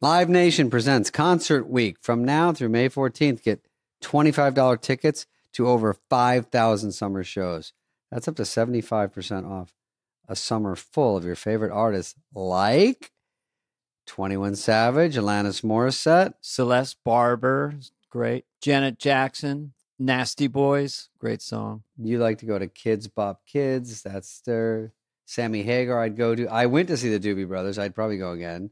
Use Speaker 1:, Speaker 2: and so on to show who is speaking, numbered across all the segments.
Speaker 1: Live Nation presents Concert Week from now through May 14th. Get $25 tickets to over 5,000 summer shows. That's up to 75% off a summer full of your favorite artists like 21 Savage, Alanis Morissette,
Speaker 2: Celeste Barber, great. Janet Jackson, Nasty Boys, great song.
Speaker 1: you like to go to Kids Bop Kids. That's their Sammy Hagar. I'd go to. I went to see the Doobie Brothers. I'd probably go again.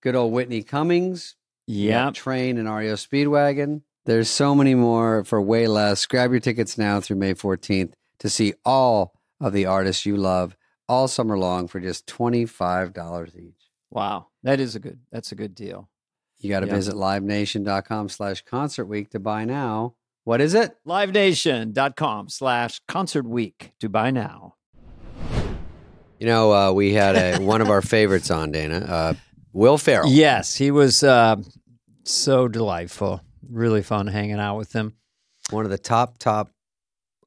Speaker 1: Good old Whitney Cummings.
Speaker 2: Yeah.
Speaker 1: Train and REO Speedwagon. There's so many more for way less. Grab your tickets now through May 14th to see all of the artists you love all summer long for just $25 each.
Speaker 2: Wow. That is a good that's a good deal.
Speaker 1: You got to
Speaker 2: Yeah.
Speaker 1: visit livenation.com slash concert week to buy now. What is it?
Speaker 2: LiveNation.com slash concert week to buy now.
Speaker 1: You know, uh, we had a, one of our favorites on, Dana, uh, Will Ferrell.
Speaker 2: Yes, he was uh, so delightful. Really fun hanging out with him.
Speaker 1: one of the top top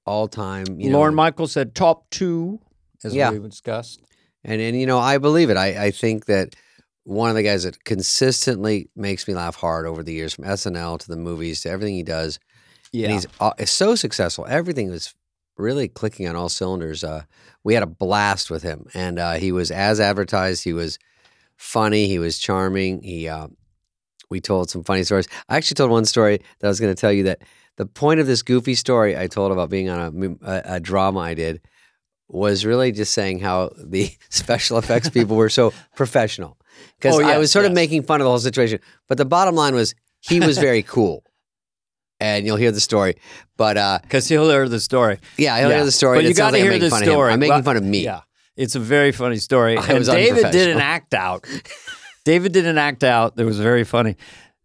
Speaker 1: all time. You
Speaker 2: Lauren
Speaker 1: know,
Speaker 2: Michael said top two, as
Speaker 1: Yeah.
Speaker 2: we discussed.
Speaker 1: and and you know I believe it. I I think that one of the guys that consistently makes me laugh hard over the years, from SNL to the movies to everything he does,
Speaker 2: Yeah.
Speaker 1: and he's uh, is so successful. Everything was really clicking on all cylinders. Uh, we had a blast with him, and uh, he was as advertised. He was funny. He was charming. He uh, we told some funny stories. I actually told one story that I was going to tell you that the point of this goofy story I told about being on a mo- a, a drama I did was really just saying how the special effects people were so professional because
Speaker 2: Oh,
Speaker 1: I
Speaker 2: yes,
Speaker 1: was sort of
Speaker 2: yes.
Speaker 1: making fun of the whole situation. But the bottom line was he was very cool. And you'll hear the story, but uh,
Speaker 2: Because he'll hear the story.
Speaker 1: yeah, I will hear
Speaker 2: Yeah.
Speaker 1: the story.
Speaker 2: But
Speaker 1: and
Speaker 2: you
Speaker 1: it sounds
Speaker 2: got to
Speaker 1: like I'm
Speaker 2: hear
Speaker 1: making
Speaker 2: the
Speaker 1: fun Of
Speaker 2: story.
Speaker 1: him. I'm making
Speaker 2: Well,
Speaker 1: fun of me.
Speaker 2: Yeah, it's a very funny story.
Speaker 1: I
Speaker 2: and
Speaker 1: was
Speaker 2: David did an
Speaker 1: unprofessional.
Speaker 2: act out. David did an act out that was very funny,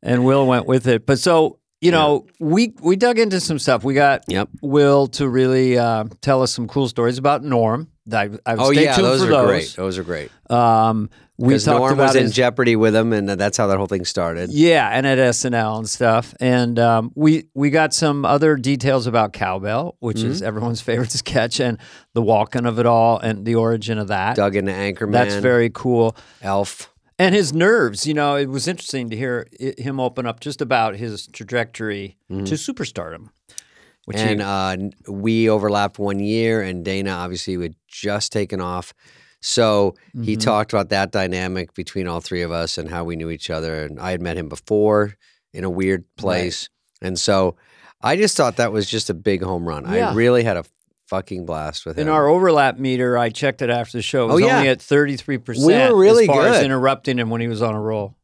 Speaker 2: and Will went with it. But so you know, we we dug into some stuff. We got
Speaker 1: Yep.
Speaker 2: Will to really uh, tell us some cool stories about Norm. I, I
Speaker 1: Oh
Speaker 2: stay
Speaker 1: yeah,
Speaker 2: tuned
Speaker 1: those
Speaker 2: for
Speaker 1: are
Speaker 2: those.
Speaker 1: great. Those are great.
Speaker 2: Um, we
Speaker 1: Because
Speaker 2: talked
Speaker 1: Norm
Speaker 2: about
Speaker 1: was in
Speaker 2: his-
Speaker 1: Jeopardy with him, and that's how that whole thing started.
Speaker 2: Yeah, and at SNL and stuff. And um, we we got some other details about cowbell, which is
Speaker 1: Mm-hmm.
Speaker 2: everyone's favorite sketch, and the walking of it all, and the origin of that.
Speaker 1: Dug into Anchorman.
Speaker 2: That's very cool.
Speaker 1: Elf.
Speaker 2: And his nerves, you know, it was interesting to hear i him open up just about his trajectory
Speaker 1: Mm-hmm.
Speaker 2: to superstardom. Which
Speaker 1: and
Speaker 2: he,
Speaker 1: uh, n- we overlapped one year, and Dana obviously had just taken off. So he talked about that dynamic between all three of us and how we knew each other. And I had met him before in a weird place, and so I just thought that was just a big home run. I
Speaker 2: Yeah.
Speaker 1: really had a fucking blast with him.
Speaker 2: in our overlap meter, I checked it after the show. It was
Speaker 1: Oh, yeah.
Speaker 2: only at thirty three percent.
Speaker 1: We were really
Speaker 2: as far as
Speaker 1: good.
Speaker 2: interrupting him when he was on a roll.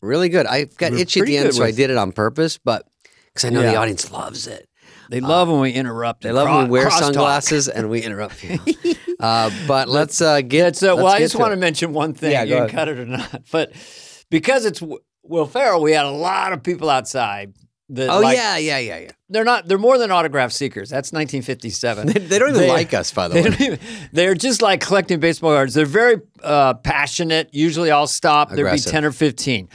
Speaker 1: really good. I got
Speaker 2: We're
Speaker 1: itchy at
Speaker 2: pretty
Speaker 1: the end,
Speaker 2: good
Speaker 1: so I
Speaker 2: with-
Speaker 1: did it on purpose, but because I know the
Speaker 2: Yeah.
Speaker 1: audience loves it.
Speaker 2: They love when we interrupt.
Speaker 1: Uh, They
Speaker 2: and
Speaker 1: love when we wear
Speaker 2: cro- crosstalk.
Speaker 1: sunglasses and we interrupt people. uh, but let's uh, get.
Speaker 2: That's uh, well.
Speaker 1: let's
Speaker 2: I
Speaker 1: get
Speaker 2: just want to mention one thing.
Speaker 1: Yeah,
Speaker 2: you
Speaker 1: go ahead.
Speaker 2: can cut it or not, but because it's W- Will Ferrell, we had a lot of people outside. That
Speaker 1: Oh
Speaker 2: like-
Speaker 1: yeah, yeah, yeah, yeah.
Speaker 2: they're not. They're more than autograph seekers. That's 1957.
Speaker 1: They, they don't even like us, by the
Speaker 2: They
Speaker 1: way.
Speaker 2: don't even, they're just like collecting baseball cards. They're very uh, passionate. Usually, I'll stop. There'd be
Speaker 1: Aggressive.
Speaker 2: 10 or 15.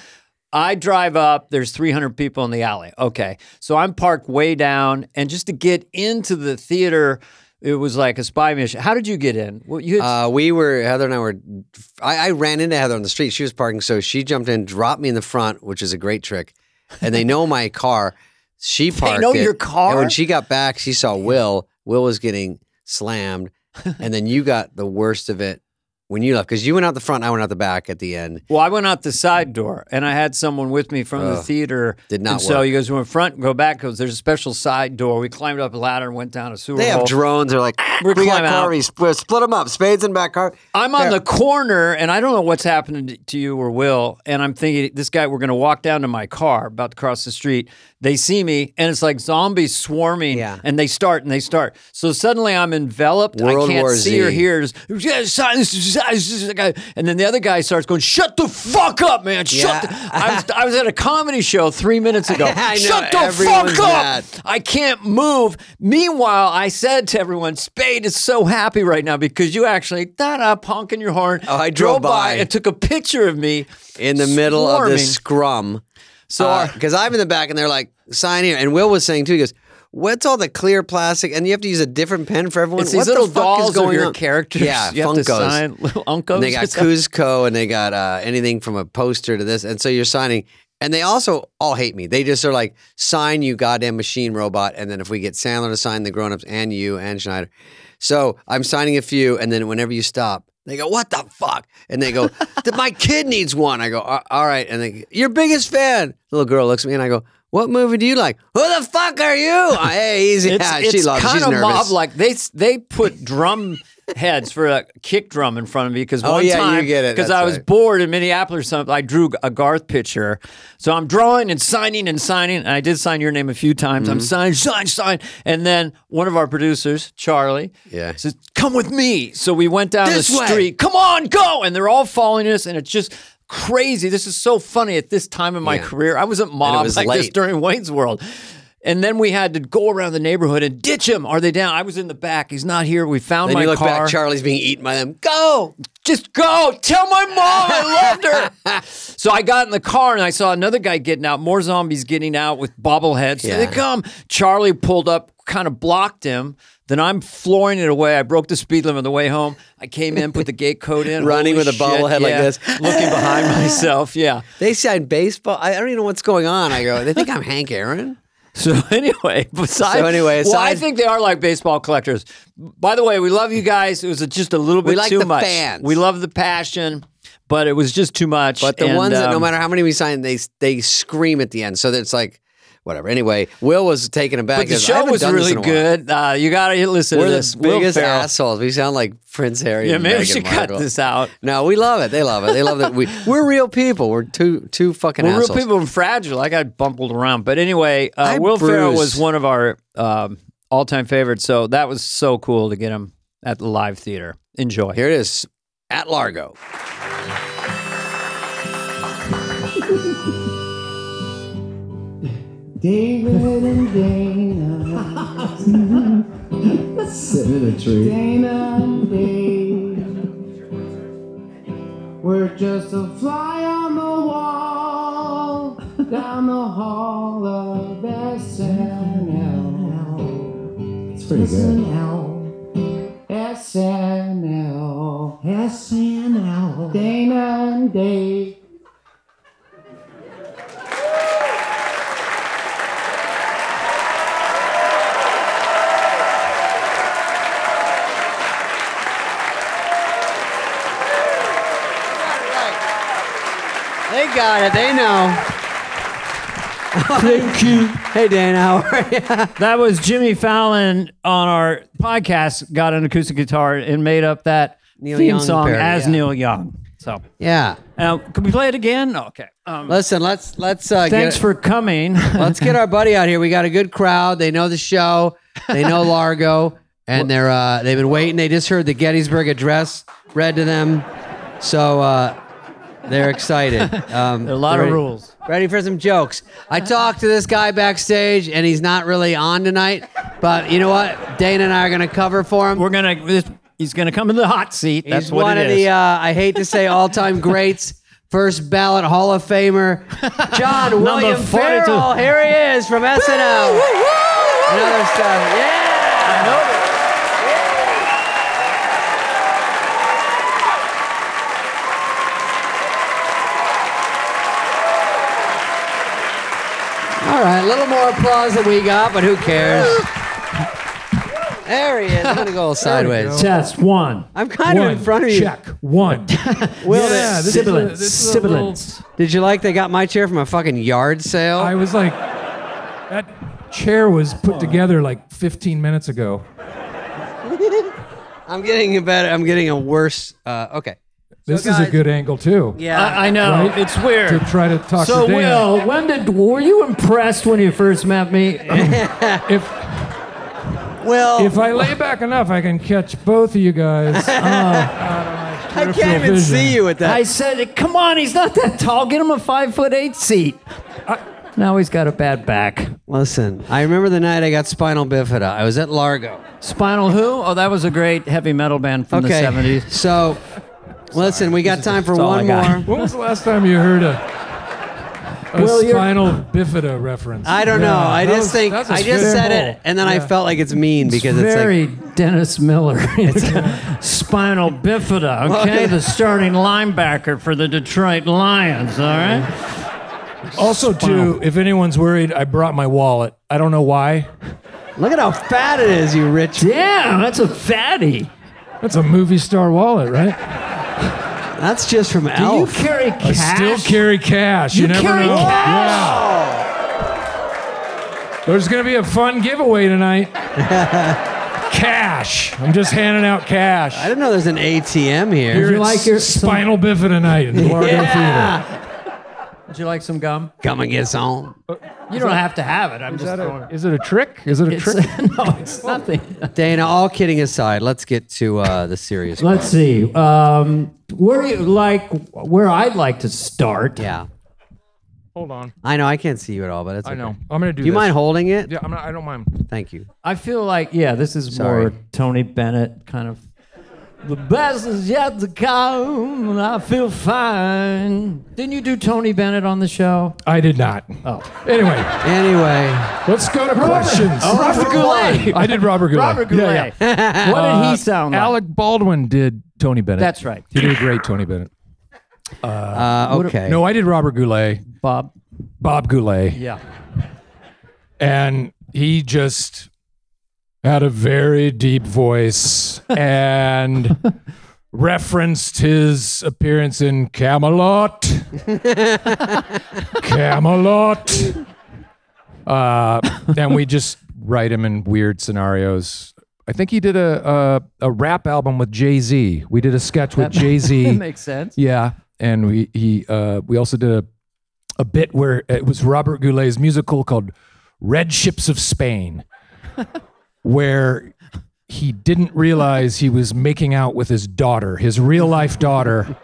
Speaker 2: I drive up. There's 300 people in the alley. Okay. So I'm parked way down. And just to get into the theater, it was like a spy mission. How did you get in? Well, you had,
Speaker 1: Uh, we were Heather and I were. I, I ran into Heather on the street. She was parking, so she jumped in, dropped me in the front, which is a great trick. And they know my car. She parked.
Speaker 2: know
Speaker 1: it,
Speaker 2: your
Speaker 1: And when
Speaker 2: car?
Speaker 1: she got back, she saw Will. Will was getting slammed, and then you got the worst of it when you left because you went out the front. I went out the back at the end.
Speaker 2: well, I went out the side door and I had someone with me from the
Speaker 1: Ugh.
Speaker 2: theater.
Speaker 1: Did not
Speaker 2: And so
Speaker 1: work.
Speaker 2: you guys went front, go back. Goes there's a special side door. We climbed up a ladder and went down a sewer.
Speaker 1: They have
Speaker 2: hole.
Speaker 1: drones. They're like,
Speaker 2: We're
Speaker 1: we got
Speaker 2: climbing out."
Speaker 1: Carvey. Split, split them up. Spades in back car.
Speaker 2: I'm on
Speaker 1: There.
Speaker 2: the corner and I don't know what's happening to- to you or Will. And I'm thinking, this guy, we're going to walk down to my car about to cross the street. They see me and it's like zombies swarming
Speaker 1: Yeah.
Speaker 2: and they start and they start. So suddenly I'm enveloped.
Speaker 1: World
Speaker 2: I can't
Speaker 1: War
Speaker 2: see
Speaker 1: Z.
Speaker 2: or hear. And then the other guy starts going, shut the fuck up, man. Shut
Speaker 1: Yeah.
Speaker 2: the-" I, was, I was at a comedy show three minutes ago.
Speaker 1: I know,
Speaker 2: shut the
Speaker 1: everyone's
Speaker 2: fuck up.
Speaker 1: mad.
Speaker 2: I can't move. Meanwhile, I said to everyone, Spade is so happy right now because you actually da da honking your horn.
Speaker 1: Oh, I drove by.
Speaker 2: and took a picture of me.
Speaker 1: in the middle of
Speaker 2: swarming.
Speaker 1: this scrum. Uh,
Speaker 2: So
Speaker 1: So,
Speaker 2: our-
Speaker 1: because I'm in the back, and they're like, "Sign here." And Will was saying too, he goes, what's all the clear plastic? And you have to use a different pen for everyone.
Speaker 2: It's
Speaker 1: what
Speaker 2: these little
Speaker 1: the fuck
Speaker 2: dolls
Speaker 1: is going
Speaker 2: of your
Speaker 1: on?
Speaker 2: characters.
Speaker 1: Yeah,
Speaker 2: you have to
Speaker 1: Funkos.
Speaker 2: sign little Uncos.
Speaker 1: And they got Cusco and they got uh, anything from a poster to this. And so you're signing. And they also all hate me. They just are like, sign you goddamn machine robot. And then if we get Sandler to sign the grown-ups and you and Schneider. So I'm signing a few. And then whenever you stop, they go, what the fuck? And they go, "Th- my kid needs one. I go, "A- all right. And they go, your biggest fan. The little girl looks at me and I go, what movie do you like? Who the fuck are you? Hey, easy.
Speaker 2: It's,
Speaker 1: yeah,
Speaker 2: it's
Speaker 1: she loves it.
Speaker 2: kind
Speaker 1: She's
Speaker 2: of
Speaker 1: nervous.
Speaker 2: mob like they they put drum heads for a kick drum in front of me because
Speaker 1: Oh,
Speaker 2: one
Speaker 1: yeah, you
Speaker 2: time
Speaker 1: get it.
Speaker 2: because
Speaker 1: That's
Speaker 2: I was
Speaker 1: right.
Speaker 2: bored in Minneapolis or something I drew a Garth picture so I'm drawing and signing and signing and I did sign your name a few times
Speaker 1: Mm-hmm.
Speaker 2: I'm signing sign sign and then one of our producers Charlie
Speaker 1: Yeah.
Speaker 2: says come with me so we went down
Speaker 1: This
Speaker 2: the
Speaker 1: way.
Speaker 2: street come on go and they're all following us and it's just crazy this is so funny at this time in my
Speaker 1: Yeah.
Speaker 2: career I wasn't mobbed
Speaker 1: was
Speaker 2: like this
Speaker 1: late.
Speaker 2: during Wayne's World. And then we had to go around the neighborhood and ditch him. Are they down? I was in the back. He's not here. We found
Speaker 1: Then
Speaker 2: my
Speaker 1: you look
Speaker 2: car.
Speaker 1: back, Charlie's being eaten by them. Go.
Speaker 2: Just go. Tell my mom I loved her. so I got in the car and I saw another guy getting out. More zombies getting out with bobbleheads. Here
Speaker 1: Yeah.
Speaker 2: they come. Charlie pulled up, kind of blocked him. Then I'm flooring it away. I broke the speed limit on the way home. I came in, put the gate code in.
Speaker 1: Running
Speaker 2: Holy
Speaker 1: with a
Speaker 2: shit,
Speaker 1: bobblehead like
Speaker 2: yeah.
Speaker 1: this.
Speaker 2: looking behind myself. Yeah.
Speaker 1: They signed baseball. I I don't even know what's going on. I go, they think I'm Hank Aaron.
Speaker 2: So anyway, besides,
Speaker 1: So anyway,
Speaker 2: well, I
Speaker 1: aside-
Speaker 2: think they are like baseball collectors. By the way, we love you guys. It was just a little bit
Speaker 1: like
Speaker 2: too
Speaker 1: the
Speaker 2: much.
Speaker 1: fans.
Speaker 2: We love the passion, but it was just too much.
Speaker 1: But the
Speaker 2: And,
Speaker 1: ones that no
Speaker 2: um,
Speaker 1: matter how many we sign, they they scream at the end. So it's like, whatever. Anyway, Will was taken aback.
Speaker 2: But the
Speaker 1: because I
Speaker 2: show
Speaker 1: haven't
Speaker 2: was
Speaker 1: done this
Speaker 2: really
Speaker 1: in a while.
Speaker 2: good. Uh, you gotta hit- listen
Speaker 1: We're
Speaker 2: to
Speaker 1: the
Speaker 2: this. Will
Speaker 1: biggest
Speaker 2: Ferrell.
Speaker 1: assholes. We sound like Prince Harry.
Speaker 2: Yeah,
Speaker 1: and
Speaker 2: maybe we
Speaker 1: Meghan
Speaker 2: should
Speaker 1: Markle.
Speaker 2: cut this out.
Speaker 1: No, we love it. They love it. They love that we we're real people. We're two two fucking
Speaker 2: We're real
Speaker 1: assholes.
Speaker 2: people and fragile. I got bumbled around, but anyway, uh,
Speaker 1: I
Speaker 2: Will Ferrell was
Speaker 1: bruised.
Speaker 2: one of our um, all-time favorites. So that was so cool to get him at the live theater. Enjoy.
Speaker 1: Here it is at Largo.
Speaker 3: David and Dana. Sitting in a tree. Dana and Dave. We're just a fly on the wall down the hall of SNL. It's pretty SNL. good. SNL. SNL. Dana and Dave.
Speaker 1: They got it. They know.
Speaker 2: Thank you.
Speaker 1: Hey Dan, how are you?
Speaker 2: That was Jimmy Fallon on our podcast, got an acoustic guitar and made up that
Speaker 1: Neil
Speaker 2: theme
Speaker 1: Young
Speaker 2: song
Speaker 1: parody,
Speaker 2: as
Speaker 1: yeah.
Speaker 2: Neil Young. So,
Speaker 1: Yeah.
Speaker 2: uh, could we play it again? Okay. Um,
Speaker 1: Listen, let's let's uh,
Speaker 2: thanks
Speaker 1: get,
Speaker 2: for coming.
Speaker 1: let's get our buddy out here. We got a good crowd. They know the show. They know Largo, and they're uh, they've been waiting. They just heard the Gettysburg Address read to them, so uh, they're excited. Um,
Speaker 2: a lot of
Speaker 1: they're
Speaker 2: rules.
Speaker 1: Ready for some jokes? I talked to this guy backstage, and he's not really on tonight. But you know what? Dana and I are going to cover for him.
Speaker 2: We're gonna. This, he's gonna come in the hot seat. That's
Speaker 1: He's
Speaker 2: what
Speaker 1: one
Speaker 2: it
Speaker 1: of
Speaker 2: is.
Speaker 1: the uh, I hate to say all time greats, first ballot Hall of Famer, John
Speaker 2: Number
Speaker 1: William
Speaker 2: 42.
Speaker 1: Farrell. Here he is from SNL. Another stuff. Yeah. All right, a little more applause than we got, but who cares? There he is. I'm gonna go sideways.
Speaker 2: Test one.
Speaker 1: uh, I'm kind of in front of you.
Speaker 4: Check one.
Speaker 1: Will,
Speaker 4: yeah, this is a-
Speaker 2: sibilance,
Speaker 4: this is a
Speaker 2: sibilance.
Speaker 4: little-
Speaker 1: Did you like they got my chair from a fucking yard sale?
Speaker 4: I was like, that chair was put together like 15 minutes ago.
Speaker 1: I'm getting a better. I'm getting a worse. Uh, okay.
Speaker 4: This is
Speaker 1: guys-
Speaker 4: a good angle too.
Speaker 1: Yeah.
Speaker 2: I, I know.
Speaker 4: Right?
Speaker 2: It's weird.
Speaker 4: To try to talk
Speaker 2: so,
Speaker 4: to Dana.
Speaker 2: Will, when did were you impressed when you first met me?
Speaker 4: If
Speaker 1: well,
Speaker 4: if I lay back enough, I can catch both of you guys. Oh,
Speaker 1: I can't even see you at that.
Speaker 2: I said, "Come on, he's not that tall. Get him a five foot eight seat." I- now he's got a bad back.
Speaker 1: Listen, I remember the night I got spinal bifida. I was at Largo.
Speaker 2: Spinal Who? Oh, that was a great heavy metal band from
Speaker 1: Okay.
Speaker 2: the '70s.
Speaker 1: So, listen, we got time for
Speaker 2: all I
Speaker 1: one
Speaker 2: got.
Speaker 1: more.
Speaker 4: When was the last time you heard a A
Speaker 1: Well, you're-
Speaker 4: spinal bifida reference.
Speaker 1: I don't know.
Speaker 4: Yeah,
Speaker 1: I
Speaker 4: that
Speaker 1: just
Speaker 4: was-
Speaker 1: think
Speaker 4: that's a
Speaker 1: I just
Speaker 4: fair
Speaker 1: said it,
Speaker 4: goal.
Speaker 1: and then I
Speaker 4: Yeah.
Speaker 1: felt like it's mean because it's like
Speaker 2: very Dennis Miller. spinal bifida.
Speaker 1: Well,
Speaker 2: Okay,
Speaker 1: yeah.
Speaker 2: the starting linebacker for the Detroit Lions. All right.
Speaker 4: Also, too, if anyone's worried, I brought my wallet. I don't know why.
Speaker 1: Look at how fat it is, you rich.
Speaker 2: Damn, that's a fatty.
Speaker 4: That's a movie star wallet, right?
Speaker 1: That's just from
Speaker 2: Do you
Speaker 1: Elf.
Speaker 2: carry
Speaker 4: I
Speaker 2: cash?
Speaker 4: still carry cash. You,
Speaker 2: You
Speaker 4: never
Speaker 2: carry
Speaker 4: know.
Speaker 2: cash?
Speaker 4: Yeah. There's gonna be a fun giveaway tonight. cash. I'm just handing out cash.
Speaker 1: I didn't know there's an ATM here.
Speaker 4: Here
Speaker 2: you
Speaker 4: it's
Speaker 2: like your-
Speaker 4: spinal bifida night in the Largo Theater.
Speaker 1: yeah.
Speaker 2: Would you like some gum?
Speaker 1: Come and get some.
Speaker 2: You don't have to have it. I'm
Speaker 4: Is,
Speaker 2: just
Speaker 4: that
Speaker 2: throwing
Speaker 4: a, is it a trick? Is it a
Speaker 2: It's-
Speaker 4: trick?
Speaker 2: no, it's nothing.
Speaker 1: Dana, all kidding aside, let's get to uh, the serious. part.
Speaker 2: Let's see. Um, where you like where I'd like to start?
Speaker 1: Yeah.
Speaker 4: Hold on.
Speaker 1: I know I can't see you at all, but it's
Speaker 4: I
Speaker 1: okay.
Speaker 4: know. I'm gonna do.
Speaker 1: Do you
Speaker 4: this.
Speaker 1: mind holding it?
Speaker 4: Yeah, I'm not, I don't mind.
Speaker 1: Thank you.
Speaker 2: I feel like yeah, this is
Speaker 1: Sorry.
Speaker 2: more Tony Bennett kind of. The best is yet to come. and I feel fine. Didn't you do Tony Bennett on the show?
Speaker 4: I did not.
Speaker 2: Oh,
Speaker 4: Anyway,
Speaker 1: Anyway,
Speaker 4: let's go to questions.
Speaker 2: Robert Goulet.
Speaker 4: I did Oh, Robert Goulet.
Speaker 2: Robert
Speaker 4: Yeah, Uh,
Speaker 2: Goulet. What did he sound like?
Speaker 4: Alec Baldwin did Tony Bennett.
Speaker 2: That's right.
Speaker 4: He did a great Tony Bennett.
Speaker 1: uh, okay.
Speaker 4: No, I did Robert Goulet,
Speaker 2: Bob.
Speaker 4: Bob Goulet,
Speaker 2: Yeah.
Speaker 4: and he just had a very deep voice and referenced his appearance in Camelot. Camelot. Uh, and we just write him in weird scenarios. I think he did a a, a rap album with Jay Z. We did a sketch with Jay
Speaker 2: That
Speaker 4: Z.
Speaker 2: makes sense.
Speaker 4: Yeah, and we he uh, we also did a a bit where it was Robert Goulet's musical called Red Ships of Spain, where he didn't realize he was making out with his daughter, his real life daughter.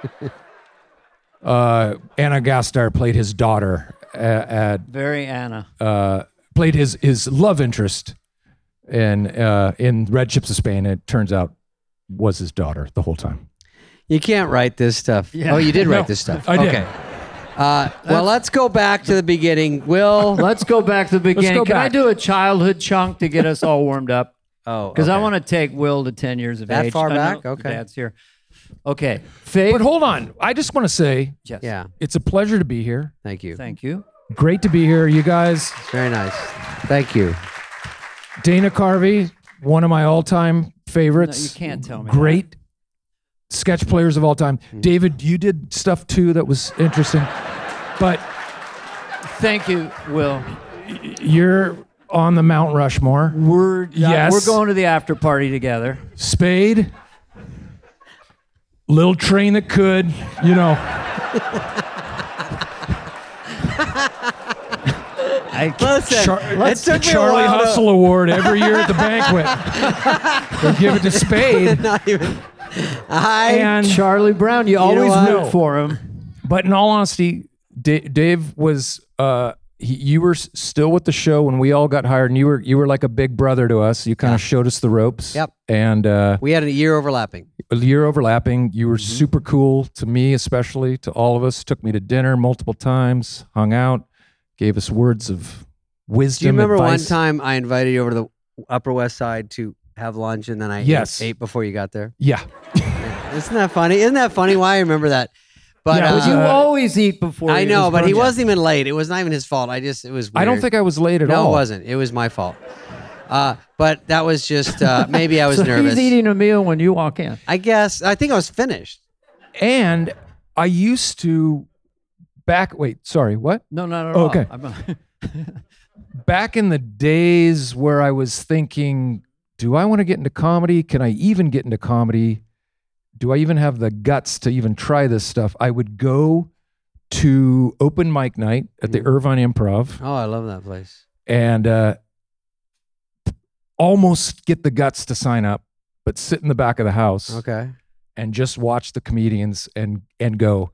Speaker 4: Uh, Anna Gastar played his daughter, uh, uh,
Speaker 2: Very Anna.
Speaker 4: played his his love interest in uh, in Red Ships of Spain. It turns out was his daughter the whole time.
Speaker 1: you can't write this stuff. Oh, you did write
Speaker 4: No,
Speaker 1: this stuff.
Speaker 4: I did.
Speaker 1: Okay. Uh, well, let's go back to the beginning. Will.
Speaker 2: Let's go back to the beginning.
Speaker 4: go
Speaker 2: Can I
Speaker 4: back.
Speaker 2: do a childhood chunk to get us all warmed up?
Speaker 1: Oh,
Speaker 2: Because I
Speaker 1: okay.
Speaker 2: want to take Will to 10 years of
Speaker 1: That
Speaker 2: age.
Speaker 1: far
Speaker 2: I know
Speaker 1: back?
Speaker 2: your
Speaker 1: Okay.
Speaker 2: Dad's here. Okay. Favorite.
Speaker 4: But hold on, I just want to say
Speaker 2: yes.
Speaker 1: Yeah.
Speaker 4: It's a pleasure to be here.
Speaker 1: Thank you.
Speaker 2: Thank you.
Speaker 4: Great to be here, you guys.
Speaker 1: Very nice. Thank you.
Speaker 4: Dana Carvey, one of my all-time
Speaker 2: No,
Speaker 4: favorites.
Speaker 2: you can't tell me. that.
Speaker 4: Great sketch players of all time.
Speaker 2: Hmm.
Speaker 4: David, you did stuff too that was interesting, but
Speaker 2: Thank you, Will.
Speaker 4: you're on the Mount Rushmore.
Speaker 2: We're done.
Speaker 4: Yes.
Speaker 2: we're going to the after party together.
Speaker 4: Spade, Little Train That Could, you know.
Speaker 2: I can't-
Speaker 1: Listen,
Speaker 4: Char-
Speaker 1: it took me a
Speaker 4: Charlie
Speaker 1: while to-
Speaker 4: Hustle Award every year at the banquet. they give it to Spade.
Speaker 1: Not even. I.
Speaker 4: And
Speaker 2: Charlie Brown, you,
Speaker 1: know
Speaker 2: always
Speaker 1: what?
Speaker 2: root for him.
Speaker 4: But in all honesty, Da- Dave was uh, he, you were s- still with the show when we all got hired, and you were you were like a big brother to us. You kind of showed us the ropes.
Speaker 1: Yep.
Speaker 4: And uh,
Speaker 1: we had a year overlapping.
Speaker 4: a year overlapping, you were
Speaker 1: Mm-hmm.
Speaker 4: super cool to me, especially to all of us. Took me to dinner multiple times, hung out, gave us words of wisdom.
Speaker 1: Do you remember
Speaker 4: advice.
Speaker 1: one time I invited you over to the Upper West Side to have lunch, and then I ate-
Speaker 4: Yes.
Speaker 1: ate, before you got there?
Speaker 4: Yeah.
Speaker 1: Isn't that funny? Isn't that funny? Why I remember that? But
Speaker 4: Yeah,
Speaker 1: uh,
Speaker 4: but
Speaker 2: you
Speaker 4: Uh,
Speaker 2: always eat before.
Speaker 1: I
Speaker 2: you-
Speaker 1: know, but he
Speaker 2: Yeah.
Speaker 1: wasn't even late. It was not even his fault. I just it was. Weird.
Speaker 4: I don't think I was late at
Speaker 1: no,
Speaker 4: all.
Speaker 1: it wasn't. It was my fault. Uh, but that was just uh, maybe I was
Speaker 2: So
Speaker 1: nervous.
Speaker 2: He's eating a meal when you walk in.
Speaker 1: I guess I think I was finished.
Speaker 4: And I used to back. Wait, sorry. What?
Speaker 2: No, no, no.
Speaker 4: Okay.
Speaker 2: I'm-
Speaker 4: back in the days where I was thinking, do I want to get into comedy? Can I even get into comedy? Do I even have the guts to even try this stuff? I would go to open mic night at the Irvine Improv
Speaker 1: Oh, I love that place.
Speaker 4: and uh, almost get the guts to sign up, but sit in the back of the house
Speaker 1: Okay.
Speaker 4: and just watch the comedians and and go,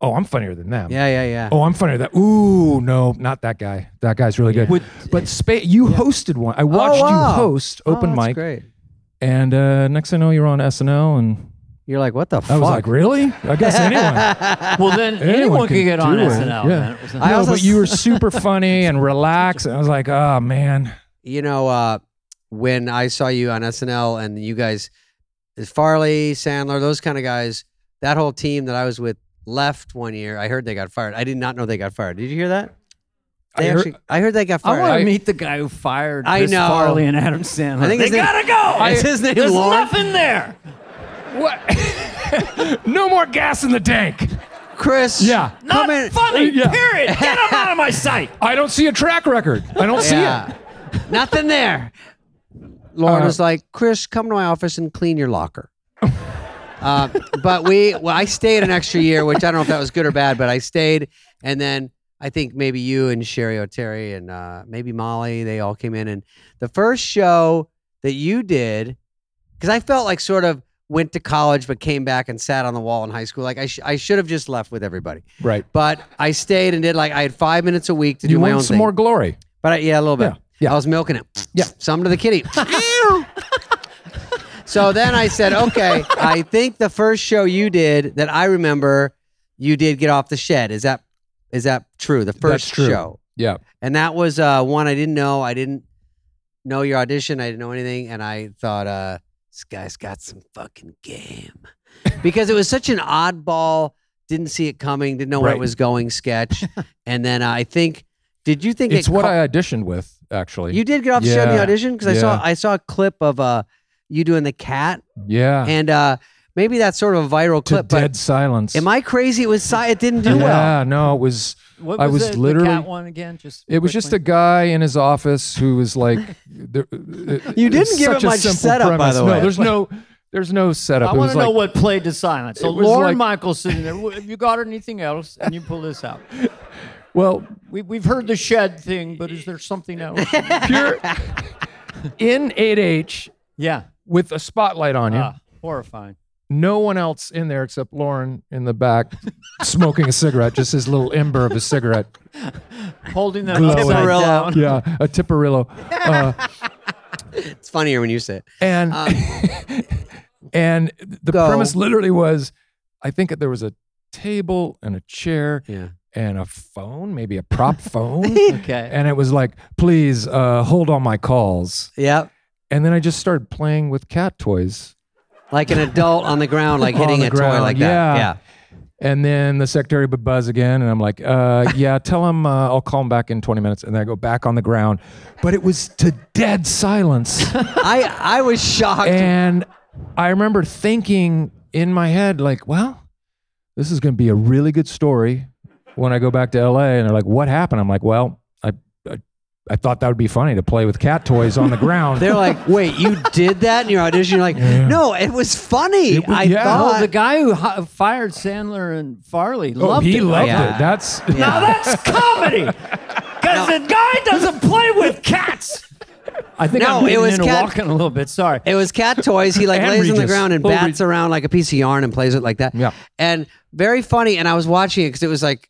Speaker 4: oh, I'm funnier than them.
Speaker 1: Yeah, yeah, yeah.
Speaker 4: Oh, I'm funnier than that. Ooh, no, not that guy. That guy's really good.
Speaker 2: Would-
Speaker 4: But Spade, you hosted one. I watched
Speaker 1: wow.
Speaker 4: you host
Speaker 1: Oh,
Speaker 4: open
Speaker 1: that's
Speaker 4: mic,
Speaker 1: Great.
Speaker 4: and uh, next I know you're on SNL, and
Speaker 1: You're like, what the fuck?
Speaker 4: I was like, really? I guess anyone.
Speaker 2: Well, then anyone,
Speaker 4: Anyone
Speaker 2: could
Speaker 4: can
Speaker 2: get on
Speaker 4: do it,
Speaker 2: SNL.
Speaker 4: yeah.
Speaker 2: Man.
Speaker 1: I
Speaker 4: no,
Speaker 1: also
Speaker 4: but you
Speaker 1: s-
Speaker 4: were super funny and relaxed. And I was like, oh man,
Speaker 1: you know, uh, when I saw you on SNL and you guys, Farley, Sandler, those kind of guys, that whole team that I was with left one year. I heard they got fired. I did not know they got fired. Did you hear that?
Speaker 4: I
Speaker 1: They
Speaker 4: heard-
Speaker 1: actually, I heard they got
Speaker 2: I
Speaker 1: fired.
Speaker 2: want
Speaker 1: I,
Speaker 2: to meet the guy who fired
Speaker 1: I
Speaker 2: Chris
Speaker 1: know.
Speaker 2: Farley and Adam Sandler.
Speaker 1: I think
Speaker 2: they
Speaker 1: his name-
Speaker 2: gotta go.
Speaker 1: Is his name
Speaker 2: There's
Speaker 1: Lorne?
Speaker 2: nothing there.
Speaker 4: what? no more gas in the tank.
Speaker 1: Chris,
Speaker 4: Yeah.
Speaker 2: Not
Speaker 1: come in.
Speaker 2: funny.
Speaker 4: Yeah.
Speaker 2: Period. Get him out of my sight.
Speaker 4: I don't see a track record. I don't see it.
Speaker 1: Yeah, nothing there. Lauren
Speaker 4: Uh,
Speaker 1: was like, Chris, come to my office and clean your locker. uh, but we, well, I stayed an extra year, which I don't know if that was good or bad, but I stayed. And then I think maybe you and Sherry O'Terry and uh, maybe Molly, they all came in. And the first show that you did, because I felt like sort of went to college but came back and sat on the wall in high school. Like I, sh- I should have just left with everybody,
Speaker 4: Right.
Speaker 1: but I stayed and did like I had five minutes a week to
Speaker 4: You
Speaker 1: do my own
Speaker 4: want some
Speaker 1: thing.
Speaker 4: more glory?
Speaker 1: But I, yeah, a little bit.
Speaker 4: Yeah, yeah.
Speaker 1: I was milking it.
Speaker 4: Yeah.
Speaker 1: Some to the kitty. so then I said, okay, I think the first show you did that I remember, you did get off the shed. Is that is that true? The first
Speaker 4: true.
Speaker 1: show.
Speaker 4: Yeah.
Speaker 1: And that was uh, one I didn't know. I didn't know your audition. I didn't know anything. And I thought, uh, this guy's got some fucking game. Because it was such an oddball, didn't see it coming, didn't know where it
Speaker 4: Right.
Speaker 1: was going sketch. and then I think, did you think
Speaker 4: It's
Speaker 1: it
Speaker 4: what
Speaker 1: caught-
Speaker 4: I auditioned with, actually.
Speaker 1: you did get off the show in the
Speaker 4: Yeah.
Speaker 1: audition because I saw I saw a clip of uh you doing the cat
Speaker 4: yeah.
Speaker 1: and uh maybe that's sort of a viral
Speaker 4: to
Speaker 1: clip.
Speaker 4: dead silence.
Speaker 1: but am I crazy? It was si- it didn't do well.
Speaker 4: Yeah. No, it was.
Speaker 2: What
Speaker 4: I was
Speaker 2: the- the
Speaker 4: literally-
Speaker 2: cat one again. Just
Speaker 4: It was just a
Speaker 2: quickly?
Speaker 4: guy in his office who was like, there, "You
Speaker 1: didn't give it much setup, by the way.
Speaker 4: No, there's no, there's no setup.
Speaker 2: I
Speaker 4: it
Speaker 2: want
Speaker 4: was
Speaker 2: to know
Speaker 4: like,
Speaker 2: what played to silence. So
Speaker 4: It was
Speaker 2: Lauren
Speaker 4: like-
Speaker 2: Michael's sitting there. "Well, Have you got anything else? And you pull this out.
Speaker 4: well,
Speaker 2: We, we've heard the shed thing, but is there something else?
Speaker 4: pure in 8H
Speaker 2: yeah.
Speaker 4: with a spotlight on you.
Speaker 2: Ah, horrifying.
Speaker 4: no one else in there except Lauren in the back smoking a cigarette, just his little ember of a cigarette.
Speaker 2: Holding them
Speaker 4: Glowing.
Speaker 2: upside
Speaker 1: Tipperillo.
Speaker 2: down.
Speaker 4: Yeah, a tipperillo. Uh,
Speaker 1: It's funnier when you say it.
Speaker 4: and
Speaker 1: Um,
Speaker 4: and the
Speaker 1: Go.
Speaker 4: premise literally was I think there was a table and a chair
Speaker 1: yeah.
Speaker 4: and a phone, maybe a prop phone.
Speaker 2: Okay.
Speaker 4: and it was like, please uh, hold all my calls.
Speaker 1: Yeah.
Speaker 4: And then I just started playing with cat toys.
Speaker 1: Like an adult on the ground, like
Speaker 4: On
Speaker 1: hitting
Speaker 4: the
Speaker 1: a toy
Speaker 4: ground,
Speaker 1: like
Speaker 4: yeah.
Speaker 1: that. Yeah.
Speaker 4: And then the secretary would buzz again, and I'm like, uh, "Yeah, tell him uh, I'll call him back in 20 minutes." And then I go back on the ground, but it was to dead silence.
Speaker 1: I I was shocked.
Speaker 4: and I remember thinking in my head, like, "Well, this is going to be a really good story when I go back to LA." And they're like, "What happened?" I'm like, "Well, I, I, I thought that would be funny to play with cat toys on the ground."
Speaker 1: They're like, wait, you did that in your audition? You're like, no, it was funny.
Speaker 4: It wa-
Speaker 1: I
Speaker 4: yeah.
Speaker 1: thought.
Speaker 2: Oh, the guy who hi- fired Sandler and Farley
Speaker 4: Oh,
Speaker 2: loved
Speaker 4: he
Speaker 2: it.
Speaker 4: loved
Speaker 1: Yeah.
Speaker 4: it. That's
Speaker 2: Now that's comedy. Because the guy doesn't play with cats. I think
Speaker 1: No,
Speaker 2: I'm
Speaker 1: it
Speaker 2: it
Speaker 1: was
Speaker 2: was into
Speaker 1: cat-
Speaker 2: walking a little bit. Sorry.
Speaker 1: It was cat toys. He like
Speaker 4: And
Speaker 1: lays on the
Speaker 4: Regis.
Speaker 1: ground and
Speaker 4: Oh,
Speaker 1: bats
Speaker 4: Regis.
Speaker 1: around like a piece of yarn and plays it like that.
Speaker 4: Yeah.
Speaker 1: And very funny. And I was watching it because it was like,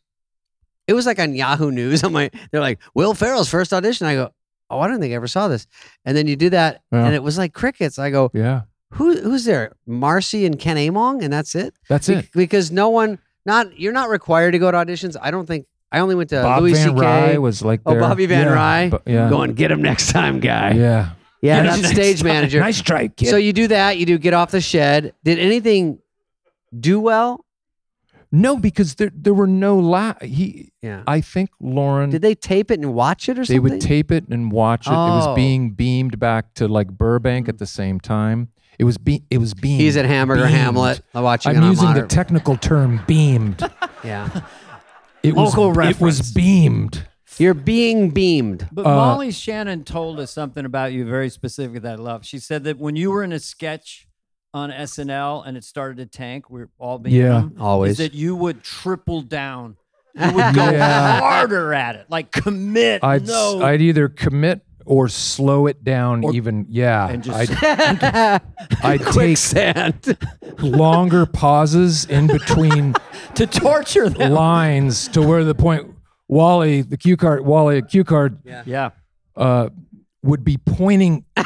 Speaker 1: it was like on Yahoo News. I'm like, they're like Will Ferrell's first audition. I go, oh, I don't think I ever saw this. And then you do that,
Speaker 4: Yeah.
Speaker 1: and it was like crickets. I go,
Speaker 4: yeah,
Speaker 1: who who's there? Marcy and Ken Among, and that's it.
Speaker 4: that's
Speaker 1: Be-
Speaker 4: it.
Speaker 1: Because no one, not you're not required to go to auditions. I don't think. I only went to
Speaker 4: Bob
Speaker 1: Uh, Louis
Speaker 4: Van Rye
Speaker 1: C.K.
Speaker 4: was like
Speaker 1: Oh,
Speaker 4: there.
Speaker 1: Bobby Van
Speaker 4: yeah.
Speaker 1: Rye.
Speaker 4: Bu- yeah.
Speaker 1: Going, get him next time, guy. Yeah,
Speaker 4: Yeah.
Speaker 1: that's stage manager.
Speaker 4: Nice try, kid.
Speaker 1: So you do that. You do get off the shed. Did anything do well?
Speaker 4: no, because there there were no la- he
Speaker 1: Yeah.
Speaker 4: I think Lauren
Speaker 1: Did they tape it and watch it or
Speaker 4: they
Speaker 1: something?
Speaker 4: would tape it and watch it. It
Speaker 1: Oh.
Speaker 4: was being beamed back to like Burbank at the same time. It was be it was beamed.
Speaker 1: He's at Hamburger
Speaker 4: beamed.
Speaker 1: Hamlet. I'm watching it
Speaker 4: I'm
Speaker 1: on
Speaker 4: using the
Speaker 1: monitor.
Speaker 4: technical term beamed.
Speaker 1: yeah.
Speaker 4: It was
Speaker 2: Local
Speaker 4: it was
Speaker 2: reference.
Speaker 4: beamed.
Speaker 1: You're being beamed.
Speaker 2: But
Speaker 4: Uh,
Speaker 2: Molly Shannon told us something about you very specific that I love. She said that when you were in a sketch on SNL and it started to tank, we're all being
Speaker 4: Yeah.
Speaker 2: them,
Speaker 1: Always.
Speaker 2: is that you would triple down. You would go
Speaker 4: Yeah.
Speaker 2: harder at it, like commit.
Speaker 4: I'd s-
Speaker 2: no,
Speaker 4: I'd either commit or slow it down
Speaker 2: Or-
Speaker 4: even yeah.
Speaker 2: and just
Speaker 4: I'd, I'd take
Speaker 1: Quicksand.
Speaker 4: longer pauses in between
Speaker 2: to torture them.
Speaker 4: lines to where the point Wally, the cue card, Wally, a cue card,
Speaker 2: yeah,
Speaker 4: uh, would be pointing.
Speaker 2: you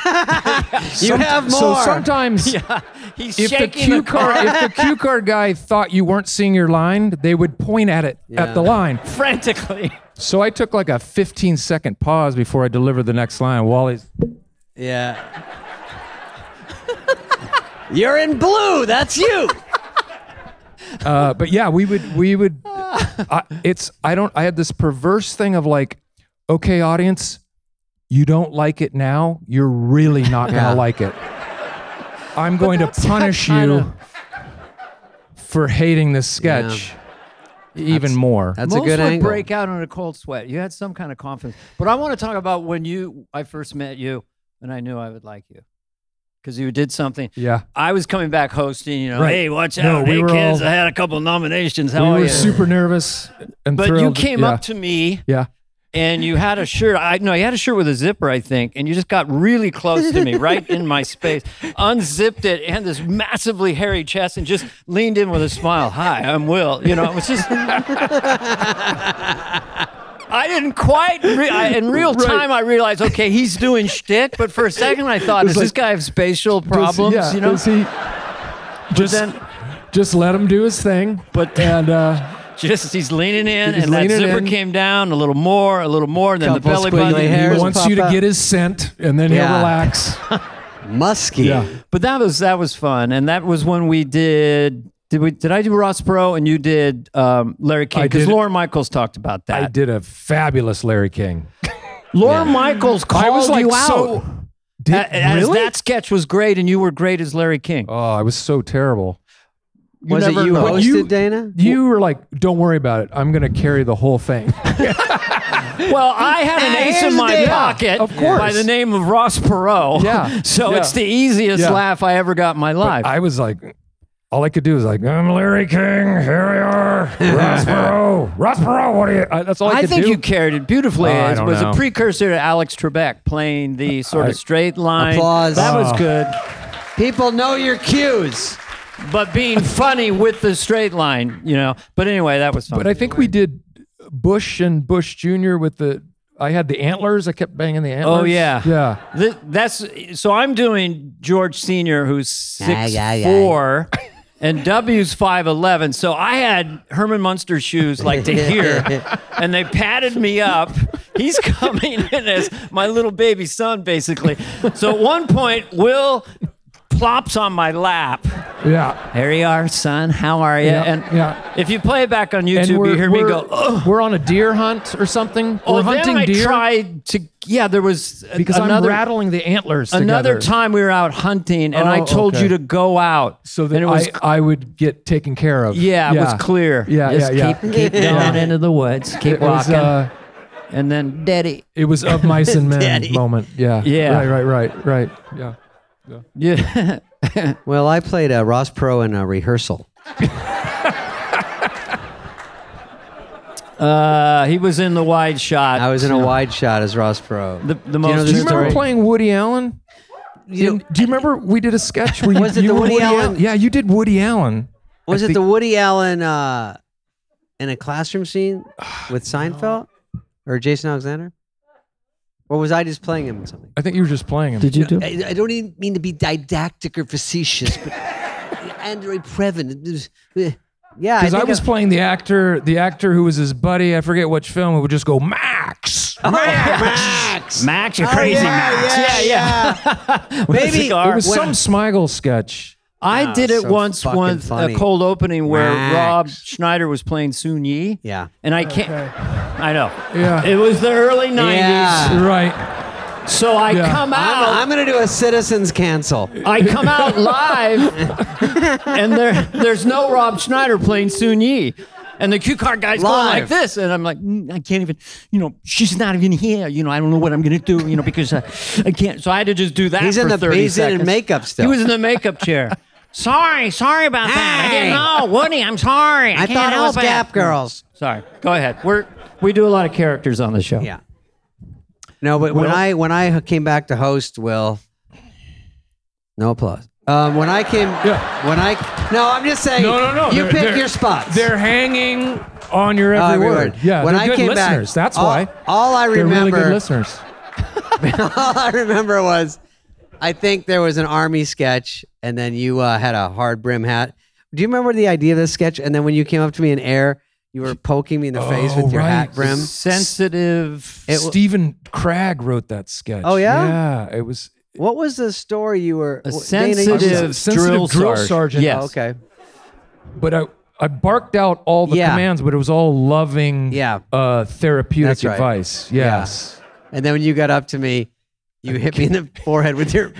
Speaker 4: some-
Speaker 2: have more.
Speaker 4: So sometimes
Speaker 2: yeah, he's
Speaker 4: if the
Speaker 2: shaking
Speaker 4: cue card if the cue card guy thought you weren't seeing your line, they would point at it
Speaker 1: Yeah.
Speaker 4: at the line.
Speaker 2: frantically.
Speaker 4: So I took like a 15 second pause before I delivered the next line. Wally's
Speaker 1: Yeah. You're in blue. That's you.
Speaker 4: Uh, but yeah, we would we would. I, it's I don't. I had this perverse thing of like, okay, audience, you don't like it now. You're really not gonna
Speaker 1: Yeah.
Speaker 4: like it. I'm going to
Speaker 2: that's not
Speaker 4: punish you
Speaker 2: kinda-
Speaker 4: for hating this sketch even more.
Speaker 1: That's
Speaker 2: Most
Speaker 1: a good
Speaker 2: would
Speaker 1: angle.
Speaker 2: break out in a cold sweat. You had some kind of confidence. But I want to talk about when you I first met you and I knew I would like you. Because you did something.
Speaker 4: yeah,
Speaker 2: I was coming back hosting, you know,
Speaker 4: Right.
Speaker 2: hey, watch
Speaker 4: No,
Speaker 2: out.
Speaker 4: we
Speaker 2: hey
Speaker 4: were
Speaker 2: kids,
Speaker 4: all-
Speaker 2: I had a couple nominations. How
Speaker 4: we
Speaker 2: are
Speaker 4: were
Speaker 2: you?
Speaker 4: super nervous and
Speaker 2: Oh, but you
Speaker 4: thrilled.
Speaker 2: came
Speaker 4: Yeah.
Speaker 2: up to me
Speaker 4: yeah.
Speaker 2: and you had a shirt. I no, you had a shirt with a zipper, I think, and you just got really close to me, right in my space. Unzipped it and this massively hairy chest, and just leaned in with a smile. Hi, I'm Will. You know, it was just. I didn't quite. Re- I, in real time, I realized, okay, he's doing shtick. But for a second, I thought, does
Speaker 4: It's
Speaker 2: this
Speaker 4: like-
Speaker 2: guy have spatial problems?
Speaker 4: Does- yeah,
Speaker 2: you know,
Speaker 4: does he- just
Speaker 2: then-
Speaker 4: just let him do his thing.
Speaker 2: But-
Speaker 4: and uh,
Speaker 2: just he's leaning in,
Speaker 4: He's
Speaker 2: and that
Speaker 4: leaning
Speaker 2: zipper
Speaker 4: in.
Speaker 2: came down a little more, a little more, then the
Speaker 1: Couple
Speaker 2: belly
Speaker 1: squiggly
Speaker 2: button.
Speaker 1: hairs.
Speaker 4: he
Speaker 1: Ears
Speaker 4: wants
Speaker 1: pop
Speaker 4: you to
Speaker 1: up.
Speaker 4: get his scent, and then he'll
Speaker 1: Yeah.
Speaker 4: relax.
Speaker 1: Musky.
Speaker 4: Yeah.
Speaker 2: But that was that was fun, and that was when we did. Did we? Did I do Ross Perot and you did um, Larry King?
Speaker 4: I
Speaker 2: Because
Speaker 4: did-
Speaker 2: Laura Michaels talked about that.
Speaker 4: I did a fabulous Larry King.
Speaker 2: Laura Michaels called
Speaker 4: I was like
Speaker 2: you
Speaker 4: so.
Speaker 2: out.
Speaker 4: Did,
Speaker 2: a- as
Speaker 4: really?
Speaker 2: Uh, that sketch was great, and you were great as Larry King.
Speaker 4: oh, I was so terrible.
Speaker 2: You
Speaker 1: was it
Speaker 2: never
Speaker 1: you
Speaker 2: know.
Speaker 1: hosted,
Speaker 4: You-
Speaker 1: Dana?
Speaker 4: You were like, "Don't worry about it. I'm going to carry the whole thing."
Speaker 2: Well, I had an
Speaker 1: Ah,
Speaker 2: ace
Speaker 1: here's
Speaker 2: in
Speaker 1: the
Speaker 2: my
Speaker 1: deal.
Speaker 2: pocket,
Speaker 4: Of course.
Speaker 2: by the name of Ross Perot.
Speaker 4: Yeah,
Speaker 2: so
Speaker 4: yeah.
Speaker 2: it's the easiest
Speaker 4: Yeah.
Speaker 2: laugh I ever got in my life.
Speaker 4: I was like, all I could do was like, "I'm Larry King. Here we are, Ross Perot. Ross Perot. What are you?" I, that's all I,
Speaker 2: I,
Speaker 4: could
Speaker 2: think
Speaker 4: do.
Speaker 2: you carried it beautifully.
Speaker 4: Oh, I
Speaker 2: it
Speaker 4: don't
Speaker 2: was a
Speaker 4: know.
Speaker 2: precursor to Alex Trebek playing the sort
Speaker 4: I-
Speaker 2: of straight line.
Speaker 1: Applause.
Speaker 2: That was
Speaker 4: Oh.
Speaker 2: good.
Speaker 1: People know your cues.
Speaker 2: but being funny with the straight line, you know. But anyway, that was fun.
Speaker 4: But I think we did Bush and Bush Jr. with the. I had the antlers. I kept banging the antlers.
Speaker 2: Oh, yeah.
Speaker 4: yeah.
Speaker 2: Th- that's so I'm doing George Senior, who's
Speaker 1: Yeah,
Speaker 2: six
Speaker 1: yeah, yeah.
Speaker 2: four, and W's five eleven. So I had Herman Munster shoes like to here, and they patted me up. He's coming in as my little baby son, basically. So at one point, Will plops on my lap.
Speaker 4: Yeah.
Speaker 2: There you are, son. How are you?
Speaker 4: Yeah,
Speaker 2: and
Speaker 4: yeah.
Speaker 2: if you play it back on YouTube,
Speaker 4: And we're,
Speaker 2: you hear me
Speaker 4: we're-
Speaker 2: go, "Ugh."
Speaker 4: we're on a deer hunt or something.
Speaker 2: Oh,
Speaker 4: we're hunting
Speaker 2: then I
Speaker 4: deer
Speaker 2: tried to. Yeah, there was a-
Speaker 4: because
Speaker 2: another
Speaker 4: I'm rattling the antlers.
Speaker 2: another
Speaker 4: together.
Speaker 2: time we were out hunting, and
Speaker 4: Oh,
Speaker 2: I told
Speaker 4: okay.
Speaker 2: you to go out.
Speaker 4: so that
Speaker 2: and it was
Speaker 4: I, I would get taken care of.
Speaker 2: yeah, it was clear.
Speaker 4: Yeah,
Speaker 2: Just
Speaker 4: yeah, yeah.
Speaker 2: Keep, keep going into the woods, keep
Speaker 4: It was,
Speaker 2: walking,
Speaker 4: uh,
Speaker 2: and then daddy.
Speaker 4: it was of mice and men
Speaker 1: Daddy.
Speaker 4: moment. Yeah,
Speaker 2: Yeah.
Speaker 4: right, right, right, right. Yeah,
Speaker 2: Yeah,
Speaker 1: Well, I played uh, Ross Pro in a rehearsal.
Speaker 2: uh, he was in the wide shot.
Speaker 1: I was in a wide shot as Ross Pro.
Speaker 2: The- the
Speaker 1: Do
Speaker 2: most-
Speaker 1: You know
Speaker 2: Do
Speaker 1: the
Speaker 4: do you remember
Speaker 1: story?
Speaker 4: playing Woody Allen?
Speaker 1: You know-
Speaker 4: do you remember we did a sketch where you,
Speaker 1: Was it
Speaker 4: you
Speaker 1: the
Speaker 4: were
Speaker 1: Woody Allen-
Speaker 4: Yeah, you did Woody Allen.
Speaker 1: was
Speaker 4: I
Speaker 1: it
Speaker 4: think-
Speaker 1: the Woody Allen uh, in a classroom scene with Seinfeld or Jason Alexander? Or was I just playing him in something?
Speaker 4: I think you were just playing him.
Speaker 2: Did you do?
Speaker 1: I, I don't even mean to be didactic or facetious, but Andre Previn. it was- eh, Yeah,
Speaker 4: Because I,
Speaker 1: think
Speaker 4: was playing the actor, the actor who was his buddy. I forget which film. It would just go Max.
Speaker 1: Oh, Max.
Speaker 2: Max, you're
Speaker 1: Oh,
Speaker 2: crazy,
Speaker 1: yeah,
Speaker 2: Max.
Speaker 1: Yeah, yeah. Maybe
Speaker 4: It was
Speaker 1: when-
Speaker 4: some Smigel sketch.
Speaker 2: I
Speaker 1: Wow,
Speaker 2: did it
Speaker 1: so
Speaker 2: once,
Speaker 1: fucking
Speaker 2: once
Speaker 1: funny.
Speaker 2: a cold opening where
Speaker 1: Max.
Speaker 2: Rob Schneider was playing Soon Yi.
Speaker 1: Yeah.
Speaker 2: and I can't. I know.
Speaker 4: Yeah.
Speaker 2: It was the early '90s,
Speaker 1: Yeah.
Speaker 4: Right.
Speaker 2: so I
Speaker 4: Yeah.
Speaker 2: come out.
Speaker 1: I'm, I'm gonna do a citizens cancel.
Speaker 2: I come out live, and there, there's no Rob Schneider playing Soon Yi. And the cue card guy's going like
Speaker 1: Live.
Speaker 2: this, and I'm like, "Mm, I can't even, you know, she's not even here. You know, I don't know what I'm gonna do, you know, because I, I can't. So I had to just do that.
Speaker 1: He's in the
Speaker 2: for 30
Speaker 1: he's in
Speaker 2: seconds.
Speaker 1: makeup still.
Speaker 2: He was in the makeup chair. sorry, sorry about that. I
Speaker 1: Hey.
Speaker 2: didn't know, Woody. I'm sorry. I,
Speaker 1: I
Speaker 2: can't
Speaker 1: thought it
Speaker 2: help
Speaker 1: was Gap Girls.
Speaker 2: Sorry. Go ahead. We're we do a lot of characters on the show.
Speaker 1: Yeah. No, but when
Speaker 2: Will?
Speaker 1: I when I came back to host, Will. No applause. Um, when I came,
Speaker 4: Yeah.
Speaker 1: when I no, I'm just saying.
Speaker 4: No, no, no.
Speaker 1: You
Speaker 4: They're-
Speaker 1: pick
Speaker 4: they're-
Speaker 1: your spots. Oh,
Speaker 4: They're hanging on your every,
Speaker 1: every word.
Speaker 4: word. Yeah,
Speaker 1: When
Speaker 4: they're
Speaker 1: I
Speaker 4: good
Speaker 1: came back,
Speaker 4: listeners. That's
Speaker 1: all-
Speaker 4: why.
Speaker 1: all I
Speaker 4: They're really
Speaker 1: remember-
Speaker 4: good listeners.
Speaker 1: all I remember was, I think there was an army sketch, and then you uh, had a hard brim hat. Do you remember the idea of this sketch? And then when you came up to me in air, you were poking me in the face
Speaker 4: Oh,
Speaker 1: with your
Speaker 4: right.
Speaker 1: hat brim.
Speaker 2: Sensitive.
Speaker 1: It w-
Speaker 4: Stephen Cragg wrote that sketch.
Speaker 1: Oh, yeah?
Speaker 4: yeah. It was
Speaker 1: What was the story you were?
Speaker 2: A
Speaker 1: Dana, you-
Speaker 2: sensitive,
Speaker 4: I'm sensitive
Speaker 2: drill,
Speaker 4: drill
Speaker 2: sergeant.
Speaker 4: sergeant.
Speaker 2: Yes.
Speaker 1: Oh, Okay.
Speaker 4: but I I barked out all the
Speaker 1: Yeah.
Speaker 4: commands, but it was all loving,
Speaker 1: Yeah.
Speaker 4: uh, therapeutic
Speaker 1: That's right.
Speaker 4: advice. Yes,
Speaker 1: And then when you got up to me, you hit me in the forehead with your,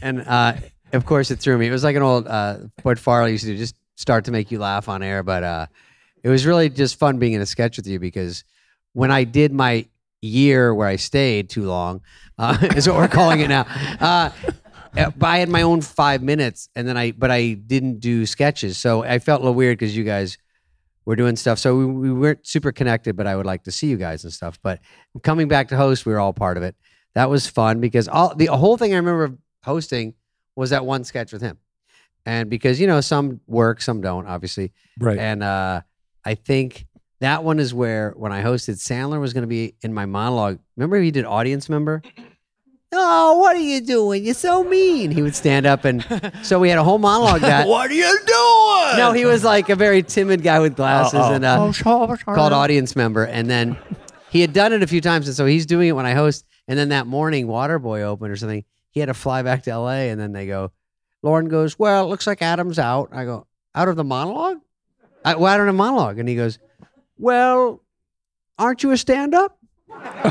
Speaker 1: and uh, of course it threw me. It was like an old uh, Bert Farley used to do, just start to make you laugh on air. But uh, it was really just fun being in a sketch with you because when I did my year where I stayed too long, uh, is what we're calling it now. Uh, uh, but I had my own five minutes, and then I but I didn't do sketches, so I felt a little weird because you guys were doing stuff. So we, we weren't super connected, but I would like to see you guys and stuff. But coming back to host, we were all part of it. That was fun because all the whole thing I remember of hosting was that one sketch with him, and because you know some work, some don't, obviously.
Speaker 4: right.
Speaker 1: And uh, I think that one is where when I hosted, Sandler was going to be in my monologue. Remember he did audience member. Oh, what are you doing? You're so mean. He would stand up and so we had a whole monologue that.
Speaker 2: What are you doing?
Speaker 1: No, he was like a very timid guy with glasses and uh,
Speaker 4: Oh,
Speaker 1: called audience member, and then he had done it a few times, and so he's doing it when I host. And then that morning, Waterboy opened or something. He had to fly back to L.A., and then they go. Lauren goes, "Well, it looks like Adam's out." I go, "Out of the monologue? I, well, I don't have monologue." And he goes, "Well, aren't you a stand-up?" and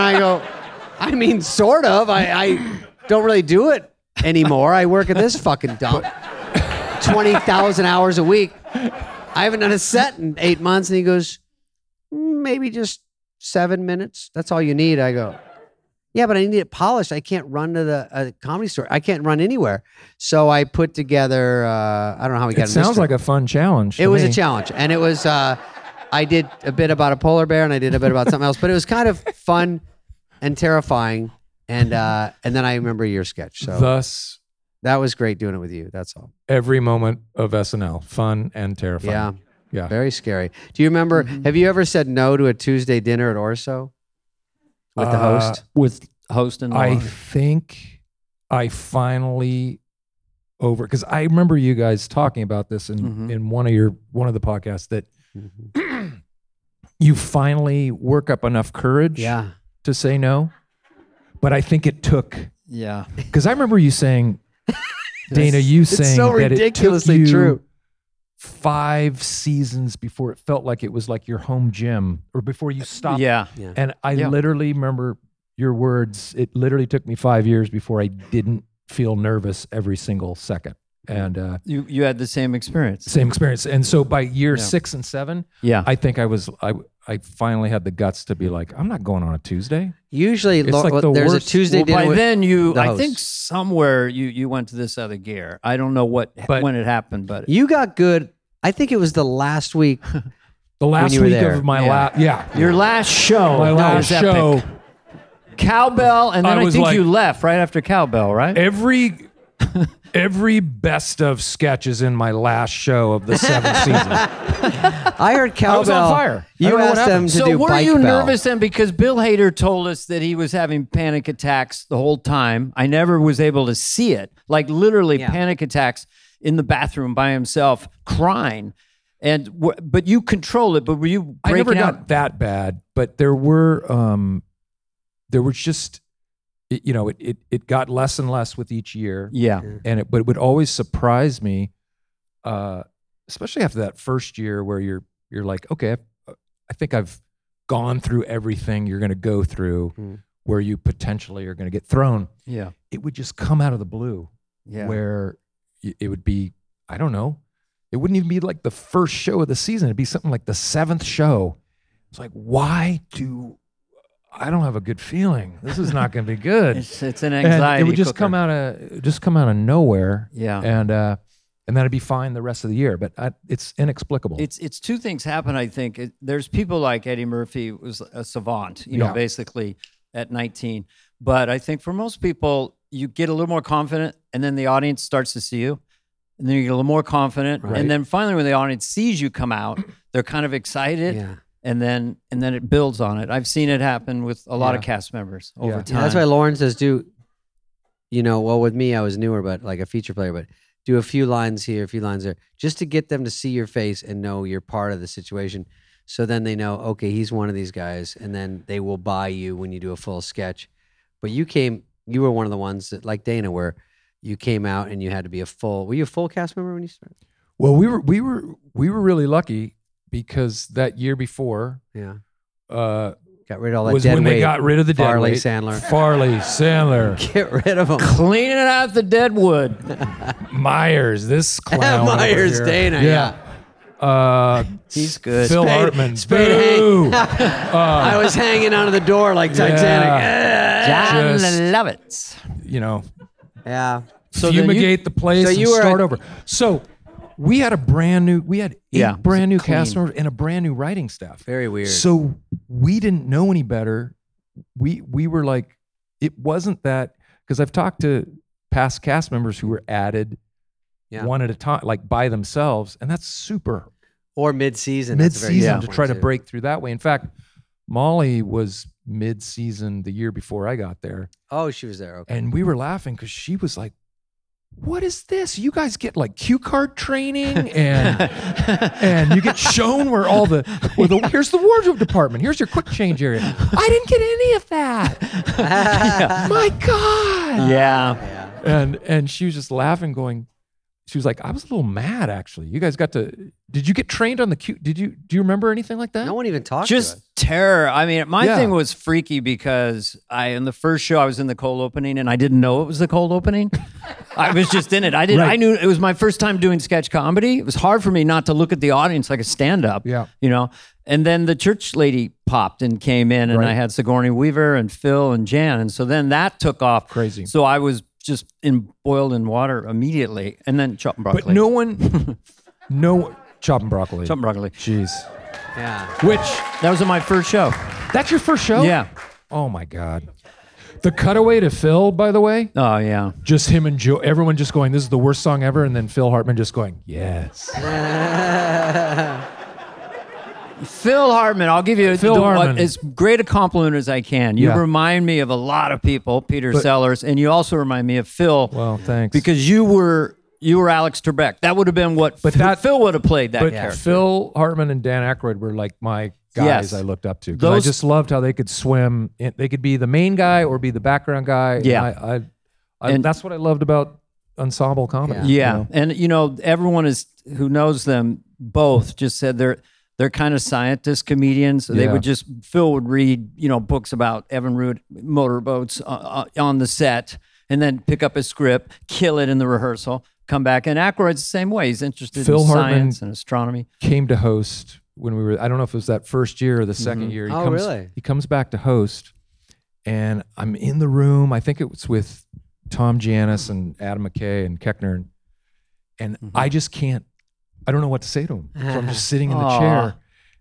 Speaker 1: I go, "I mean, sort of. I, I don't really do it anymore. I work at this fucking dump, twenty thousand hours a week." I haven't done a set in eight months. And he goes, "Mm, maybe just seven minutes. That's all you need. I go, yeah, but I need it polished. I can't run to the uh, comedy store. I can't run anywhere. So I put together, uh, I don't know how we got
Speaker 4: it sounds like a fun challenge.
Speaker 1: it
Speaker 4: to
Speaker 1: was a
Speaker 4: me.
Speaker 1: challenge. And it was, uh, I did a bit about a polar bear and I did a bit about something else, but it was kind of fun and terrifying. And uh, and then I remember your sketch. So
Speaker 4: Thus,
Speaker 1: that was great doing it with you. That's all.
Speaker 4: every moment of SNL, fun Mm-hmm. and terrifying.
Speaker 1: Yeah.
Speaker 4: Yeah.
Speaker 1: Very scary. Do you remember? Have you ever said no to a Tuesday dinner at Orso with the
Speaker 4: Uh,
Speaker 1: host?
Speaker 2: With host and
Speaker 4: I
Speaker 2: I,
Speaker 4: think I finally over because I remember you guys talking about this in
Speaker 1: Mm-hmm.
Speaker 2: Mhm.
Speaker 4: in one of your one of the podcasts that you finally work up enough courage
Speaker 1: Yeah.
Speaker 4: to say no. But I think it took
Speaker 2: yeah.
Speaker 4: because I remember you saying, Dana, you saying
Speaker 1: it's so
Speaker 4: that
Speaker 1: ridiculously
Speaker 4: it took you
Speaker 1: true.
Speaker 4: Five seasons before it felt like it was like your home gym, or before you stopped
Speaker 2: Yeah.
Speaker 4: and I
Speaker 2: Yeah.
Speaker 4: literally remember your words. It literally took me five years before I didn't feel nervous every single second. And uh,
Speaker 2: You you had the same experience.
Speaker 4: same experience. And so by year
Speaker 2: Yeah.
Speaker 4: six and seven,
Speaker 2: Yeah.
Speaker 4: I think I was I I finally had the guts to be like, I'm not going on a Tuesday.
Speaker 1: Usually,
Speaker 4: It's
Speaker 1: Lau-
Speaker 4: like the
Speaker 1: there's
Speaker 4: worst-
Speaker 1: a Tuesday
Speaker 2: well,
Speaker 1: dinner.
Speaker 2: by
Speaker 1: with-
Speaker 2: then you
Speaker 1: the
Speaker 2: I
Speaker 1: host.
Speaker 2: think somewhere you you went to this other gear. I don't know what
Speaker 4: But-
Speaker 2: when it happened, but
Speaker 1: you got good. I think it was the last week.
Speaker 4: The last
Speaker 1: you were
Speaker 4: week
Speaker 1: there.
Speaker 4: of my
Speaker 2: Yeah.
Speaker 4: last yeah
Speaker 2: your last show,
Speaker 4: my
Speaker 2: that
Speaker 4: last
Speaker 2: was Oh, epic.
Speaker 4: show.
Speaker 2: cowbell, and then
Speaker 4: I
Speaker 2: I,
Speaker 4: was
Speaker 2: think
Speaker 4: like-
Speaker 2: you left right after cowbell, right?
Speaker 4: Every every best of sketches in my last show of the seventh season.
Speaker 1: I heard cowbell.
Speaker 4: was on fire. I
Speaker 1: You
Speaker 4: don't know what
Speaker 1: asked them
Speaker 4: happened.
Speaker 1: to
Speaker 2: so
Speaker 1: do
Speaker 2: were
Speaker 1: bike
Speaker 2: you
Speaker 1: bell.
Speaker 2: nervous then? Because Bill Hader told us that he was having panic attacks the whole time. I never was able to see it, like literally
Speaker 1: Yeah.
Speaker 2: panic attacks in the bathroom by himself, crying. And wh- but you control it. But were you
Speaker 4: I
Speaker 2: breaking
Speaker 4: never
Speaker 2: out?
Speaker 4: got that bad, but there were um there was just it, you know, it, it it got less and less with each year.
Speaker 2: yeah,
Speaker 4: and it but it would always surprise me uh especially after that first year where you're you're like okay I've, i think i've gone through everything you're going to go through
Speaker 2: Hmm.
Speaker 1: Mm.
Speaker 4: where you potentially are going to get thrown
Speaker 2: yeah,
Speaker 4: it would just come out of the blue
Speaker 2: yeah.
Speaker 4: where y- it would be i don't know it wouldn't even be like the first show of the season it'd be something like the seventh show it's like why do i don't have a good feeling this is not going to be good
Speaker 2: it's, it's an
Speaker 4: And
Speaker 2: anxiety.
Speaker 4: it would just
Speaker 2: cooker.
Speaker 4: come out of just come out of nowhere
Speaker 2: Yeah.
Speaker 4: and uh, and that'd be fine the rest of the year. But I, it's inexplicable.
Speaker 2: It's it's two things happen. I think it, there's people like Eddie Murphy who was a savant, you know,
Speaker 4: Yeah.
Speaker 2: basically at 19. But I think for most people, you get a little more confident, and then the audience starts to see you, and then you get a little more confident,
Speaker 4: Right.
Speaker 2: and then finally, when the audience sees you come out, they're kind of excited,
Speaker 1: Yeah.
Speaker 2: and then and then it builds on it. I've seen it happen with a lot of
Speaker 4: Yeah.
Speaker 2: cast members
Speaker 4: Yeah.
Speaker 2: over
Speaker 4: Yeah,
Speaker 2: time.
Speaker 1: Yeah, that's why Lauren says do, you know, well with me I was newer, but like a feature player, but do a few lines here, a few lines there, just to get them to see your face and know you're part of the situation. So then they know, okay, he's one of these guys, and then they will buy you when you do a full sketch. But you came, you were one of the ones that, like Dana, where you came out and you had to be a full. Were you a full cast member when you started?
Speaker 4: Well, we were we were we were really lucky because that year before
Speaker 1: Yeah,
Speaker 4: uh,
Speaker 1: got rid of all that
Speaker 4: was
Speaker 1: dead
Speaker 4: when
Speaker 1: weight.
Speaker 4: they got rid of the dead
Speaker 1: Farley
Speaker 4: weight.
Speaker 1: Sandler.
Speaker 4: Farley Sandler,
Speaker 1: Get rid of him.
Speaker 2: Cleaning out the dead wood.
Speaker 4: Myers, this clown, over
Speaker 1: Myers,
Speaker 4: here.
Speaker 1: Dana,
Speaker 4: Uh,
Speaker 2: He's good.
Speaker 4: Phil
Speaker 1: Spade-
Speaker 4: Hartman,
Speaker 1: Spade Hank.
Speaker 4: Boo!
Speaker 1: I was hanging out of the door like Titanic.
Speaker 2: John
Speaker 4: Just-
Speaker 2: Lovitz.
Speaker 4: you know,
Speaker 1: Yeah.
Speaker 2: So then you-
Speaker 4: fumigate the place
Speaker 1: so
Speaker 4: and
Speaker 1: you were
Speaker 4: start
Speaker 1: a-
Speaker 4: over. So we had a brand new, we had eight
Speaker 2: Yeah, it
Speaker 4: brand new
Speaker 2: was
Speaker 4: cast
Speaker 2: clean.
Speaker 4: members and a brand new writing staff.
Speaker 1: Very weird.
Speaker 4: So we didn't know any better. We we were like, it wasn't that because I've talked to past cast members who were added
Speaker 1: Yeah.
Speaker 4: one at a time, like by themselves, and that's super
Speaker 1: or mid-season.
Speaker 4: mid
Speaker 1: that's a very
Speaker 4: season
Speaker 1: good
Speaker 4: to
Speaker 1: point,
Speaker 4: try to
Speaker 1: too.
Speaker 4: break through that way. In fact, Molly was mid season the year before I got there.
Speaker 1: Oh, she was there. Okay.
Speaker 4: And we were laughing because she was like, What is this? You guys get like cue card training and and you get shown where all the where the here's the wardrobe department. Here's your quick change area. I didn't get any of that. My God.
Speaker 2: yeah.
Speaker 4: And and she was just laughing, going, she was like, I was a little mad actually. You guys got to did you get trained on the cue? Did you do you remember anything like that?
Speaker 1: No one even talked to
Speaker 2: Just
Speaker 1: us.
Speaker 2: terror. I mean, my
Speaker 4: Yeah.
Speaker 2: thing was freaky because I in the first show I was in the cold opening and I didn't know it was the cold opening. I was just in it. I didn't.
Speaker 4: Right.
Speaker 2: I knew it was my first time doing sketch comedy. It was hard for me not to look at the audience like a stand up.
Speaker 4: Yeah.
Speaker 2: you know. And then the church lady popped and came in, and
Speaker 4: Right.
Speaker 2: I had Sigourney Weaver and Phil and Jan, and so then that took off
Speaker 4: Crazy.
Speaker 2: So I was just in boiled in water immediately, and then chopped broccoli.
Speaker 4: But no one no chopping broccoli.
Speaker 2: chopped broccoli.
Speaker 4: Jeez.
Speaker 1: Yeah.
Speaker 4: Which
Speaker 2: That was in my first show.
Speaker 4: That's your first show?
Speaker 2: Yeah.
Speaker 4: Oh my God. The cutaway to Phil, by the way,
Speaker 2: Oh yeah.
Speaker 4: just him and Joe, everyone just going, this is the worst song ever. And then Phil Hartman just going, yes.
Speaker 2: Phil Hartman, I'll give you
Speaker 4: Phil
Speaker 2: the-
Speaker 4: Hartman.
Speaker 2: as great a compliment as I can. You
Speaker 4: Yeah.
Speaker 2: remind me of a lot of people, Peter Sellers, and you also remind me of Phil.
Speaker 4: Well, thanks.
Speaker 2: because you were you were Alex Trebek. That would have been what
Speaker 4: But
Speaker 2: Phil,
Speaker 4: that-
Speaker 2: Phil would have played that
Speaker 4: but
Speaker 2: character.
Speaker 4: Phil Hartman and Dan Aykroyd were like my
Speaker 2: Yes.
Speaker 4: guys I looked up to. 'Cause I
Speaker 2: Those-
Speaker 4: just loved how they could swim. in- They could be the main guy or be the background guy. and
Speaker 2: Yeah.
Speaker 4: I, I, I,
Speaker 2: And-
Speaker 4: that's what I loved about ensemble comedy.
Speaker 1: Yeah.
Speaker 2: yeah. And you know, everyone is who knows them both just said they're they're kind of scientist comedians. They
Speaker 4: Yeah.
Speaker 2: would just Phil would read, you know, books about Evan Root motorboats uh, uh, on the set and then pick up his script, kill it in the rehearsal, come back and Aykroyd's the same way. He's interested
Speaker 4: Phil
Speaker 2: in
Speaker 4: Hartman-
Speaker 2: science and astronomy.
Speaker 4: Came to host when we were, I don't know if it was that first year or the 2nd year. He
Speaker 1: Oh,
Speaker 4: comes,
Speaker 1: really?
Speaker 4: He comes back to host, and I'm in the room. I think it was with Tom Janis and Adam McKay and Keckner, and, and
Speaker 1: Mm-hmm.
Speaker 4: I just can't. I don't know what to say to him. So I'm just sitting in the
Speaker 2: Aw.
Speaker 4: chair,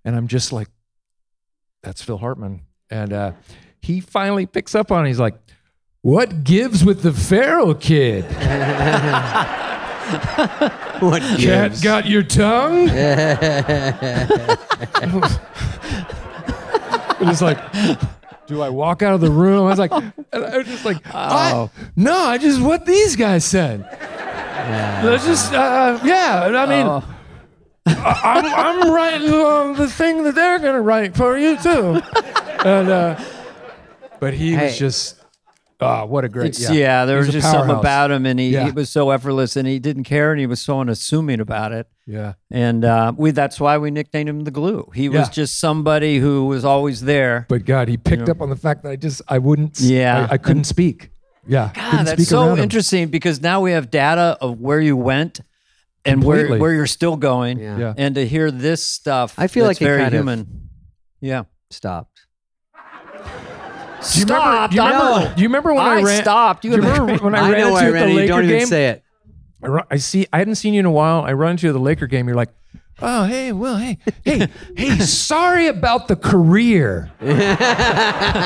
Speaker 4: and I'm just like, "That's Phil Hartman," and uh, he finally picks up on. it. He's like, "What gives with the feral kid?
Speaker 1: What
Speaker 4: Cat
Speaker 1: gives?
Speaker 4: got your tongue?" It was like, do I walk out of the room? I was like, and I was just like, oh. no, I just what these guys said. Let's just, uh, yeah. I mean,
Speaker 2: Oh.
Speaker 4: I- I'm, I'm writing um, the thing that they're gonna write for you too. And uh, but he was
Speaker 1: Hey.
Speaker 4: just, ah, what a great,
Speaker 2: It's, yeah. there
Speaker 4: He's
Speaker 2: was
Speaker 4: a
Speaker 2: just something
Speaker 4: powerhouse.
Speaker 2: about him, and he,
Speaker 4: Yeah.
Speaker 2: he was so effortless, and he didn't care, and he was so unassuming about it.
Speaker 4: Yeah,
Speaker 2: And uh, we that's why we nicknamed him the glue. He was
Speaker 4: Yeah.
Speaker 2: just somebody who was always there.
Speaker 4: but God, he picked up on the fact that I just, I wouldn't, s-
Speaker 2: Yeah.
Speaker 4: I, I couldn't speak. Yeah,
Speaker 2: God,
Speaker 4: couldn't
Speaker 2: Ah, that's
Speaker 4: speak
Speaker 2: so
Speaker 4: around him.
Speaker 2: interesting because now we have data of where you went and
Speaker 4: Completely.
Speaker 2: where where you're still going.
Speaker 1: Yeah.
Speaker 4: Yeah.
Speaker 2: And to hear this stuff,
Speaker 1: I feel
Speaker 2: that's
Speaker 1: like it
Speaker 2: very
Speaker 1: kind of-
Speaker 2: human. yeah.
Speaker 1: Stopped.
Speaker 4: Do you remember-
Speaker 2: Stopped.
Speaker 4: Do you
Speaker 2: I
Speaker 4: remember,
Speaker 2: know.
Speaker 4: do you remember when I,
Speaker 2: I
Speaker 4: ran?
Speaker 2: stopped.
Speaker 4: Do
Speaker 2: You
Speaker 4: you remember when I,
Speaker 1: I
Speaker 4: ran
Speaker 1: know
Speaker 4: into
Speaker 1: I
Speaker 4: you at
Speaker 1: ran.
Speaker 4: the
Speaker 1: You
Speaker 4: Laker
Speaker 1: don't
Speaker 4: game?
Speaker 1: even say it.
Speaker 4: I run- I see. I hadn't seen you in a while. I run into you at the Laker game. You're like, oh hey, well hey, hey, hey. Sorry about the career.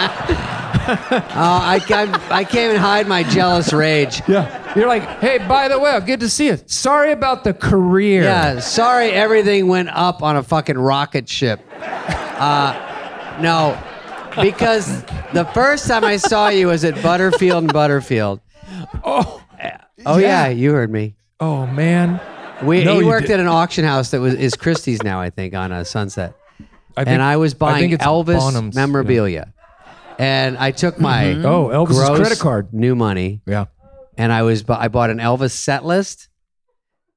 Speaker 1: Oh, I, I, I can't even hide my jealous rage.
Speaker 4: Yeah. You're like, hey, by the way, good to see you. Sorry about the career.
Speaker 1: Yeah. Sorry, everything went up on a fucking rocket ship. Uh, no, because the first time I saw you was at Butterfield and Butterfield.
Speaker 4: Oh,
Speaker 1: Oh yeah,
Speaker 4: Yeah.
Speaker 1: you heard me.
Speaker 4: oh man.
Speaker 1: We
Speaker 4: No,
Speaker 1: he
Speaker 4: you
Speaker 1: worked
Speaker 4: did-
Speaker 1: at an auction house that was is Christie's now, I think, on a Sunset.
Speaker 4: I
Speaker 1: and I was
Speaker 4: I
Speaker 1: buying
Speaker 4: think it's
Speaker 1: Elvis
Speaker 4: Bonhams, yeah.
Speaker 1: memorabilia. And I took my
Speaker 4: Oh, Elvis's
Speaker 1: gross
Speaker 4: credit card.
Speaker 1: new money,
Speaker 4: Yeah.
Speaker 1: and I was bu- I bought an Elvis set list.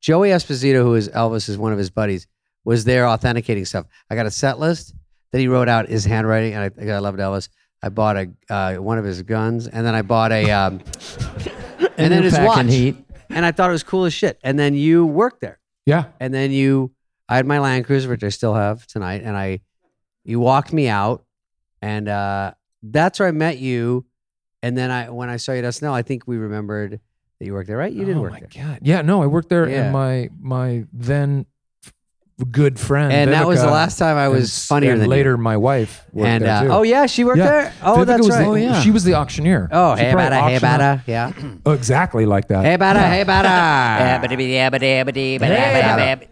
Speaker 1: Joey Esposito, who is Elvis, is one of his buddies, was there authenticating stuff. I got a set list that he wrote out his handwriting, and I think I loved Elvis. I bought a uh, one of his guns, and then I bought a um, and, then
Speaker 2: you're
Speaker 1: his
Speaker 2: packing
Speaker 1: watch,
Speaker 2: heat.
Speaker 1: and I thought it was cool as shit. And then you worked there
Speaker 4: Yeah.
Speaker 1: and then you I had my Land Cruiser, which I still have tonight, and I you walked me out, and uh that's where I met you. And then I when I saw you at SNL, I think we remembered that you worked there, right? You did
Speaker 4: oh
Speaker 1: work
Speaker 4: my
Speaker 1: there.
Speaker 4: God. Yeah, no, I worked there
Speaker 1: Yeah.
Speaker 4: and my my then f- good friend.
Speaker 1: And that was the
Speaker 4: Vivica
Speaker 1: last time I
Speaker 4: and
Speaker 1: was
Speaker 4: s-
Speaker 1: funnier
Speaker 4: and
Speaker 1: than you.
Speaker 4: later my wife worked
Speaker 1: And
Speaker 4: there
Speaker 1: uh,
Speaker 4: too.
Speaker 1: oh yeah, she worked
Speaker 4: Yeah.
Speaker 1: there. Oh,
Speaker 4: Vivica
Speaker 1: that's
Speaker 4: was
Speaker 1: right.
Speaker 4: the-
Speaker 1: oh yeah.
Speaker 4: She was the auctioneer.
Speaker 1: Oh,
Speaker 4: She
Speaker 1: hey
Speaker 4: probably
Speaker 1: bada, hey
Speaker 4: auctioned off-
Speaker 1: bada, yeah.
Speaker 4: Oh, exactly like that.
Speaker 1: Hey bada, hey
Speaker 2: Abba
Speaker 1: bada.
Speaker 2: dibba dabba dabba dee, ba dabba
Speaker 4: Yeah.
Speaker 2: dabba dabba.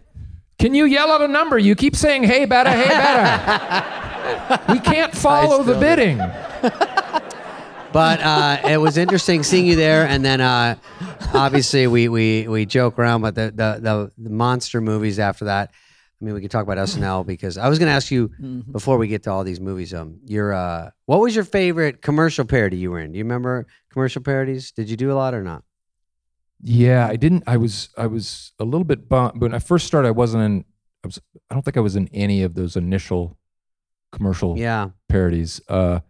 Speaker 4: Can you yell out a number? You keep saying hey bada, hey bada. we can't follow the
Speaker 1: still do.
Speaker 4: bidding.
Speaker 1: But uh, it was interesting seeing you there, and then uh, obviously we, we we joke around, but the, the the monster movies after that. I mean, we could talk about SNL because I was going to ask you
Speaker 2: Mm-hmm.
Speaker 1: before we get to all these movies. Um, your uh, what was your favorite commercial parody you were in? Do you remember commercial parodies? Did you do a lot or not?
Speaker 4: Yeah, I didn't. I was I was a little bit bummed when I first started. I wasn't in. I was. I don't think I was in any of those initial commercial
Speaker 1: Yeah,
Speaker 4: parodies. Uh,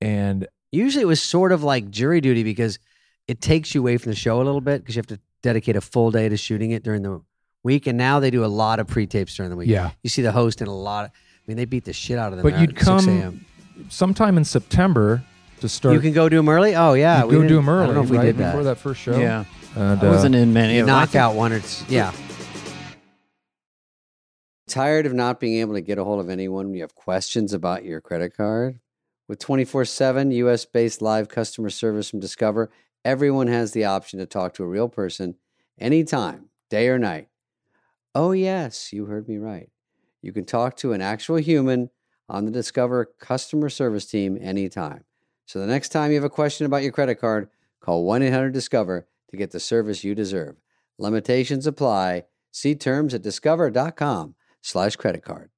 Speaker 4: and
Speaker 1: usually it was sort of like jury duty because it takes you away from the show a little bit because you have to dedicate a full day to shooting it during the week, and now they do a lot of pre-tapes during the week.
Speaker 4: yeah,
Speaker 1: You see the host in a lot. Of, I mean, they beat the shit out of them.
Speaker 4: But
Speaker 1: at
Speaker 4: you'd
Speaker 1: 6
Speaker 4: come
Speaker 1: a.m.
Speaker 4: sometime in September to start.
Speaker 1: You can go do them early. Oh yeah,
Speaker 4: you'd go do
Speaker 1: didn't-
Speaker 4: them early.
Speaker 1: I don't know if we
Speaker 4: right,
Speaker 1: did
Speaker 4: before
Speaker 1: that.
Speaker 4: that first show.
Speaker 2: Yeah,
Speaker 4: and,
Speaker 2: I wasn't
Speaker 4: uh,
Speaker 2: in many. of them. I
Speaker 1: Knock
Speaker 2: think-
Speaker 1: out one. It's yeah. Tired of not being able to get a hold of anyone when you have questions about your credit card? With 24 7 US based live customer service from Discover, everyone has the option to talk to a real person anytime, day or night. Oh, yes, you heard me right. You can talk to an actual human on the Discover customer service team anytime. So the next time you have a question about your credit card, call 1 800 Discover to get the service you deserve. Limitations apply. See terms at discover.com slash credit card.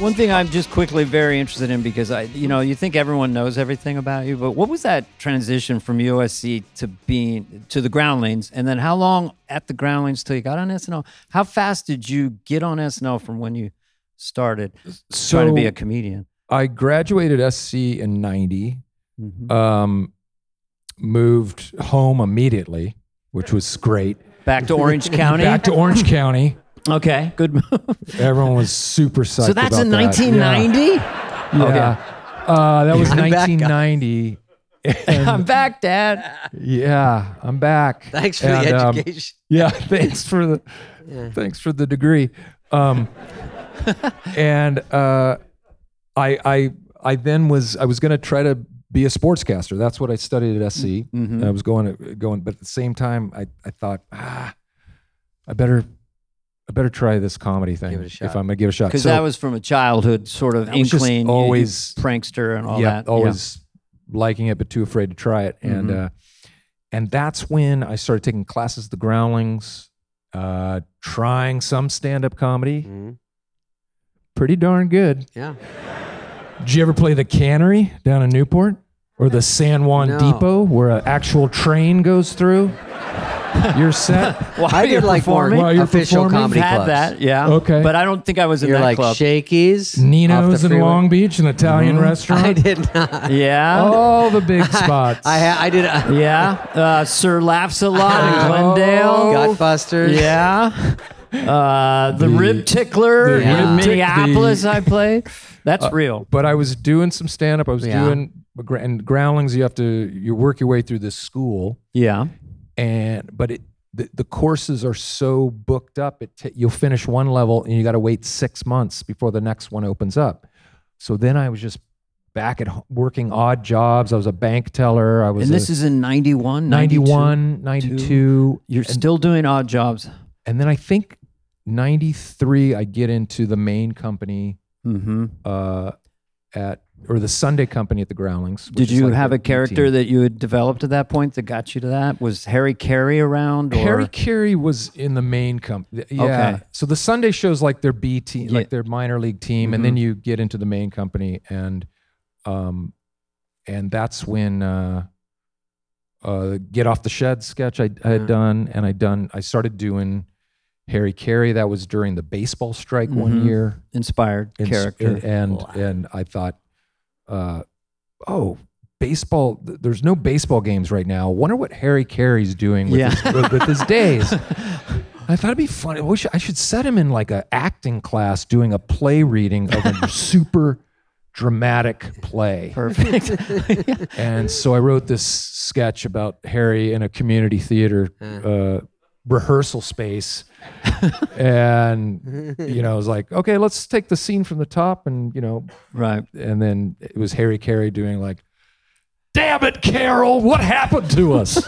Speaker 2: One thing I'm just quickly very interested in because I, you know, you think everyone knows everything about you, but what was that transition from USC to being to the Groundlings, and then how long at the Groundlings till you got on SNL? How fast did you get on SNL from when you started
Speaker 4: so
Speaker 2: trying to be a comedian?
Speaker 4: uh, I graduated SC in '90.
Speaker 2: Mm-hmm.
Speaker 4: Um, moved home immediately, which was great.
Speaker 2: Back to Orange County.
Speaker 4: Back to Orange County.
Speaker 2: okay, good move.
Speaker 4: Everyone was super psyched.
Speaker 2: so that's
Speaker 4: about
Speaker 2: in
Speaker 4: that. Yeah.
Speaker 2: 1990.
Speaker 4: Yeah. Uh, that was
Speaker 1: I'm back, guys.
Speaker 4: 1990.
Speaker 2: I'm back, Dad.
Speaker 4: Yeah, I'm back.
Speaker 1: Thanks for
Speaker 4: And,
Speaker 1: the
Speaker 4: um,
Speaker 1: education.
Speaker 4: yeah, thanks for the thanks for the degree. Um, and uh, I I I then was I was going to try to be a sportscaster. That's what I studied at SC.
Speaker 1: Mm-hmm.
Speaker 4: And I was going to, going, but at the same time, I I thought ah, I better. I better try this comedy thing
Speaker 1: Give it a shot.
Speaker 4: if I'm gonna give it a shot.
Speaker 2: Because
Speaker 4: So-
Speaker 2: that was from a childhood sort of
Speaker 4: That was just
Speaker 2: inkling, you- you
Speaker 4: always-
Speaker 2: prankster and all
Speaker 4: yeah,
Speaker 2: that.
Speaker 4: always liking it but too afraid to try it. And
Speaker 2: Mhm.
Speaker 4: uh, and that's when I started taking classes at the Groundlings, uh, trying some stand up comedy.
Speaker 1: Mhm.
Speaker 4: Pretty darn good.
Speaker 1: Yeah.
Speaker 4: Did you ever play the Cannery down in Newport or the San Juan
Speaker 1: No.
Speaker 4: Depot where an actual train goes through? You're set.
Speaker 2: Yeah. While
Speaker 1: I
Speaker 2: you're
Speaker 1: did like more
Speaker 2: performing-
Speaker 4: While you're
Speaker 1: official
Speaker 4: performing?
Speaker 1: comedy
Speaker 2: I've had
Speaker 1: clubs.
Speaker 2: that, yeah.
Speaker 4: Okay.
Speaker 2: but I don't think I was in
Speaker 1: You're
Speaker 2: that
Speaker 1: like
Speaker 2: club.
Speaker 1: Shakey's. off
Speaker 4: Nino's
Speaker 1: the
Speaker 4: in
Speaker 1: freeway. Mm-hmm.
Speaker 4: Long Beach, an Italian
Speaker 1: I
Speaker 4: restaurant.
Speaker 1: did not.
Speaker 2: yeah,
Speaker 4: All the big spots.
Speaker 1: I, ha- I did
Speaker 4: Oh.
Speaker 1: uh,
Speaker 2: yeah. Uh, Sir Laughs a Lot in
Speaker 1: Oh.
Speaker 2: Glendale.
Speaker 1: Gutbusters.
Speaker 2: Yeah, uh, the,
Speaker 4: The-
Speaker 2: Rib Tickler
Speaker 4: the Uh,
Speaker 2: in
Speaker 1: Rib
Speaker 4: Tick-
Speaker 2: Minneapolis.
Speaker 4: the-
Speaker 2: I played. That's real.
Speaker 4: but I was doing some stand up. I was
Speaker 1: Yeah.
Speaker 4: doing and groundlings. You have to you work your way through this school,
Speaker 2: Yeah.
Speaker 4: and but it the, the courses are so booked up. It ta you'll finish one level and you got to wait six months before the next one opens up. So then I was just back at ho- working odd jobs. I was a bank teller. I was
Speaker 2: And this is in 91, 92.
Speaker 4: 91, 92.
Speaker 2: You're still doing odd jobs.
Speaker 4: And then I think 93, I get into the main company
Speaker 2: Mm-hmm.
Speaker 4: uh, at, or the Sunday company at the Growlings. which
Speaker 2: Did
Speaker 4: is
Speaker 2: you
Speaker 4: like
Speaker 2: have
Speaker 4: the
Speaker 2: a character
Speaker 4: routine.
Speaker 2: that you had developed at that point that got you to that? Was Harry Carey around? Or?
Speaker 4: Harry Carey was in the main company. Yeah.
Speaker 2: Okay.
Speaker 4: So the Sunday show's like their B team,
Speaker 2: Yeah. Mm-hmm.
Speaker 4: like their minor league team, and then you get into the main company, and um, and that's when uh, uh, get off the shed sketch I, I had
Speaker 2: Yeah.
Speaker 4: done, and I done I started doing Harry Carey. That was during the baseball strike one
Speaker 2: Mhm.
Speaker 4: year
Speaker 2: inspired
Speaker 4: and s-
Speaker 2: character.
Speaker 4: and
Speaker 2: Wow.
Speaker 4: and I thought, uh, oh, baseball. th- There's no baseball games right now. Wonder what Harry Carey's doing with
Speaker 2: Yeah.
Speaker 4: his, with, with his days. I thought it'd be funny. I, wish, I should set him in like an acting class doing a play reading of a super dramatic play.
Speaker 2: perfect.
Speaker 4: And so I wrote this sketch about Harry in a community theater uh, rehearsal space. and, you know, I was like, okay, let's take the scene from the top. And, you know,
Speaker 2: right.
Speaker 4: and then it was Harry Carey doing like, damn it, Carol, what happened to us?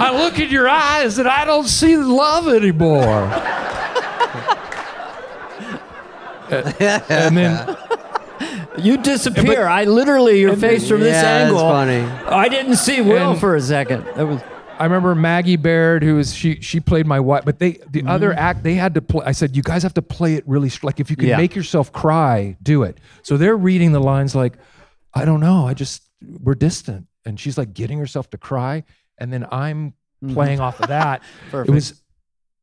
Speaker 4: I look in your eyes and I don't see love anymore. And- Uh, and then
Speaker 2: You disappear. I literally your face from this
Speaker 1: Yeah, that's
Speaker 2: angle.
Speaker 1: funny.
Speaker 2: I didn't see Will
Speaker 4: And-
Speaker 2: for a second. That was
Speaker 4: I remember Maggie Baird, who is she? She played my wife, but they the
Speaker 2: Mm-hmm.
Speaker 4: other act they had to play. I said, you guys have to play it really str- like if you can
Speaker 2: Yeah.
Speaker 4: make yourself cry, do it. So they're reading the lines like, I don't know, I just we're distant, and she's like getting herself to cry, and then I'm playing off of that. it
Speaker 2: Mm-hmm. Perfect.
Speaker 4: was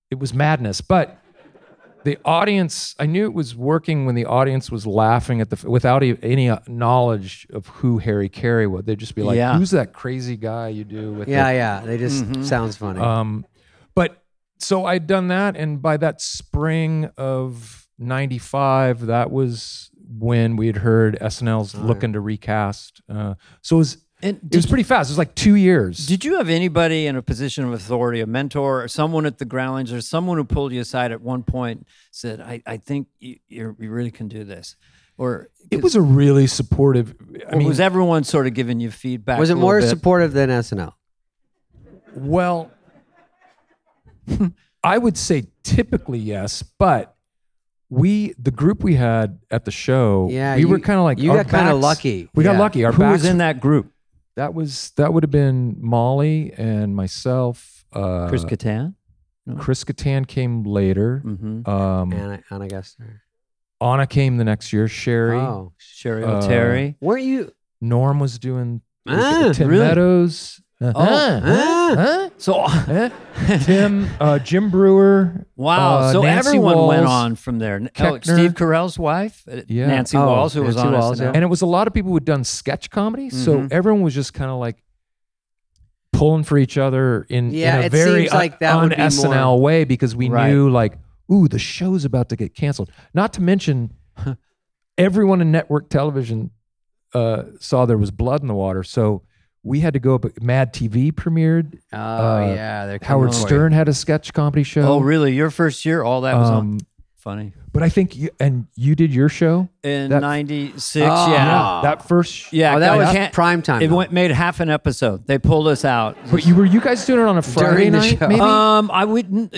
Speaker 4: it was madness, but. The audience, I knew it was working when the audience was laughing at the f- without e- any uh, knowledge of who Harry Carey was. They'd just be like,
Speaker 2: Yeah.
Speaker 4: "Who's that crazy guy you do with?" the
Speaker 1: Yeah, yeah. They just sounds funny.
Speaker 4: um, but so I'd done that, and by that spring of '95, that was when we had heard SNL's looking to recast. Uh, so it was
Speaker 2: And
Speaker 4: it was pretty fast. It was like two years.
Speaker 2: Did you have anybody in a position of authority, a mentor, or someone at the Growlings, or someone who pulled you aside at one point said, "I, I think you, you're, you really can do this," or
Speaker 4: it was a really supportive. I
Speaker 2: or
Speaker 4: mean,
Speaker 2: was everyone sort of giving you feedback?
Speaker 1: was
Speaker 2: a
Speaker 1: it
Speaker 2: little
Speaker 1: more
Speaker 2: bit?
Speaker 1: supportive than SNL?
Speaker 4: well, I would say typically yes, but. We the group we had at the show,
Speaker 1: Yeah,
Speaker 4: we
Speaker 1: you-
Speaker 4: were kind of like
Speaker 1: you
Speaker 4: our
Speaker 1: got kinda
Speaker 4: backs-
Speaker 1: lucky.
Speaker 4: We got
Speaker 2: Yeah.
Speaker 4: lucky. Our
Speaker 2: who
Speaker 4: backs
Speaker 2: was in that group?
Speaker 4: That was that would have been Molly and myself. Uh,
Speaker 2: Chris Kattan.
Speaker 4: Chris Kattan came later.
Speaker 2: Mm-hmm.
Speaker 4: Um,
Speaker 1: Anna, Anna Gessner.
Speaker 4: Anna came the next year. Sherry,
Speaker 1: Oh,
Speaker 2: Sherry
Speaker 4: Uh,
Speaker 2: O'Terry.
Speaker 1: weren't you?
Speaker 4: Norm was doing
Speaker 1: Ah,
Speaker 4: Tim
Speaker 2: really?
Speaker 4: Meadows. Uh,
Speaker 2: Oh,
Speaker 1: Ah,
Speaker 4: huh?
Speaker 2: So
Speaker 4: Huh? Tim, uh, Jim Brewer.
Speaker 2: wow.
Speaker 4: uh,
Speaker 2: so
Speaker 4: Nancy
Speaker 2: everyone went
Speaker 4: Walls.
Speaker 2: on from there. N- oh,
Speaker 4: Keckner.
Speaker 2: Steve Carell's wife, uh,
Speaker 4: Yeah.
Speaker 2: Nancy
Speaker 1: Oh,
Speaker 2: Walls, who was
Speaker 1: Nancy
Speaker 2: on
Speaker 1: Walls,
Speaker 2: SNL.
Speaker 4: And it was a lot of people who'd done sketch comedy, so
Speaker 1: Mm-hmm.
Speaker 2: Mhm.
Speaker 4: everyone was just kind of like pulling for each other in, in
Speaker 1: Yeah,
Speaker 4: a
Speaker 1: it
Speaker 4: very
Speaker 1: seems like that would
Speaker 4: un
Speaker 1: be more-
Speaker 4: SNL way because we
Speaker 2: Right.
Speaker 4: knew like, ooh, the show's about to get canceled. Not to mention, everyone in network television uh, saw there was blood in the water, so we had to go up. Mad TV premiered.
Speaker 1: oh
Speaker 4: Uh,
Speaker 1: yeah. They're coming
Speaker 4: Howard
Speaker 1: for you.
Speaker 4: Stern had a sketch comedy show.
Speaker 2: Oh, really? Your first year, all that was on.
Speaker 4: Um,
Speaker 2: Funny.
Speaker 4: but I think you and you did your show.
Speaker 2: In
Speaker 4: that-
Speaker 2: '96,
Speaker 1: Oh.
Speaker 2: yeah.
Speaker 1: Ah.
Speaker 4: That first,
Speaker 2: Yeah,
Speaker 1: Oh, that
Speaker 2: I
Speaker 1: was
Speaker 2: can't-
Speaker 1: prime time.
Speaker 2: It
Speaker 1: though.
Speaker 2: went, made half an episode. They pulled us out.
Speaker 4: But you were you guys doing it on a Friday
Speaker 1: During the
Speaker 4: night?
Speaker 1: show.
Speaker 4: Maybe?
Speaker 2: Um, I wouldn't.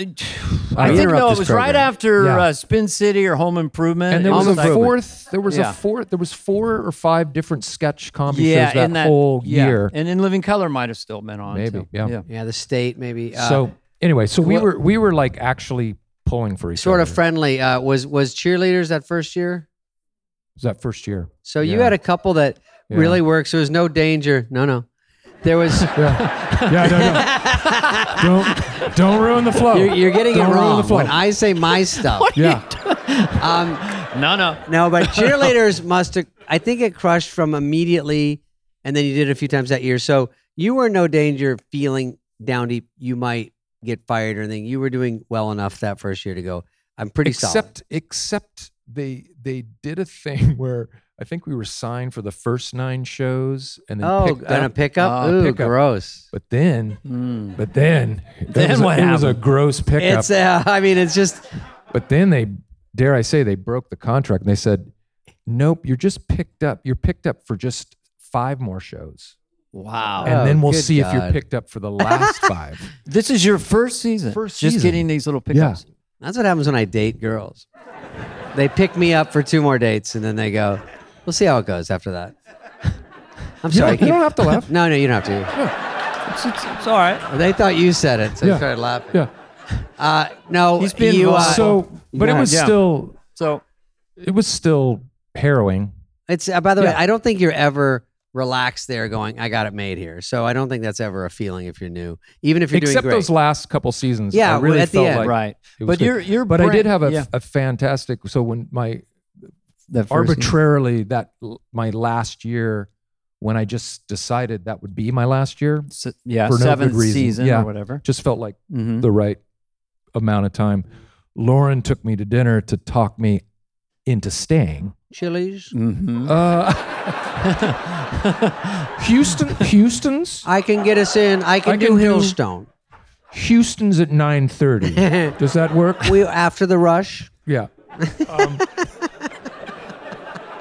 Speaker 2: I,
Speaker 4: I
Speaker 2: think
Speaker 1: interrupt
Speaker 2: no, it
Speaker 1: this
Speaker 2: was
Speaker 1: program.
Speaker 2: right after
Speaker 4: Yeah.
Speaker 2: uh, Spin City or Home Improvement.
Speaker 4: and there
Speaker 2: It
Speaker 4: was
Speaker 1: Home
Speaker 4: a
Speaker 2: like-
Speaker 1: Improvement.
Speaker 4: fourth. There was
Speaker 2: Yeah.
Speaker 4: a fourth. There was four or five different sketch comedy
Speaker 2: yeah,
Speaker 4: shows that,
Speaker 2: in that
Speaker 4: whole
Speaker 2: yeah.
Speaker 4: year.
Speaker 2: And in Living Color might have still been on.
Speaker 4: Maybe,
Speaker 2: too.
Speaker 4: yeah.
Speaker 1: Yeah, the state maybe. Uh,
Speaker 4: so anyway, so we
Speaker 1: well-
Speaker 4: were we were like actually pulling for each
Speaker 1: sort
Speaker 4: other.
Speaker 1: of friendly. Uh, was was cheerleaders that first year?
Speaker 4: It was that first year.
Speaker 1: So you
Speaker 4: Yeah.
Speaker 1: had a couple that
Speaker 4: Yeah.
Speaker 1: really worked. So there was no danger. No, no. There was.
Speaker 4: Yeah, yeah, no, no. don't don't ruin the flow.
Speaker 1: You're, you're getting
Speaker 4: Don't
Speaker 1: it
Speaker 4: ruin the
Speaker 1: wrong.
Speaker 4: flow.
Speaker 1: When I say my stuff,
Speaker 4: yeah,
Speaker 1: um,
Speaker 2: No, no.
Speaker 1: no, but cheerleaders must have. I think it crushed from immediately, and then you did it a few times that year. So you were in no danger of feeling down deep. You might get fired or anything. You were doing well enough that first year to go. I'm pretty solid.
Speaker 4: except except they they did a thing where I think we were signed for the first nine shows and then
Speaker 1: Oh,
Speaker 4: picked
Speaker 1: and a
Speaker 4: up.
Speaker 1: pickup. Hmm.
Speaker 4: Ah,
Speaker 1: Ooh,
Speaker 4: pickup.
Speaker 1: gross.
Speaker 4: but then
Speaker 2: Mm.
Speaker 4: but then it
Speaker 2: Then
Speaker 4: was a-
Speaker 2: what
Speaker 4: it was a
Speaker 2: happened?
Speaker 4: gross pickup.
Speaker 1: It's. Uh, I mean, it's just.
Speaker 4: But then they, dare I say, they broke the contract and they said, nope, you're just picked up. You're picked up for just five more shows.
Speaker 2: Wow.
Speaker 4: and then we'll
Speaker 1: good
Speaker 4: see if you're
Speaker 1: God.
Speaker 4: picked up for the last five.
Speaker 2: Uh, this is your first season.
Speaker 4: First
Speaker 2: Just
Speaker 4: season.
Speaker 2: getting these little pickups.
Speaker 1: That's what happens when I date girls. They pick me up for two more dates and then they go, we'll see how it goes after that. I'm
Speaker 4: You
Speaker 1: sorry.
Speaker 4: don't- you don't have to laugh.
Speaker 1: No, no, you don't have to.
Speaker 2: It's, it's, it's all right.
Speaker 1: They thought you said it, so
Speaker 4: Yeah.
Speaker 1: I started laughing.
Speaker 4: Yeah. Uh,
Speaker 1: Uh, no,
Speaker 2: He's being
Speaker 1: you, uh,
Speaker 2: vulnerable.
Speaker 4: So, but it
Speaker 1: yeah,
Speaker 4: was
Speaker 2: yeah.
Speaker 4: still
Speaker 2: So
Speaker 4: it was still harrowing.
Speaker 1: It's uh, by the way,
Speaker 4: Yeah.
Speaker 1: I don't think you're ever relaxed there going, I got it made here. So I don't think that's ever a feeling if you're new, even if you're
Speaker 4: Except
Speaker 1: doing great.
Speaker 4: those last couple seasons.
Speaker 1: Yeah,
Speaker 4: I really
Speaker 1: at the
Speaker 4: felt
Speaker 1: end.
Speaker 4: like
Speaker 2: right.
Speaker 4: it was
Speaker 2: But
Speaker 4: good.
Speaker 2: your your
Speaker 4: But I
Speaker 2: brand-
Speaker 4: did have a,
Speaker 2: yeah,
Speaker 4: a fantastic. So when my
Speaker 2: the first
Speaker 4: arbitrarily that l- my last year, when I just decided that would be my last year,
Speaker 2: se- yeah
Speaker 4: for no good
Speaker 2: seventh
Speaker 4: reason.
Speaker 2: season
Speaker 4: Yeah.
Speaker 2: or whatever.
Speaker 4: just felt like
Speaker 2: Mm-hmm.
Speaker 4: the right amount of time. Lauren took me to dinner to talk me into staying.
Speaker 1: Chili's.
Speaker 2: Mm-hmm.
Speaker 4: Uh, Houston, Houston's,
Speaker 1: I can get us in. I can
Speaker 4: I
Speaker 1: do
Speaker 4: can do-
Speaker 1: Hillstone.
Speaker 4: Houston's at nine thirty. Does that work?
Speaker 1: we after the rush.
Speaker 4: Yeah.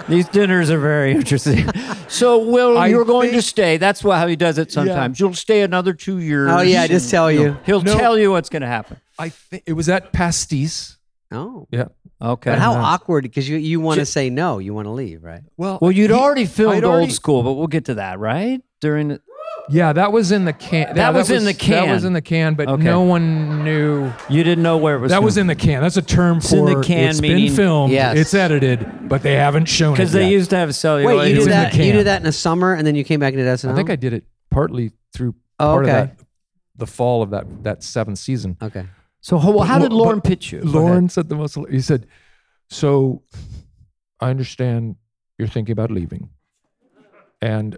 Speaker 2: These dinners are very interesting. so, Will,
Speaker 4: I
Speaker 2: you're going to
Speaker 4: think-
Speaker 2: stay. That's why, how he does it sometimes. You'll stay another two years.
Speaker 1: Oh yeah, I just tell you.
Speaker 2: He'll
Speaker 4: No.
Speaker 2: tell you what's going to happen.
Speaker 4: I think it was at Pastis.
Speaker 1: No.
Speaker 4: Yeah.
Speaker 2: Okay.
Speaker 1: But how
Speaker 4: Yeah.
Speaker 1: awkward because you, you want to
Speaker 2: Ju-
Speaker 1: say no, you want to leave, right?
Speaker 2: well, you'd
Speaker 4: He-
Speaker 2: already filmed
Speaker 4: I'd
Speaker 2: old
Speaker 4: already-
Speaker 2: school, but we'll get to that, right? During the,
Speaker 4: Yeah, that was in the can.
Speaker 2: That
Speaker 4: yeah,
Speaker 2: was in the
Speaker 4: That was
Speaker 2: can.
Speaker 4: in the can, but
Speaker 2: Okay.
Speaker 4: no one knew.
Speaker 2: you didn't know where it was.
Speaker 4: That was in the can. That's a term
Speaker 2: in
Speaker 4: for
Speaker 2: the can,
Speaker 4: it's
Speaker 2: meaning-
Speaker 4: been filmed,
Speaker 1: Yes.
Speaker 4: it's edited, but they haven't shown it
Speaker 2: because they
Speaker 4: yet.
Speaker 2: used to have celluloid.
Speaker 1: Wait, you
Speaker 4: it's
Speaker 1: did
Speaker 4: in the
Speaker 1: that. You
Speaker 4: can.
Speaker 1: did that in the summer, and then you came back and did SNL.
Speaker 4: I think I did it partly through
Speaker 1: Oh,
Speaker 4: part
Speaker 1: okay.
Speaker 4: of that, the fall of that that seventh season.
Speaker 1: Okay.
Speaker 2: So, how, how did
Speaker 4: But-
Speaker 2: Lauren pitch you? Go ahead.
Speaker 4: Lauren said the most. He said, "So, I understand you're thinking about leaving, and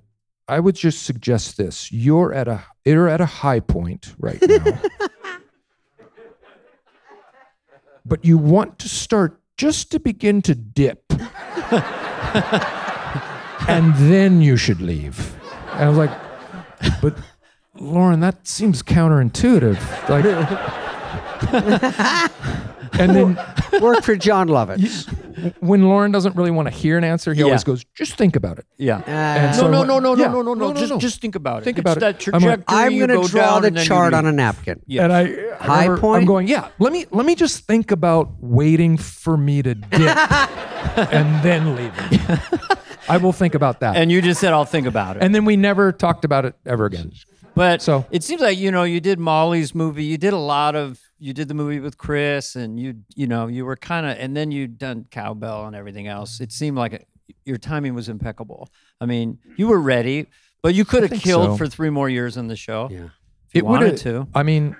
Speaker 4: I would just suggest this: you're at a you're at a high point right now, but you want to start just to begin to dip, and then you should leave." And I was like, "But." Lauren, that seems counterintuitive. Like, and then
Speaker 1: Work for John Lovitz.
Speaker 4: when Lauren doesn't really want to hear an answer, he
Speaker 2: Yeah.
Speaker 4: always goes, "Just think about it."
Speaker 2: Yeah.
Speaker 1: Uh,
Speaker 4: And
Speaker 2: No,
Speaker 4: so-
Speaker 2: no, no, no,
Speaker 4: Yeah.
Speaker 2: no, no, no, no,
Speaker 4: No, no,
Speaker 2: Just,
Speaker 4: no.
Speaker 2: just think about it.
Speaker 4: Think
Speaker 2: It's
Speaker 4: about it.
Speaker 2: that
Speaker 4: I'm like,
Speaker 2: trajectory.
Speaker 1: I'm
Speaker 2: you
Speaker 1: going to
Speaker 2: go
Speaker 1: draw
Speaker 2: down
Speaker 1: the
Speaker 2: and then you
Speaker 1: chart
Speaker 2: leave.
Speaker 1: on a napkin.
Speaker 2: Yes.
Speaker 4: And I, I
Speaker 1: High
Speaker 4: remember
Speaker 1: point?
Speaker 4: I'm going, yeah. Let me let me just think about waiting for me to dip and then leaving. I will think about that. And,
Speaker 2: And you just said, I'll think about it.
Speaker 4: then we never talked about it ever again.
Speaker 2: But
Speaker 4: So-
Speaker 2: it seems like you know you did Molly's movie. You did a lot of you did the movie with Chris, and you you know you were kind of, and then you done Cowbell and everything else. It seemed like it, your timing was impeccable. I mean, you were ready, but you could have
Speaker 4: think
Speaker 2: killed
Speaker 4: so.
Speaker 2: for three more years on the show.
Speaker 1: Yeah.
Speaker 2: if you
Speaker 4: It would've-
Speaker 2: wanted to.
Speaker 4: I mean,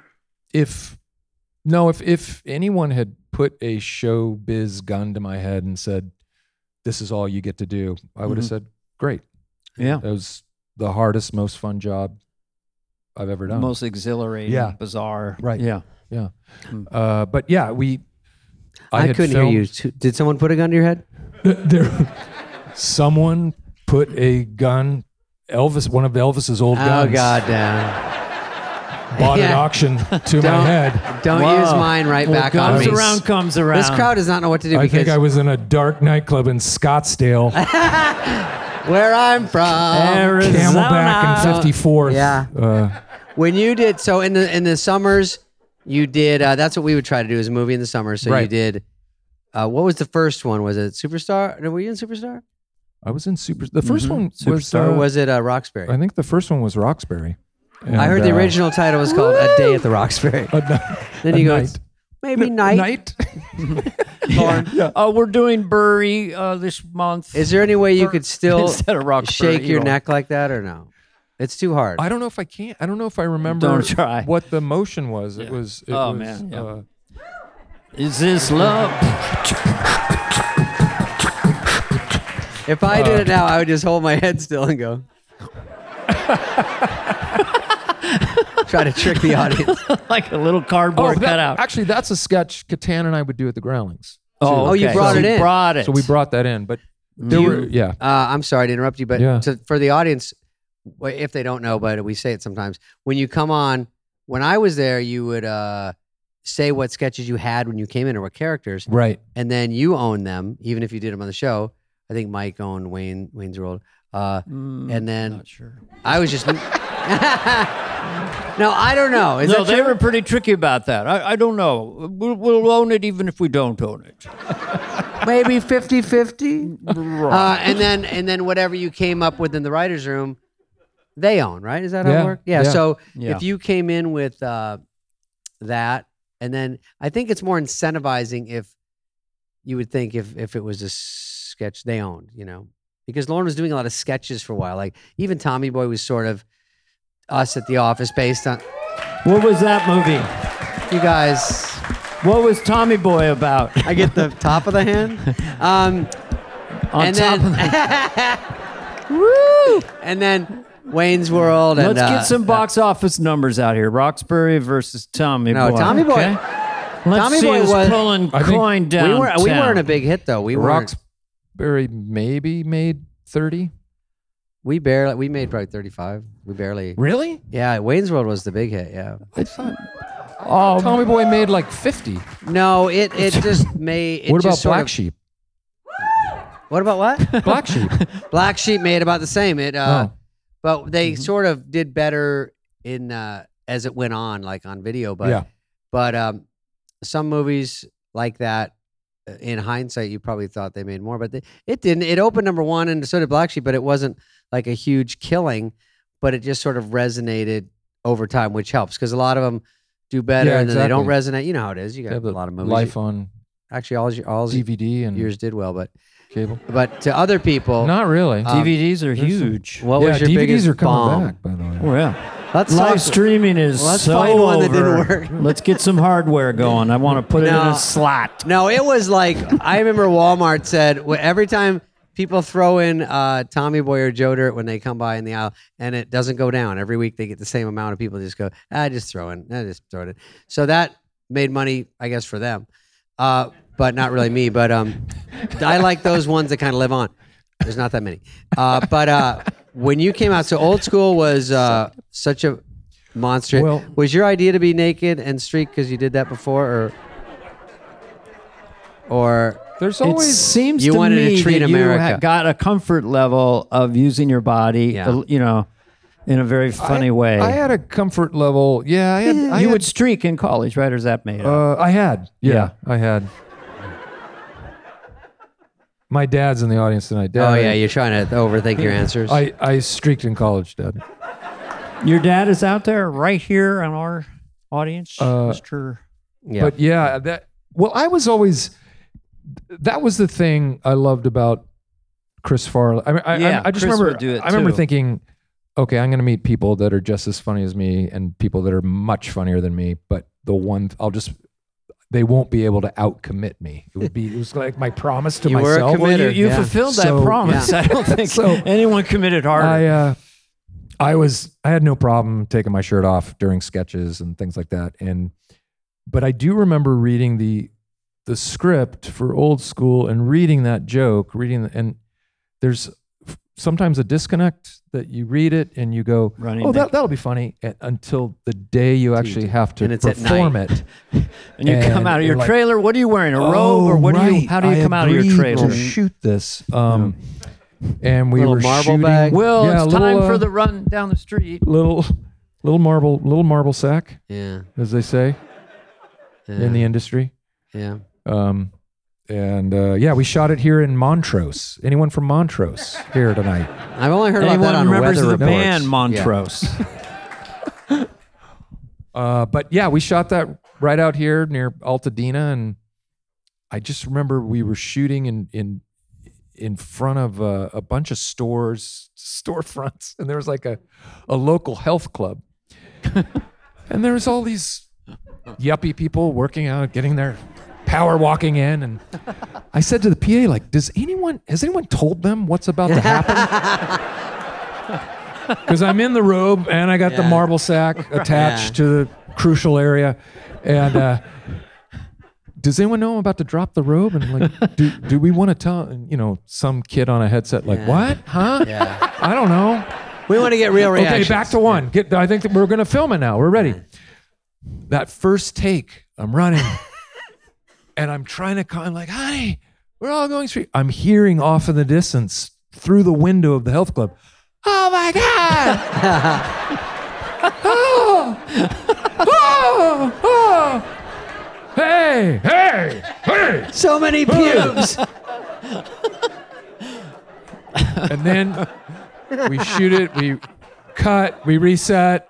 Speaker 4: if no, if if anyone had put a showbiz gun to my head and said, "This is all you get to do," I would have
Speaker 2: Mhm.
Speaker 4: said, "Great."
Speaker 2: Yeah,
Speaker 4: It was the hardest, most fun job I've ever done.
Speaker 2: most exhilarating,
Speaker 4: Yeah.
Speaker 2: bizarre.
Speaker 4: Right.
Speaker 2: Yeah.
Speaker 4: Uh, but yeah, we.
Speaker 1: Hmm. I,
Speaker 4: had
Speaker 1: couldn't hear you. T- Did someone put a gun to your head?
Speaker 4: filmed- There, someone put a gun. Elvis, one of Elvis's old guns,
Speaker 1: Oh god damn!
Speaker 4: bought at
Speaker 1: Yeah.
Speaker 4: auction to my
Speaker 1: Don't-
Speaker 4: head.
Speaker 1: Don't
Speaker 2: Whoa.
Speaker 1: use mine right
Speaker 2: Well,
Speaker 1: back on
Speaker 2: comes
Speaker 1: me.
Speaker 4: mean,
Speaker 2: around, comes around.
Speaker 1: This crowd does not know what to do
Speaker 4: I
Speaker 1: because
Speaker 4: think I was in a dark nightclub in Scottsdale,
Speaker 1: where I'm from.
Speaker 2: Arizona.
Speaker 4: Camelback and 54th.
Speaker 1: Yeah.
Speaker 4: Uh,
Speaker 1: When you did so in the in the summers, you did. Uh, that's what we would try to do is a movie in the summer. So you
Speaker 4: Right.
Speaker 1: did. Uh, what was the first one? Was it Superstar? No, were you in Superstar?
Speaker 4: I was in Super. The 1st
Speaker 2: Mhm.
Speaker 4: one was.
Speaker 1: Or
Speaker 4: uh,
Speaker 1: Mm-hmm. was it uh, Roxbury?
Speaker 4: I think the first one was Roxbury.
Speaker 1: I heard the
Speaker 4: And, uh,
Speaker 1: original title was called "A Day at the Roxbury."
Speaker 4: A, ni-
Speaker 1: Then
Speaker 4: a
Speaker 1: you go,
Speaker 4: night.
Speaker 1: "It's maybe night.
Speaker 2: Yeah. Uh, we're doing Bury uh, this month.
Speaker 1: Is there any way you could still
Speaker 2: instead of rock
Speaker 1: shake your neck like that or no? It's too hard.
Speaker 4: I don't know if I can't. I don't know if I remember
Speaker 2: Don't try.
Speaker 4: what the motion was. It was. It
Speaker 2: Oh,
Speaker 4: was,
Speaker 2: man, yeah.
Speaker 4: uh,
Speaker 2: Is this love?
Speaker 1: if I did it now, I would just hold my head still and go. Try to trick the audience.
Speaker 2: like a little cardboard
Speaker 4: oh, that-
Speaker 2: cutout.
Speaker 4: Actually, that's a sketch Catan and I would do at the Growlings.
Speaker 1: Oh, you brought
Speaker 2: so
Speaker 1: it
Speaker 2: you
Speaker 1: in.
Speaker 2: Brought it.
Speaker 4: So we brought that in, but there
Speaker 1: Do
Speaker 4: were
Speaker 1: you-
Speaker 4: yeah.
Speaker 1: Uh, I'm sorry to interrupt you, but
Speaker 4: Yeah.
Speaker 1: to, for the audience, w- if they don't know, but we say it sometimes when you come on. When I was there, you would uh, say what sketches you had when you came in or what characters,
Speaker 4: Right.
Speaker 1: and then you own them, even if you did them on the show. I think Mike owned Wayne Wayne's World. Uh, and then
Speaker 2: Mm. Not sure.
Speaker 1: I was just. no, I don't know. Is
Speaker 2: no,
Speaker 1: that
Speaker 2: they
Speaker 1: true?
Speaker 2: were pretty tricky about that. I, I don't know. We'll, we'll own it even if we don't own it.
Speaker 1: maybe 50 50 uh, and then and then whatever you came up with in the writers room they own right is that how
Speaker 4: Yeah,
Speaker 1: it works yeah,
Speaker 4: yeah.
Speaker 1: so
Speaker 2: Yeah.
Speaker 1: if you came in with uh, that and then i think it's more incentivizing if you would think if if it was a sketch they owned you know because lauren was doing a lot of sketches for a while like even tommy boy was sort of us at the office based on
Speaker 2: What was that movie?
Speaker 1: you guys
Speaker 2: What was Tommy Boy about?
Speaker 1: i get the top of the hand um
Speaker 2: On
Speaker 1: and
Speaker 2: top of that.
Speaker 1: then, woo! And then Wayne's World. And,
Speaker 2: Let's
Speaker 1: uh,
Speaker 2: get some box office numbers out here. Roxbury versus Tommy
Speaker 1: No,
Speaker 2: Boy.
Speaker 1: Tommy Boy-
Speaker 2: okay? Let's
Speaker 1: Tommy
Speaker 2: see
Speaker 1: Boy
Speaker 2: who's
Speaker 1: was-
Speaker 2: pulling
Speaker 4: I think
Speaker 2: coin
Speaker 1: We
Speaker 2: down.
Speaker 1: weren't. We weren't a big hit though. We weren't.
Speaker 4: Roxbury maybe made thirty.
Speaker 1: We barely. We made probably thirty-five. We barely.
Speaker 4: Really?
Speaker 1: Yeah, Wayne's World was the big hit. Yeah.
Speaker 4: I thought
Speaker 2: Oh,
Speaker 4: Tommy Boy made like fifty.
Speaker 1: No, it it just made. It
Speaker 4: what about
Speaker 1: just sort
Speaker 4: Black
Speaker 1: of-
Speaker 4: Sheep?
Speaker 1: What about what?
Speaker 4: Black Sheep.
Speaker 1: Black Sheep made about the same. It. Uh,
Speaker 4: Oh.
Speaker 1: But they sort of did better in uh, as it went on, like on video. But
Speaker 4: yeah.
Speaker 1: But um, some movies like that, uh, in hindsight, you probably thought they made more, but they, it didn't. It opened number one, and so did Black Sheep, but it wasn't like a huge killing, but it just sort of resonated over time, which helps because a lot of them do better
Speaker 4: Yeah,
Speaker 1: and then they don't resonate. You know how it is. You
Speaker 4: They
Speaker 1: got
Speaker 4: have
Speaker 1: a
Speaker 4: the
Speaker 1: lot of movies.
Speaker 4: Life on
Speaker 1: Actually, all your, all
Speaker 4: DVD and
Speaker 1: yours did well, but
Speaker 4: cable.
Speaker 1: but to other people,
Speaker 4: Not really.
Speaker 1: Uh,
Speaker 2: DVDs are
Speaker 4: some-
Speaker 2: huge.
Speaker 1: what
Speaker 4: yeah,
Speaker 1: was your
Speaker 4: DVDs
Speaker 1: biggest
Speaker 4: are coming
Speaker 1: bomb?
Speaker 4: back, by the way.
Speaker 2: Oh, yeah.
Speaker 1: Let's
Speaker 2: Live
Speaker 1: talk-
Speaker 2: streaming is
Speaker 1: Let's
Speaker 2: so
Speaker 1: find one that didn't
Speaker 2: over.
Speaker 1: work.
Speaker 2: Let's get some hardware going. I want to put it in
Speaker 1: No.
Speaker 2: a slot.
Speaker 1: No, it was like I remember Walmart said wh- every time people throw in uh, Tommy Boy or Joe Dirt when they come by in the aisle, and it doesn't go down. Every week they get the same amount of people. Just go, I just throw in, I just throw it in. So that made money, I guess, for them, uh, but not really me. But um, I like those ones that kind of live on. There's not that many. Uh, but uh, when you came out, so old school was uh, such a monster.
Speaker 4: Well-
Speaker 1: was your idea to be naked and streak because you did that before, or? or
Speaker 4: There's
Speaker 2: It
Speaker 4: always
Speaker 2: seems
Speaker 1: You
Speaker 2: to
Speaker 1: wanted to
Speaker 2: me
Speaker 1: treat
Speaker 2: that you
Speaker 1: America.
Speaker 2: ha- got a comfort level of using your body,
Speaker 1: Yeah.
Speaker 2: uh, you know, in a very funny
Speaker 4: I-
Speaker 2: way.
Speaker 4: I had a comfort level. Yeah, I had. I
Speaker 2: you
Speaker 4: had,
Speaker 2: would streak in college, right? Or is that made up?
Speaker 4: Uh, I had. Yeah,
Speaker 2: Yeah.
Speaker 4: I had. My dad's in the audience tonight. Dad,
Speaker 1: oh yeah, you're trying to overthink your answers.
Speaker 4: I, I streaked in college, Dad. Uh,
Speaker 2: Your dad is out there, right here on our audience,
Speaker 4: Uh,
Speaker 2: Mr.
Speaker 1: yeah.
Speaker 4: But yeah, that. Well, I was always. That was the thing I loved about Chris Farley. I mean, I, I-
Speaker 2: Yeah,
Speaker 4: I just
Speaker 2: Chris
Speaker 4: remember.
Speaker 2: would do it
Speaker 4: I remember
Speaker 2: too.
Speaker 4: thinking, okay, I'm going to meet people that are just as funny as me and people that are much funnier than me. But the one I'll just. They won't be able to outcommit me. It would be. It was like my promise to
Speaker 1: You were a
Speaker 4: myself.
Speaker 1: committer.
Speaker 2: You, you
Speaker 1: Yeah.
Speaker 2: fulfilled
Speaker 4: So-
Speaker 2: that promise. I don't think
Speaker 4: So-
Speaker 2: anyone committed harder.
Speaker 4: I uh, I was I had no problem taking my shirt off during sketches and things like that. And but I do remember reading the the script for old school and reading that joke, reading the, and there's sometimes a disconnect that you read it and you go,
Speaker 2: Running
Speaker 4: oh, that,
Speaker 2: naked.
Speaker 4: that'll be funny a- until the day you actually have to
Speaker 1: And it's at
Speaker 4: perform
Speaker 1: night.
Speaker 4: it.
Speaker 2: and you come
Speaker 4: and
Speaker 2: out of your
Speaker 4: you're like,
Speaker 2: trailer. What are you wearing? A robe, or
Speaker 4: Oh,
Speaker 2: what do you?
Speaker 4: right,
Speaker 2: How do you
Speaker 4: I
Speaker 2: come out of your
Speaker 4: agreed
Speaker 2: trailer?
Speaker 4: To shoot this, um, and we
Speaker 1: Little
Speaker 4: were
Speaker 1: marble
Speaker 4: shooting.
Speaker 1: bag.
Speaker 2: Will,
Speaker 4: Yeah, a
Speaker 2: it's
Speaker 4: little,
Speaker 2: time for
Speaker 4: uh,
Speaker 2: the run down the street.
Speaker 4: little little marble little marble sack
Speaker 1: yeah.
Speaker 4: as they say
Speaker 1: Yeah.
Speaker 4: in the industry
Speaker 1: yeah.
Speaker 4: um and uh, yeah we shot it here in montrose anyone from montrose here tonight
Speaker 1: I've only heard about
Speaker 2: Anyone
Speaker 1: that on
Speaker 2: remembers
Speaker 1: weather
Speaker 2: the
Speaker 1: reports.
Speaker 2: band Montrose?
Speaker 4: uh but yeah we shot that right out here near altadena and i just remember we were shooting in in in front of a, a bunch of stores storefronts and there was like a a local health club and there was all these yuppie people working out getting their power walking in and i said to the pa like does anyone has anyone told them what's about to happen because i'm in the robe and i got the
Speaker 1: Yeah.
Speaker 4: marble sack attached to the crucial area and uh does anyone know I'm about to drop the robe? And like, do, do we want to tell, you know, some kid on a headset, like,
Speaker 1: Yeah.
Speaker 4: what? Huh?
Speaker 1: Yeah.
Speaker 4: I don't know.
Speaker 1: We want to get real reactions.
Speaker 4: Okay, back to one. Get, I think that we're going to film it now. We're ready. That first take, I'm running and I'm trying to, con- I'm like, honey, we're all going straight. I'm hearing off in the distance through the window of the health club. Oh my God! oh, oh, oh. Hey, hey, hey!
Speaker 1: So many pubes.
Speaker 4: And then we shoot it, we cut, we reset,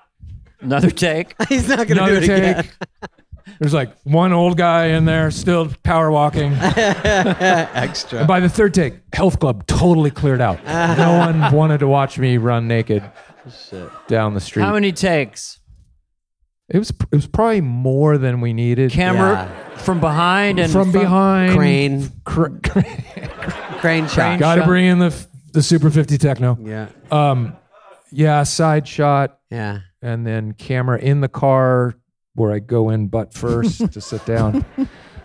Speaker 2: Another take.
Speaker 1: He's not going to do
Speaker 4: another
Speaker 1: it again.
Speaker 4: take. There's like one old guy in there still power walking.
Speaker 1: Extra.
Speaker 4: And by the third take, health club totally cleared out. No one wanted to watch me run naked down the street.
Speaker 2: How many takes?
Speaker 4: it was it was probably more than we needed.
Speaker 2: Camera from behind and
Speaker 4: from behind,
Speaker 1: Crane,
Speaker 4: Cr-
Speaker 1: crane shot.
Speaker 4: Got to
Speaker 2: shot.
Speaker 4: bring in the f- the super fifty techno. Um,
Speaker 1: Yeah,
Speaker 4: Yeah, side shot
Speaker 1: yeah.
Speaker 4: and then camera in the car where I go in butt first to sit down.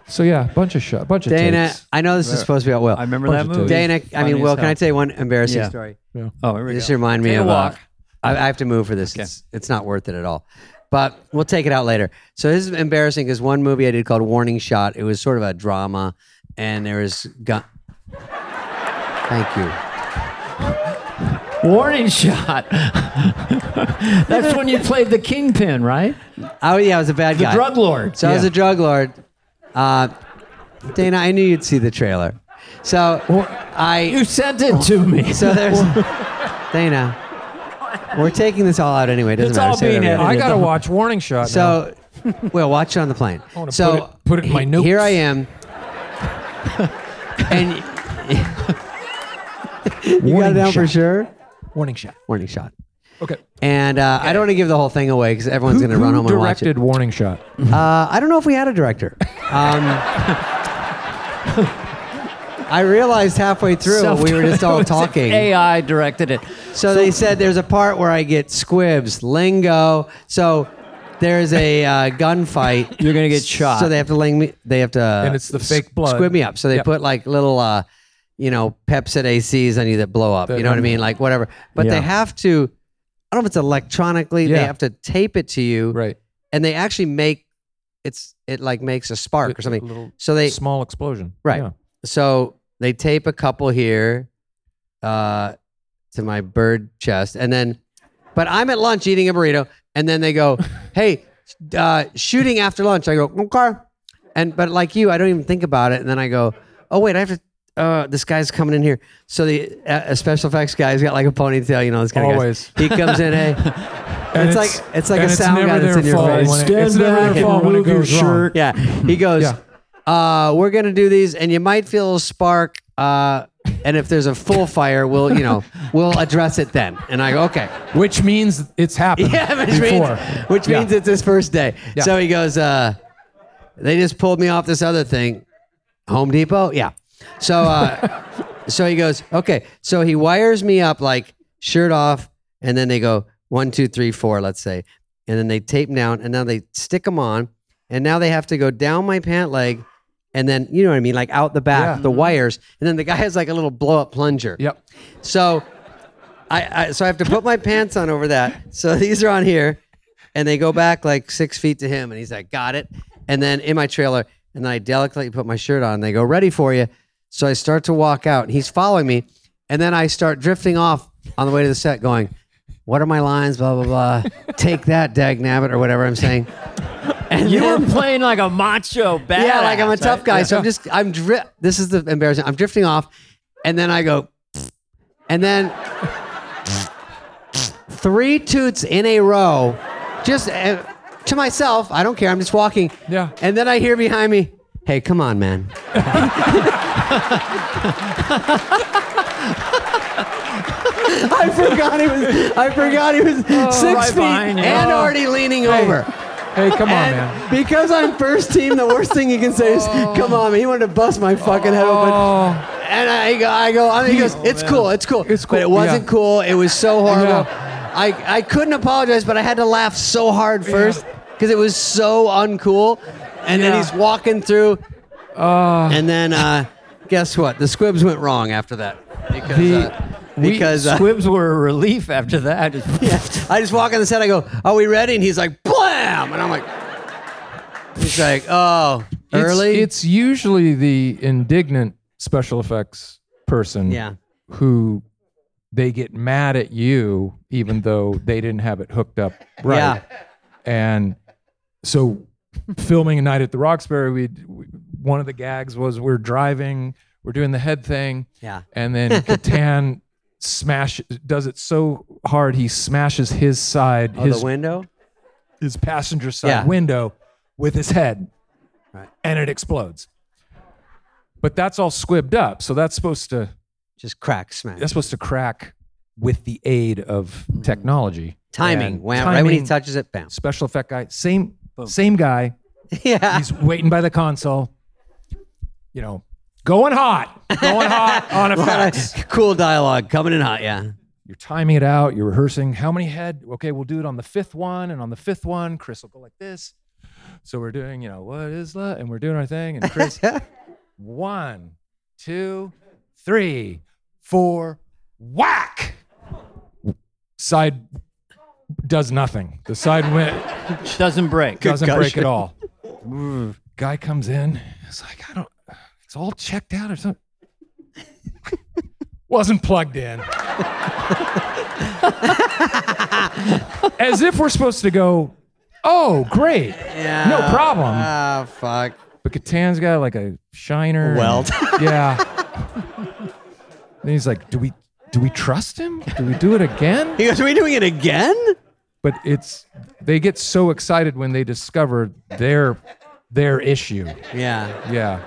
Speaker 4: So yeah, bunch of shot, bunch of
Speaker 1: Dana,
Speaker 4: takes.
Speaker 1: I know this is supposed to be about Will.
Speaker 2: I remember
Speaker 4: Bunch
Speaker 2: that
Speaker 4: of
Speaker 2: movie.
Speaker 4: takes.
Speaker 1: Dana, I mean,
Speaker 2: Funny
Speaker 1: Will,
Speaker 2: as
Speaker 1: can I
Speaker 2: hell.
Speaker 1: tell you one embarrassing
Speaker 2: Yeah.
Speaker 1: story?
Speaker 2: Oh, here we
Speaker 1: This
Speaker 2: go.
Speaker 1: remind me
Speaker 2: Take a
Speaker 1: of.
Speaker 2: walk.
Speaker 1: Uh, I, I have to move for this. It's, it's not worth it at all. But we'll take it out later. So this is embarrassing because one movie I did called Warning Shot. It was sort of a drama, and there was gun. Thank you.
Speaker 2: Warning shot. That's when you played the kingpin, right?
Speaker 1: Oh yeah, I was a bad guy.
Speaker 2: Drug lord.
Speaker 1: So I was
Speaker 2: Yeah.
Speaker 1: a drug lord. Uh, Dana, I knew you'd see the trailer. So I.
Speaker 2: You sent it to me.
Speaker 1: So there's Dana. We're taking this all out anyway. Doesn't
Speaker 2: It's
Speaker 1: matter.
Speaker 2: all
Speaker 1: Say whatever
Speaker 2: being
Speaker 1: you want.
Speaker 4: I gotta watch Warning Shot. now.
Speaker 1: So, well, watch it on the plane.
Speaker 4: wanna
Speaker 1: so
Speaker 4: put it- put it in my
Speaker 1: he-
Speaker 4: notes.
Speaker 1: Here I am, and you got it
Speaker 4: Warning
Speaker 1: down for
Speaker 4: shot.
Speaker 1: sure.
Speaker 4: Warning Shot.
Speaker 1: Warning shot.
Speaker 4: Okay.
Speaker 1: And uh, I don't want to give the whole thing away because everyone's going to run home and watch
Speaker 4: directed
Speaker 1: it.
Speaker 4: Warning Shot?
Speaker 1: Uh, I don't know if we had a director. Um, I realized halfway through we were just all talking.
Speaker 2: AI directed it.
Speaker 1: So, they said there's a part where I get squibs, lingo. So there's a uh, gunfight.
Speaker 2: You're gonna get shot.
Speaker 1: So they have to ling me. They have to.
Speaker 4: And it's the fake blood.
Speaker 1: Squib me up. So they
Speaker 4: Yep.
Speaker 1: put like little, uh, you know, Pepsi ACs on you that blow up.
Speaker 4: That-
Speaker 1: you know what I mean? Like whatever. But they
Speaker 2: Yeah.
Speaker 1: have to. I don't know if it's electronically. They
Speaker 4: Yeah.
Speaker 1: have to tape it to you,
Speaker 4: Right.
Speaker 1: and they actually make it's it like makes a spark or something.
Speaker 4: Little
Speaker 1: So they
Speaker 4: small explosion.
Speaker 1: Right.
Speaker 4: Yeah.
Speaker 1: so they tape a couple here uh to my bird chest and then but i'm at lunch eating a burrito and then they go hey uh shooting after lunch i go okay and but like you i don't even think about it and then i go oh wait i have to uh, this guy's coming in here. So the uh, a special effects guy's got like a ponytail, you know, this kind
Speaker 4: Always.
Speaker 1: of guy. He comes in, hey,
Speaker 4: And
Speaker 1: It's like- it's like
Speaker 4: and
Speaker 1: a sound
Speaker 4: never
Speaker 1: guy that's
Speaker 4: their
Speaker 1: in your
Speaker 4: fault
Speaker 1: face.
Speaker 4: when it-
Speaker 2: Stand
Speaker 4: Oh, It's
Speaker 2: back
Speaker 4: never their
Speaker 2: and
Speaker 4: fault when it
Speaker 2: remove your
Speaker 4: goes wrong.
Speaker 2: shirt.
Speaker 1: Yeah. He goes,
Speaker 4: Yeah.
Speaker 1: uh, we're going to do these and you might feel a little spark. Uh, and if there's a full fire, we'll, you know, we'll address it then. And I go, okay.
Speaker 4: Which means it's happened
Speaker 1: Yeah. Which
Speaker 4: before.
Speaker 1: means, which
Speaker 4: Yeah.
Speaker 1: means it's his first day.
Speaker 4: Yeah.
Speaker 1: So he goes, uh, they just pulled me off this other thing. Home Depot. Yeah. So, uh, so he goes, okay. So he wires me up like shirt off. And then they go one, two, three, four, let's say. And then they tape 'em down and now they stick them on. And now they have to go down my pant leg and then, you know what I mean? Like out the back,
Speaker 4: Yeah.
Speaker 1: the wires. And then the guy has like a little blow up plunger.
Speaker 4: Yep.
Speaker 1: So I, I so I have to put my pants on over that. So these are on here, and they go back like six feet to him, and he's like, "Got it." And then in my trailer, and then I delicately put my shirt on. They go, "Ready for you." So I start to walk out, and he's following me, and then I start drifting off on the way to the set, going, "What are my lines?" Blah blah blah. Take that, dag nabbit, or whatever I'm saying. And
Speaker 2: You
Speaker 1: then-
Speaker 2: were playing like a macho badass.
Speaker 1: yeah, like I'm a tough
Speaker 2: right?
Speaker 1: guy. So I'm just I'm dri- this is the embarrassing. I'm drifting off and then I go and then three toots in a row just uh, to myself, I don't care. I'm just walking.
Speaker 4: Yeah.
Speaker 1: And then I hear behind me, "Hey, come on, man." I forgot he was. I forgot he was six
Speaker 2: Oh, right
Speaker 1: feet
Speaker 2: behind you.
Speaker 1: and
Speaker 2: Oh.
Speaker 1: already leaning over.
Speaker 4: Hey, come on,
Speaker 1: And
Speaker 4: man.
Speaker 1: because I'm first team, the worst thing he can say is, "Come on!" man." He wanted to bust my fucking head open,
Speaker 4: Oh,
Speaker 1: and I go, "I go." I mean, he goes, "It's cool, it's cool."
Speaker 4: It's cool,
Speaker 1: But it wasn't
Speaker 4: yeah.
Speaker 1: cool. It was so horrible.
Speaker 4: Yeah.
Speaker 1: I I couldn't apologize, but I had to laugh so hard first because it was so uncool. And then
Speaker 4: Yeah.
Speaker 1: he's walking through, and then uh, guess what? The squibs went wrong after that because
Speaker 4: The-
Speaker 1: uh,
Speaker 2: We-
Speaker 1: because. uh,
Speaker 2: squibs were a relief after that.
Speaker 1: I just walk on the set. I go, "Are we ready?" And he's like, "Blam!" And I'm like, "He's like, oh,
Speaker 4: It's-
Speaker 1: early."
Speaker 4: It's, usually the indignant special effects person
Speaker 1: yeah,
Speaker 4: who they get mad at you even though they didn't have it hooked up right.
Speaker 1: Yeah.
Speaker 4: And so filming a night at the Roxbury, we, we one of the gags was we're driving, we're doing the head thing,
Speaker 1: Yeah.
Speaker 4: and then Catan smash does it so hard he smashes his side
Speaker 1: Oh,
Speaker 4: his
Speaker 1: the window?
Speaker 4: his passenger side
Speaker 1: Yeah.
Speaker 4: window with his head
Speaker 1: Right.
Speaker 4: and it explodes but that's all squibbed up so that's supposed to
Speaker 1: Just crack, smash.
Speaker 4: that's supposed to crack with the aid of technology
Speaker 1: timing.
Speaker 4: And
Speaker 1: Wow. Right when he
Speaker 4: timing,
Speaker 1: touches it, bam.
Speaker 4: special effect guy same same guy
Speaker 1: yeah.
Speaker 4: he's waiting by the console you know going hot going hot on effects
Speaker 1: cool dialogue coming in hot. Yeah.
Speaker 4: you're timing it out, you're rehearsing how many head. Okay, we'll do it on the fifth one, and on the fifth one, Chris will go like this. So we're doing, you know, what is love? And we're doing our thing. And Chris, one, two, three, four, whack. Side does nothing. The side went
Speaker 2: Doesn't break.
Speaker 4: doesn't break
Speaker 1: Concussion.
Speaker 4: at all. Guy comes in. It's like I don't. It's all checked out or something. Wasn't plugged in. As if we're supposed to go. Oh, great. No problem.
Speaker 1: Ah, fuck.
Speaker 4: But Catan's got like a shiner. and-
Speaker 1: Weld.
Speaker 4: yeah. Then he's like, "Do we do we trust him? Do we do it again?"
Speaker 1: He goes, Are we doing it again?
Speaker 4: but it's they get so excited when they discover their their issue.
Speaker 1: Yeah.
Speaker 4: Yeah.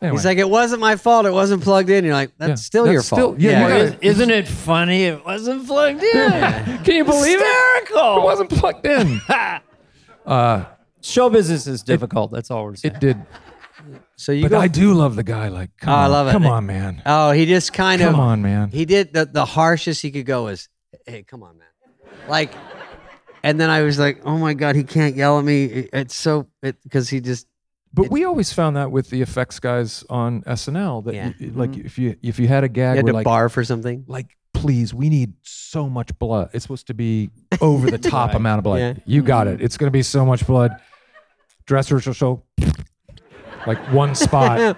Speaker 1: He's like, It wasn't my fault. It wasn't plugged in. You're like, That's
Speaker 4: Yeah.
Speaker 1: still
Speaker 4: That's
Speaker 1: your
Speaker 4: still-
Speaker 1: fault.
Speaker 4: yeah, you gotta-
Speaker 2: Is, isn't it funny? It wasn't plugged in.
Speaker 4: can you believe it?
Speaker 2: Hysterical.
Speaker 4: It wasn't plugged in.
Speaker 2: Show business is difficult. That's all we're saying.
Speaker 4: it did.
Speaker 1: So you
Speaker 4: But
Speaker 1: go.
Speaker 4: I do love the guy. Like, come
Speaker 1: Oh, I
Speaker 4: on,
Speaker 1: love it.
Speaker 4: Come on, man.
Speaker 1: oh, he just kind of.
Speaker 4: Come on, man.
Speaker 1: He did the, the harshest he could go was, hey, come on, man. Like, and then I was like, oh my God, he can't yell at me. It- It's so, it because he just,
Speaker 4: But we always found that with the effects guys on SNL that
Speaker 1: Yeah.
Speaker 4: you- like if you if you had a
Speaker 1: he
Speaker 4: gag
Speaker 1: had
Speaker 4: where
Speaker 1: to
Speaker 4: like
Speaker 1: barf or something.
Speaker 4: like please we need so much blood. It's supposed to be over the top
Speaker 2: Right.
Speaker 4: amount of blood.
Speaker 1: Yeah. Mm-hmm.
Speaker 4: You got it. It's going to be so much blood. Dress rehearsal show. Like one spot,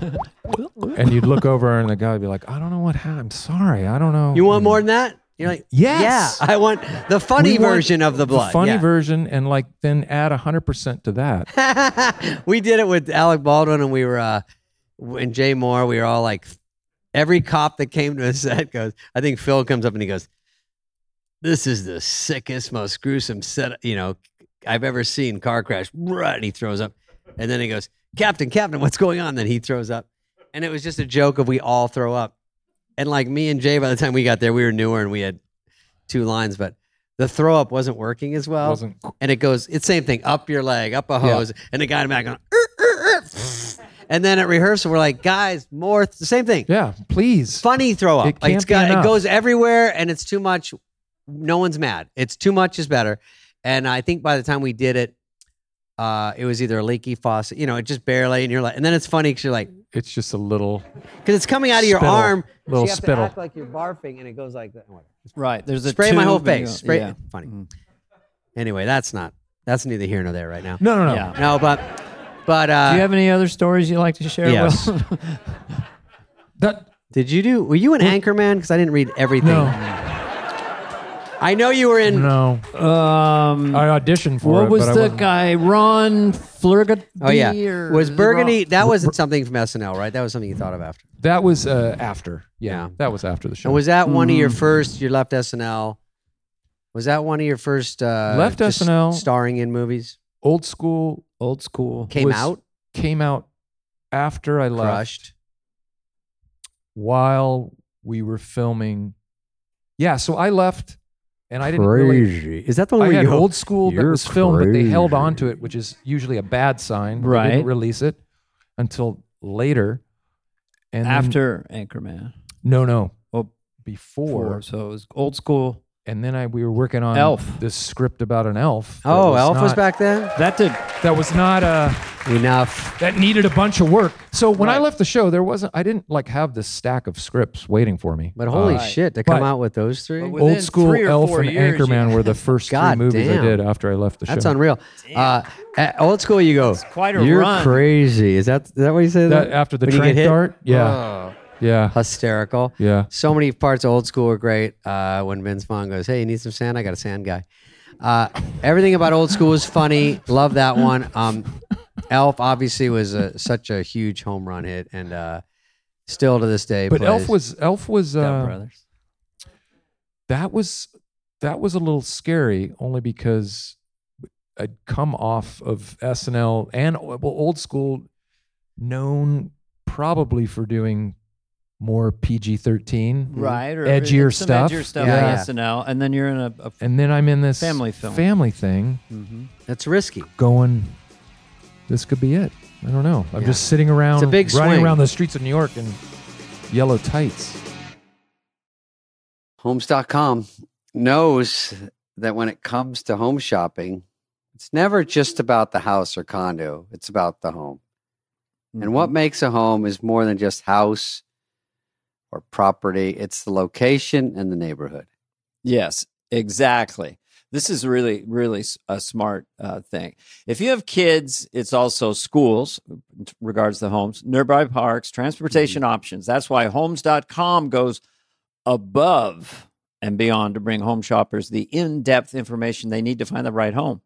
Speaker 4: and you'd look over, and the guy would be like, "I don't know what happened. I'm sorry. I don't know."
Speaker 1: You want more than that? You're like,
Speaker 4: Mm. Yes.
Speaker 1: Yeah, I want the funny
Speaker 4: We want
Speaker 1: version of the blood.
Speaker 4: funny
Speaker 1: yeah.
Speaker 4: version and like then add 100% to that
Speaker 1: we did it with Alec Baldwin, and we were uh, and Jay Moore. We were all like, every cop that came to the set goes. I think Phil comes up and he goes, "This is the sickest, most gruesome set you know I've ever seen." Car crash. Right, and he throws up, and then he goes, "Captain, Captain, what's going on?" Then he throws up, and it was just a joke of we all throw up, and like me and Jay. By the time we got there, we were newer and we had two lines, but. The throw up wasn't working as well
Speaker 4: wasn't
Speaker 1: and it goes it's same thing up your leg up a
Speaker 4: Yeah.
Speaker 1: hose and the guy in the back going "Er, er, er," and then at rehearsal we're like guys more th- same thing
Speaker 4: yeah please
Speaker 1: funny throw up
Speaker 4: It
Speaker 1: like it's
Speaker 4: can't be
Speaker 1: got it
Speaker 4: enough.
Speaker 1: goes everywhere and it's too much no one's mad it's too much is better and i think by the time we did it uh, it was either a leaky faucet, you know, it just barely, and you're like, and then it's funny because you're like,
Speaker 4: it's just a little
Speaker 1: because it's coming out of your
Speaker 4: Spittle.
Speaker 1: arm, so
Speaker 4: Little
Speaker 1: you have
Speaker 4: spittle.
Speaker 1: to act like you're barfing, and it goes like that.
Speaker 2: Right. There's a
Speaker 1: Spray my whole
Speaker 2: tube and you
Speaker 1: face,
Speaker 2: go-
Speaker 1: spray.
Speaker 2: yeah.
Speaker 1: Funny.
Speaker 4: Mm.
Speaker 1: Anyway, that's not that's neither here nor there right now.
Speaker 4: no no no
Speaker 2: Yeah.
Speaker 1: No, but but uh,
Speaker 2: Do you have any other stories you like to share?
Speaker 1: Yes.
Speaker 2: Will?
Speaker 4: that
Speaker 1: did you do? Were you an anchor man? Because I didn't read everything.
Speaker 4: no
Speaker 1: I know you were in.
Speaker 4: no
Speaker 2: um,
Speaker 4: i auditioned for
Speaker 2: what
Speaker 4: it
Speaker 2: was
Speaker 4: but I
Speaker 2: the
Speaker 4: wasn't-
Speaker 2: guy? Ron Flurgody?
Speaker 1: Oh yeah,
Speaker 2: or-
Speaker 1: was Burgundy? That
Speaker 4: Bur-
Speaker 1: wasn't something from SNL, right? That was something you thought of after.
Speaker 4: that was uh, after yeah,
Speaker 1: Yeah.
Speaker 4: that was after the show
Speaker 1: And was that one of your
Speaker 4: Mm.
Speaker 1: first? You left SNL. Was that one of your first? Uh,
Speaker 4: Left
Speaker 1: just
Speaker 4: SNL.
Speaker 1: starring in movies.
Speaker 4: old school
Speaker 2: Old school.
Speaker 1: Came
Speaker 4: Was
Speaker 1: out
Speaker 4: came out after i left
Speaker 1: crushed.
Speaker 4: while we were filming yeah so i left and i didn't really
Speaker 1: Is that the one
Speaker 4: I
Speaker 1: where
Speaker 4: had
Speaker 1: you
Speaker 4: old school that
Speaker 1: Oh, "You're
Speaker 4: was filmed, but they held
Speaker 1: crazy."
Speaker 4: on to it, which is usually a bad sign. They
Speaker 2: Right.
Speaker 4: didn't release it until later. And then-
Speaker 2: After Anchorman.
Speaker 4: no, no,
Speaker 2: Oh,
Speaker 4: before.
Speaker 2: four. So it was old school.
Speaker 4: And then I we were working on
Speaker 2: Elf.
Speaker 4: this script about an elf. that
Speaker 1: Oh, Elf was
Speaker 4: not-
Speaker 1: back then.
Speaker 2: That did.
Speaker 4: That was not uh
Speaker 1: Enough.
Speaker 4: that needed a bunch of work. So when I
Speaker 2: Right.
Speaker 4: left the show, there wasn't. I didn't like have this stack of scripts waiting for me.
Speaker 1: But holy
Speaker 4: Uh,
Speaker 2: Right.
Speaker 1: shit, to
Speaker 4: But-
Speaker 1: come out with those three.
Speaker 2: But with-
Speaker 4: old
Speaker 2: within
Speaker 4: school
Speaker 2: three or
Speaker 4: Elf
Speaker 2: four
Speaker 4: and
Speaker 2: years, you-
Speaker 4: Anchorman were the first three
Speaker 1: God
Speaker 4: movies I
Speaker 1: damn.
Speaker 4: did after I left the
Speaker 1: That's
Speaker 4: show.
Speaker 1: unreal. Uh, at old school, you go.
Speaker 2: quite a
Speaker 1: You're
Speaker 2: run."
Speaker 1: crazy. Is that is that what you say?
Speaker 4: That
Speaker 1: there?
Speaker 4: after the
Speaker 1: When you get
Speaker 4: train
Speaker 1: hit?
Speaker 4: dart, yeah,
Speaker 1: Oh.
Speaker 4: Yeah.
Speaker 1: hysterical.
Speaker 4: Yeah.
Speaker 1: So many parts of old school are great. Uh, when Vince Vaughn goes, "Hey, you need some sand? I got a sand guy." Uh, everything about old school is funny. Love that one. Um, Elf obviously was a, such a huge home run hit, and uh, still to this day.
Speaker 4: But
Speaker 1: plays.
Speaker 4: Elf was Elf was
Speaker 2: Down
Speaker 4: uh,
Speaker 2: Brothers.
Speaker 4: that was that was a little scary only because I'd come off of SNL and well, old school known probably for doing more PG-13
Speaker 2: Right. Or
Speaker 4: edgier
Speaker 2: some
Speaker 4: stuff.
Speaker 2: Edgier stuff.
Speaker 1: Yeah.
Speaker 2: Yeah. SNL. And then you're in a. a
Speaker 4: And then I'm in this
Speaker 2: Family film.
Speaker 4: family thing
Speaker 2: mhm.
Speaker 1: that's risky.
Speaker 4: going this could be it. I don't know. I'm
Speaker 1: Yeah.
Speaker 4: just sitting around
Speaker 1: It's a big
Speaker 4: running
Speaker 1: swing.
Speaker 4: around the streets of New York in yellow tights.
Speaker 1: Homes.com knows that when it comes to home shopping, it's never just about the house or condo, it's about the home.
Speaker 2: mm-hmm.
Speaker 1: And what makes a home is more than just house or property, it's the location and the neighborhood.
Speaker 2: Yes, exactly. This is really, really s- a smart uh, thing. If you have kids, it's also schools, in regards to homes, nearby parks, transportation options. That's why homes.com goes above and beyond to bring home shoppers the in depth information they need to find the right home.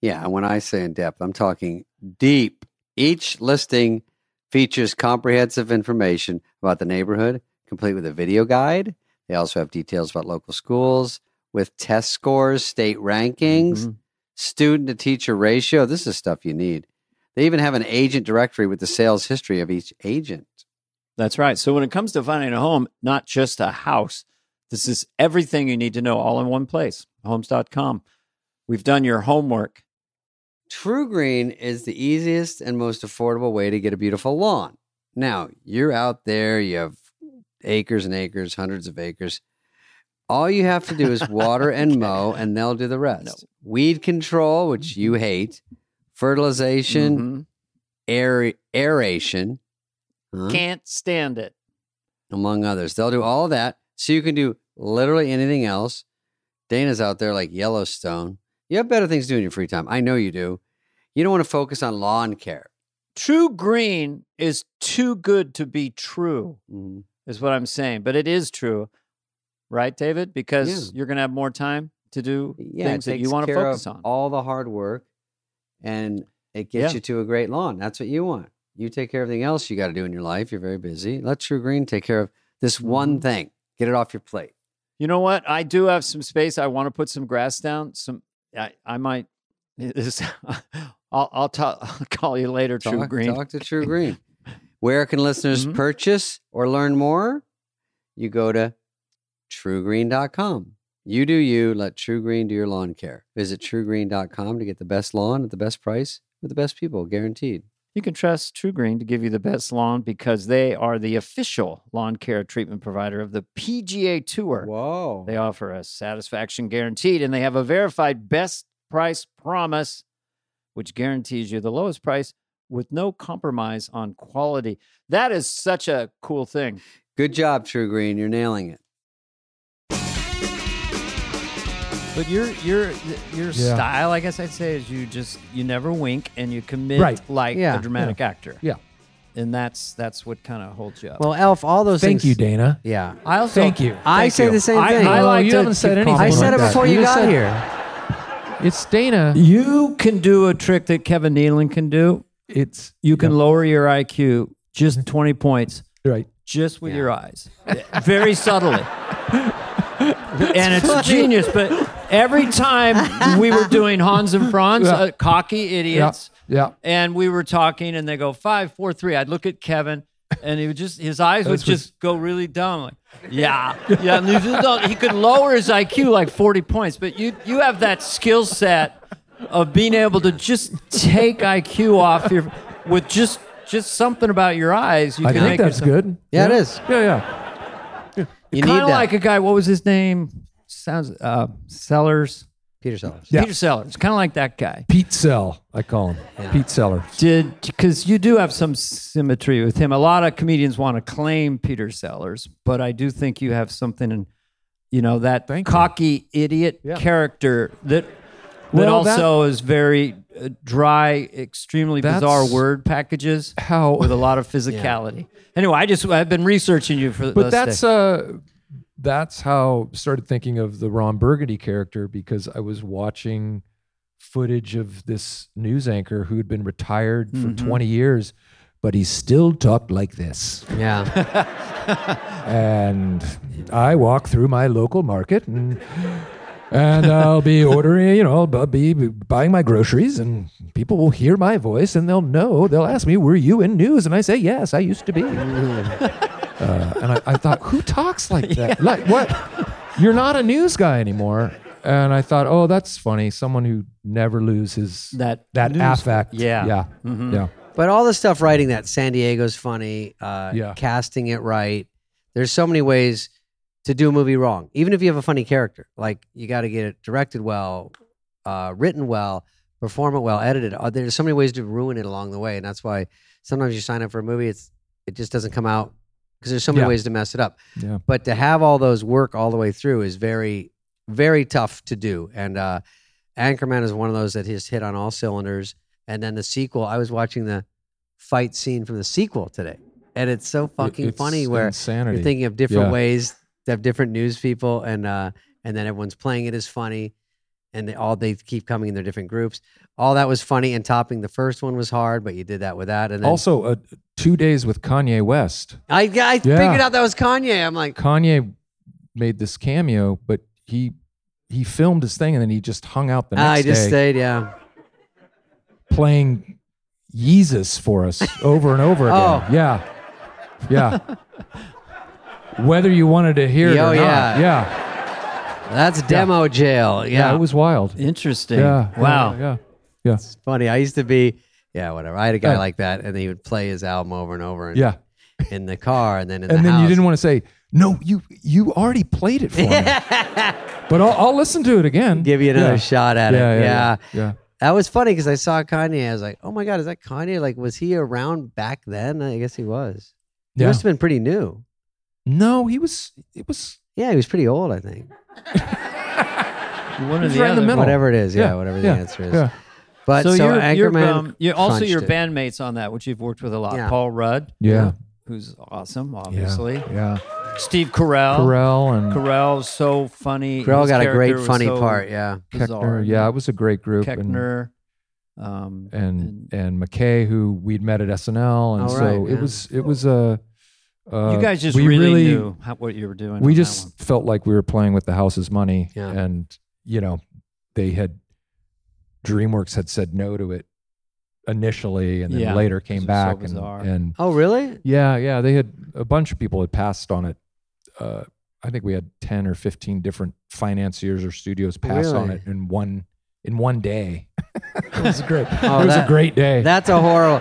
Speaker 1: Yeah, and when I say in depth, I'm talking deep. Each listing features comprehensive information about the neighborhood, complete with a video guide. They also have details about local schools with test scores, state rankings,
Speaker 2: Mhm.
Speaker 1: student to teacher ratio. This is stuff you need. They even have an agent directory with the sales history of each agent.
Speaker 2: That's right. So when it comes to finding a home, not just a house, this is everything you need to know all in one place. Homes.com. We've done your homework.
Speaker 1: True Green is the easiest and most affordable way to get a beautiful lawn. Now, you're out there, you have acres and acres, hundreds of acres. All you have to do is water and mow, and they'll do the rest.
Speaker 2: No.
Speaker 1: Weed control, which you hate, fertilization,
Speaker 2: Mhm.
Speaker 1: aer- aeration, huh?
Speaker 2: Can't stand it.
Speaker 1: among others. They'll do all that. So you can do literally anything else. Dana's out there like Yellowstone. You have better things to do in your free time. I know you do. You don't want to focus on lawn care.
Speaker 2: True green is too good to be true, is what I'm saying. But it is true, right, David? Because you're going to have more time to do
Speaker 1: Yeah,
Speaker 2: things
Speaker 1: it
Speaker 2: that you
Speaker 1: takes
Speaker 2: want to
Speaker 1: care
Speaker 2: focus
Speaker 1: of
Speaker 2: on.
Speaker 1: all the hard work, and it gets
Speaker 2: Yeah.
Speaker 1: you to a great lawn. That's what you want. You take care of everything else you got to do in your life. You're very busy. Let True Green take care of this
Speaker 2: Mm-hmm.
Speaker 1: one thing. Get it off your plate.
Speaker 2: You know what? I do have some space. I want to put some grass down. Some, I, I might. This, I'll, I'll, ta- I'll call you later, True
Speaker 1: talk,
Speaker 2: Green.
Speaker 1: Talk to True Green. Where can listeners
Speaker 2: Mhm.
Speaker 1: purchase or learn more? You go to truegreen.com. You do you. Let True Green do your lawn care. Visit truegreen.com to get the best lawn at the best price with the best people, guaranteed.
Speaker 2: You can trust True Green to give you the best lawn because they are the official lawn care treatment provider of the PGA Tour.
Speaker 1: Whoa.
Speaker 2: They offer a satisfaction guaranteed and they have a verified best price promise, which guarantees you the lowest price with no compromise on quality. That is such a cool thing.
Speaker 1: Good job, True Green. You're nailing it.
Speaker 2: But your your your
Speaker 4: Yeah.
Speaker 2: style, I guess I'd say, is you just you never wink and you commit
Speaker 4: Right.
Speaker 2: like
Speaker 1: Yeah.
Speaker 2: a dramatic actor.
Speaker 4: Yeah.
Speaker 2: And that's that's what kind of holds you up.
Speaker 1: Well, Elf, all those
Speaker 4: Thank
Speaker 1: things.
Speaker 4: you, Dana.
Speaker 1: Yeah.
Speaker 2: I also
Speaker 4: Thank you.
Speaker 1: I
Speaker 4: Thank
Speaker 1: say
Speaker 4: you.
Speaker 1: the same
Speaker 4: I-
Speaker 1: thing.
Speaker 4: I,
Speaker 2: I like
Speaker 4: you
Speaker 2: to
Speaker 4: haven't said
Speaker 2: keep
Speaker 4: anything.
Speaker 1: I
Speaker 2: Oh
Speaker 1: said
Speaker 2: my
Speaker 1: it
Speaker 4: like
Speaker 1: before
Speaker 4: that.
Speaker 1: you got
Speaker 4: said-
Speaker 1: here.
Speaker 4: It's Dana.
Speaker 2: You can do a trick that Kevin Nealon can do.
Speaker 4: It's
Speaker 2: You can lower your IQ just 20 points
Speaker 4: right.
Speaker 2: just with
Speaker 1: Yeah.
Speaker 2: your eyes, very subtly. and it's
Speaker 1: funny.
Speaker 2: genius. But every time we were doing Hans and Franz, uh, cocky idiots,
Speaker 4: Yeah.
Speaker 2: and we were talking, and they go five, four, three. I'd look at Kevin, and he would just his eyes would
Speaker 4: That's what-
Speaker 2: just go really dumb. Like, yeah, yeah. And you just don't- he could lower his IQ like forty points, but you you have that skill set of being able to just take IQ off your with just just something about your eyes. You
Speaker 4: I
Speaker 2: can
Speaker 4: think
Speaker 2: make it
Speaker 4: that's
Speaker 2: some-
Speaker 4: good.
Speaker 1: Yeah, it is.
Speaker 4: Yeah, yeah.
Speaker 1: You need
Speaker 2: kind
Speaker 1: that.
Speaker 2: of like a guy. What was his name? Sounds uh, Sellers.
Speaker 1: Peter Sellers.
Speaker 4: Yeah.
Speaker 2: Peter Sellers. Kind of like that guy.
Speaker 4: Pete Sell, I call him. Pete Seller.
Speaker 2: Did because you do have some symmetry with him. A lot of comedians want to claim Peter Sellers, but I do think you have something in, you know, that
Speaker 4: Thank you.
Speaker 2: cocky idiot
Speaker 4: Yeah.
Speaker 2: character that but
Speaker 4: Well, that-
Speaker 2: also is very uh, dry, extremely bizarre
Speaker 4: That's-
Speaker 2: word packages
Speaker 4: How
Speaker 2: with a lot of physicality. Anyway, I just I've been researching you for
Speaker 4: But
Speaker 2: this
Speaker 4: that's
Speaker 2: day.
Speaker 4: uh that's how I started thinking of the Ron Burgundy character because I was watching footage of this news anchor who had been retired for
Speaker 1: Mm-hmm.
Speaker 4: 20 years but he still talked like this.
Speaker 1: Yeah.
Speaker 4: And I walk through my local market and and I'll be ordering, you know, I'll be buying my groceries and people will hear my voice and they'll know, they'll ask me, "Were you in news?" and I say, "Yes, I used to be." Uh, and I, I thought, who talks like that? Like what? You're not a news guy anymore. And I thought, oh, that's funny. Someone who never loses
Speaker 2: That
Speaker 4: that
Speaker 2: news- Mm-hmm.
Speaker 4: affect.
Speaker 2: Yeah.
Speaker 4: yeah, yeah.
Speaker 1: but all the stuff writing that San Diego's funny, uh,
Speaker 4: Yeah.
Speaker 1: casting it right. There's so many ways to do a movie wrong, even if you have a funny character. Like you got to get it directed well, uh, written well, perform it well, edited. Uh, There's so many ways to ruin it along the way, and that's why sometimes you sign up for a movie, it's it just doesn't come out because there's so many
Speaker 4: Yeah.
Speaker 1: ways to mess it up.
Speaker 4: Yeah.
Speaker 1: But to have all those work all the way through is very, very tough to do. And uh, Anchorman is one of those that just hit on all cylinders. And then the sequel, I was watching the fight scene from the sequel today, and it's so fucking
Speaker 4: It's
Speaker 1: funny where
Speaker 4: insanity.
Speaker 1: you're thinking of different
Speaker 4: Yeah.
Speaker 1: ways to have different news people, and uh, and then everyone's playing it as funny, and they all they keep coming in their different groups. All that was funny, and topping the first one was hard, but you did that with that, and then
Speaker 4: also, uh, two days with Kanye West.
Speaker 1: I I figured out that was Kanye. I'm like,
Speaker 4: Kanye made this cameo, but he he filmed his thing and then he just hung out the next
Speaker 1: I Ah, just
Speaker 4: day
Speaker 1: stayed, yeah.
Speaker 4: playing Yeezus for us over and over again.
Speaker 1: Oh.
Speaker 4: Yeah, yeah. Whether you wanted to hear it
Speaker 1: Oh,
Speaker 4: or
Speaker 1: yeah.
Speaker 4: not, yeah.
Speaker 1: That's demo jail.
Speaker 4: Yeah,
Speaker 1: Yeah.
Speaker 4: it was wild.
Speaker 2: interesting.
Speaker 4: Yeah. yeah,
Speaker 2: wow.
Speaker 4: Yeah. Yeah.
Speaker 1: it's funny. I used to be, yeah, whatever. I had a guy
Speaker 4: Yeah.
Speaker 1: like that, and he would play his album over and over in,
Speaker 4: Yeah.
Speaker 1: in the car and then in
Speaker 4: And
Speaker 1: the
Speaker 4: then
Speaker 1: house.
Speaker 4: you didn't want to say, no, you you already played it for me. But I'll, I'll listen to it again.
Speaker 1: give you another
Speaker 4: Yeah.
Speaker 1: shot at
Speaker 4: Yeah,
Speaker 1: it.
Speaker 4: yeah, yeah, yeah.
Speaker 1: That was funny because I saw Kanye. I was like, oh my God, is that Kanye? Like, was he around back then? I guess he was. He
Speaker 4: Yeah.
Speaker 1: must have been pretty new.
Speaker 4: No, he was, it was,
Speaker 1: Yeah, he was pretty old, I think.
Speaker 2: One or
Speaker 4: He's
Speaker 2: the
Speaker 4: right in
Speaker 2: other.
Speaker 4: the middle.
Speaker 1: Whatever it is. Yeah,
Speaker 4: Yeah,
Speaker 1: whatever
Speaker 4: yeah,
Speaker 1: the answer is.
Speaker 4: yeah.
Speaker 1: But so,
Speaker 2: your,
Speaker 1: Anchorman.
Speaker 2: your, um, you also
Speaker 1: crunched
Speaker 2: your
Speaker 1: it.
Speaker 2: bandmates on that, which you've worked with a lot.
Speaker 1: Yeah.
Speaker 2: Paul Rudd,
Speaker 4: Yeah.
Speaker 2: who's awesome,
Speaker 4: Yeah.
Speaker 2: obviously.
Speaker 4: Yeah.
Speaker 2: Steve Carell.
Speaker 4: Carell and
Speaker 2: Carell's so funny.
Speaker 1: Carell
Speaker 2: His
Speaker 1: got a great
Speaker 2: character was
Speaker 1: funny
Speaker 2: so
Speaker 1: part. Yeah.
Speaker 2: bizarre.
Speaker 4: Keckner. Yeah, it was a great group.
Speaker 2: Keckner. Um,
Speaker 4: And, and and McKay, who we'd met at SNL, and
Speaker 1: Oh,
Speaker 4: so
Speaker 1: right, yeah.
Speaker 4: it was it was a. Uh,
Speaker 2: you guys just
Speaker 4: we
Speaker 2: really, knew how, what you were doing.
Speaker 4: we
Speaker 2: on that
Speaker 4: just felt like we were playing with the house's money
Speaker 1: Yeah.
Speaker 4: and you know they had dreamworks had said no to it initially and then
Speaker 2: Yeah,
Speaker 4: later came
Speaker 2: was so
Speaker 4: back and,
Speaker 2: bizarre.
Speaker 4: and
Speaker 1: Oh, really?
Speaker 4: yeah yeah they had a bunch of people had passed on it uh, i think we had 10 or 15 different financiers or studios pass on
Speaker 1: Really?
Speaker 4: it in one in one day it was great
Speaker 1: Oh,
Speaker 4: it was
Speaker 1: that-
Speaker 4: a great day
Speaker 1: That's a horrible.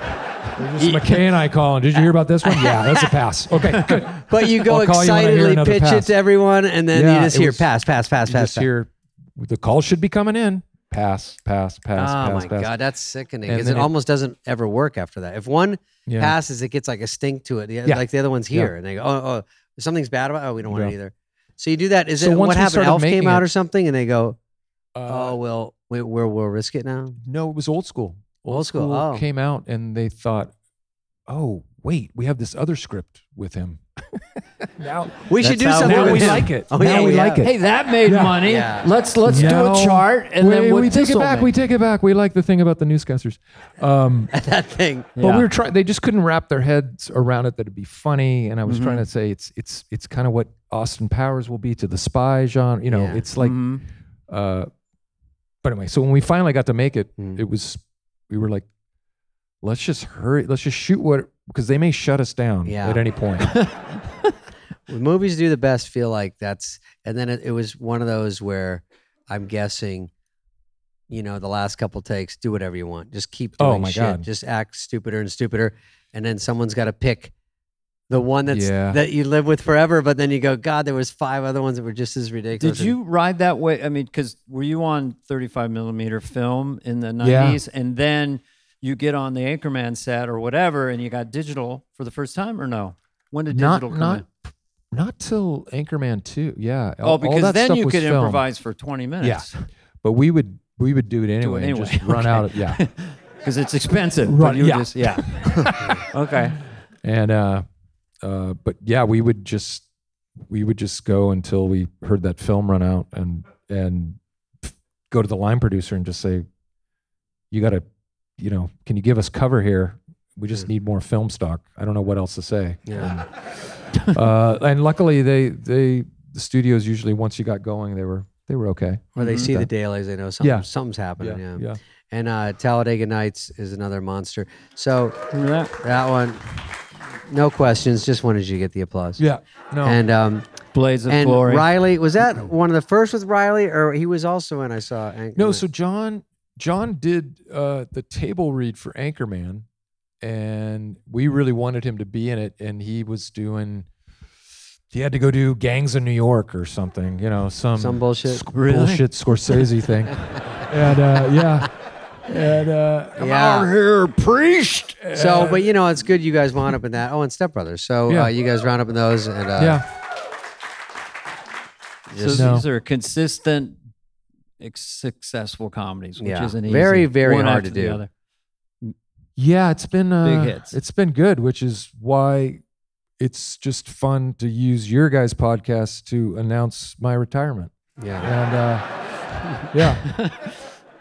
Speaker 4: Just mckay and i calling did you hear about this one yeah that's a pass okay good
Speaker 1: But you go
Speaker 4: I'll call you when I hear
Speaker 1: excitedly
Speaker 4: another
Speaker 1: pitch it
Speaker 4: pass.
Speaker 1: to everyone, and then
Speaker 4: Yeah,
Speaker 1: you just
Speaker 4: it
Speaker 1: hear
Speaker 4: was-
Speaker 1: pass, pass, pass,
Speaker 4: You
Speaker 1: pass.
Speaker 4: just
Speaker 1: pass.
Speaker 4: hear the call should be coming in. Pass, pass, pass,
Speaker 1: oh
Speaker 4: pass,
Speaker 1: my
Speaker 4: pass.
Speaker 1: god, that's sickening.
Speaker 4: And
Speaker 1: Because it,
Speaker 4: then it-
Speaker 1: almost doesn't ever work after that. If one
Speaker 4: Yeah.
Speaker 1: passes, it gets like a stink to it. The-
Speaker 4: Yeah.
Speaker 1: Like the other one's
Speaker 4: Yeah.
Speaker 1: here, and they go, "Oh, oh, if something's bad about. It, oh, we don't want it
Speaker 4: Yeah.
Speaker 1: either." So you do that. Is
Speaker 4: So
Speaker 1: it
Speaker 4: once
Speaker 1: what
Speaker 4: we
Speaker 1: happened?
Speaker 4: started
Speaker 1: Elf came
Speaker 4: making
Speaker 1: out
Speaker 4: it-
Speaker 1: or something, and they go,
Speaker 4: Uh,
Speaker 1: "Oh, well, we, we're, we'll risk it now."
Speaker 4: no, it was old school.
Speaker 1: Old school, oh.
Speaker 4: came out and they thought, oh wait, we have this other script with him. now
Speaker 1: We
Speaker 2: That's
Speaker 1: should do
Speaker 2: how-
Speaker 1: something.
Speaker 4: now
Speaker 1: with
Speaker 4: we
Speaker 1: him.
Speaker 4: like it.
Speaker 1: Oh
Speaker 4: now
Speaker 1: yeah,
Speaker 4: we
Speaker 1: yeah.
Speaker 4: like it.
Speaker 2: Hey, that made
Speaker 4: Yeah.
Speaker 2: money.
Speaker 1: Yeah.
Speaker 2: Let's let's do
Speaker 4: No.
Speaker 2: a chart and
Speaker 4: we,
Speaker 2: then what
Speaker 4: we take it
Speaker 2: this'll
Speaker 4: back.
Speaker 2: make.
Speaker 4: We take it back. We like the thing about the newscasters. Um,
Speaker 1: that thing.
Speaker 4: But
Speaker 2: Yeah.
Speaker 4: we were trying. They just couldn't wrap their heads around it that it'd be funny. And I was trying to say it's it's it's kind of what Austin Powers will be to the spy genre. You know,
Speaker 1: Yeah.
Speaker 4: it's like
Speaker 2: Mhm.
Speaker 4: uh, but anyway, so when we finally got to make it,
Speaker 1: Mm.
Speaker 4: it was we were like, let's just hurry, let's just shoot what because they may shut us down
Speaker 1: Yeah.
Speaker 4: at any point.
Speaker 1: When movies do the best feel like that's and then it, it was one of those where i'm guessing you know the last couple takes do whatever you want just keep
Speaker 4: Oh
Speaker 1: doing
Speaker 4: my
Speaker 1: shit
Speaker 4: God.
Speaker 1: just act stupider and stupider and then someone's got to pick the one that's
Speaker 4: Yeah.
Speaker 1: that you live with forever but then you go god there was five other ones that were just as ridiculous
Speaker 2: Did you ride that way? I mean, because were you on 35 millimeter film in the
Speaker 4: Yeah.
Speaker 2: 90s, and then you get on the Anchorman set or whatever, and you got digital for the first time, or no? When did
Speaker 4: not
Speaker 2: digital come
Speaker 4: not
Speaker 2: in?
Speaker 4: not till Anchorman two. Yeah. all-
Speaker 2: Oh,
Speaker 4: all
Speaker 2: because
Speaker 4: that
Speaker 2: then
Speaker 4: stuff
Speaker 2: you
Speaker 4: was
Speaker 2: could
Speaker 4: filmed.
Speaker 2: improvise for 20 minutes.
Speaker 4: But we would we would do it anyway.
Speaker 2: Do it
Speaker 4: and
Speaker 2: anyway.
Speaker 4: just run
Speaker 2: Okay.
Speaker 4: out. Of, yeah.
Speaker 2: because it's expensive.
Speaker 4: Right,
Speaker 2: But you
Speaker 4: yeah.
Speaker 2: just yeah. okay.
Speaker 4: And uh, uh, but yeah, we would just we would just go until we heard that film run out, and and go to the line producer and just say, "You got to, you know, can you give us cover here? We just need more film stock. I don't know what else to say."
Speaker 1: Yeah.
Speaker 4: uh, and luckily, they they the studios usually once you got going, they were they were okay.
Speaker 1: Or they
Speaker 2: Mhm.
Speaker 1: see the dailies, they know something,
Speaker 4: Mm-hmm. Yeah.
Speaker 1: something's happening. Yeah.
Speaker 4: yeah.
Speaker 1: And uh, Talladega Nights is another monster. So
Speaker 2: Remember that?
Speaker 1: that one, no questions. Just wanted you to get the applause.
Speaker 4: Yeah. No.
Speaker 1: And um,
Speaker 2: Blades of
Speaker 1: and
Speaker 2: Glory.
Speaker 1: Riley was that one of the first with Riley, or he was also in I saw. Ang-
Speaker 4: No, so John John did uh, the table read for Anchorman, and we really wanted him to be in it, and he was doing. He had to go do Gangs of New York or something, you know, some
Speaker 1: Some bullshit.
Speaker 4: sc-
Speaker 2: Really?
Speaker 4: bullshit Scorsese thing, and uh, yeah, and uh, I'm
Speaker 1: Yeah.
Speaker 4: out here, priest.
Speaker 1: So, but you know, it's good you guys wound up in that. Oh, and Step Brothers. So uh,
Speaker 4: Yeah.
Speaker 1: you guys round up in those, and uh,
Speaker 4: yeah,
Speaker 2: so
Speaker 1: just-
Speaker 4: No.
Speaker 2: these are consistent, ex- successful comedies, which
Speaker 1: Yeah.
Speaker 2: isn't easy.
Speaker 1: Very, very
Speaker 2: One
Speaker 1: hard
Speaker 2: after
Speaker 1: to
Speaker 2: the
Speaker 1: do.
Speaker 2: other.
Speaker 4: yeah, it's been uh,
Speaker 2: Big hits.
Speaker 4: It's been good, which is why it's just fun to use your guys' podcast to announce my retirement.
Speaker 1: yeah.
Speaker 4: and uh, yeah,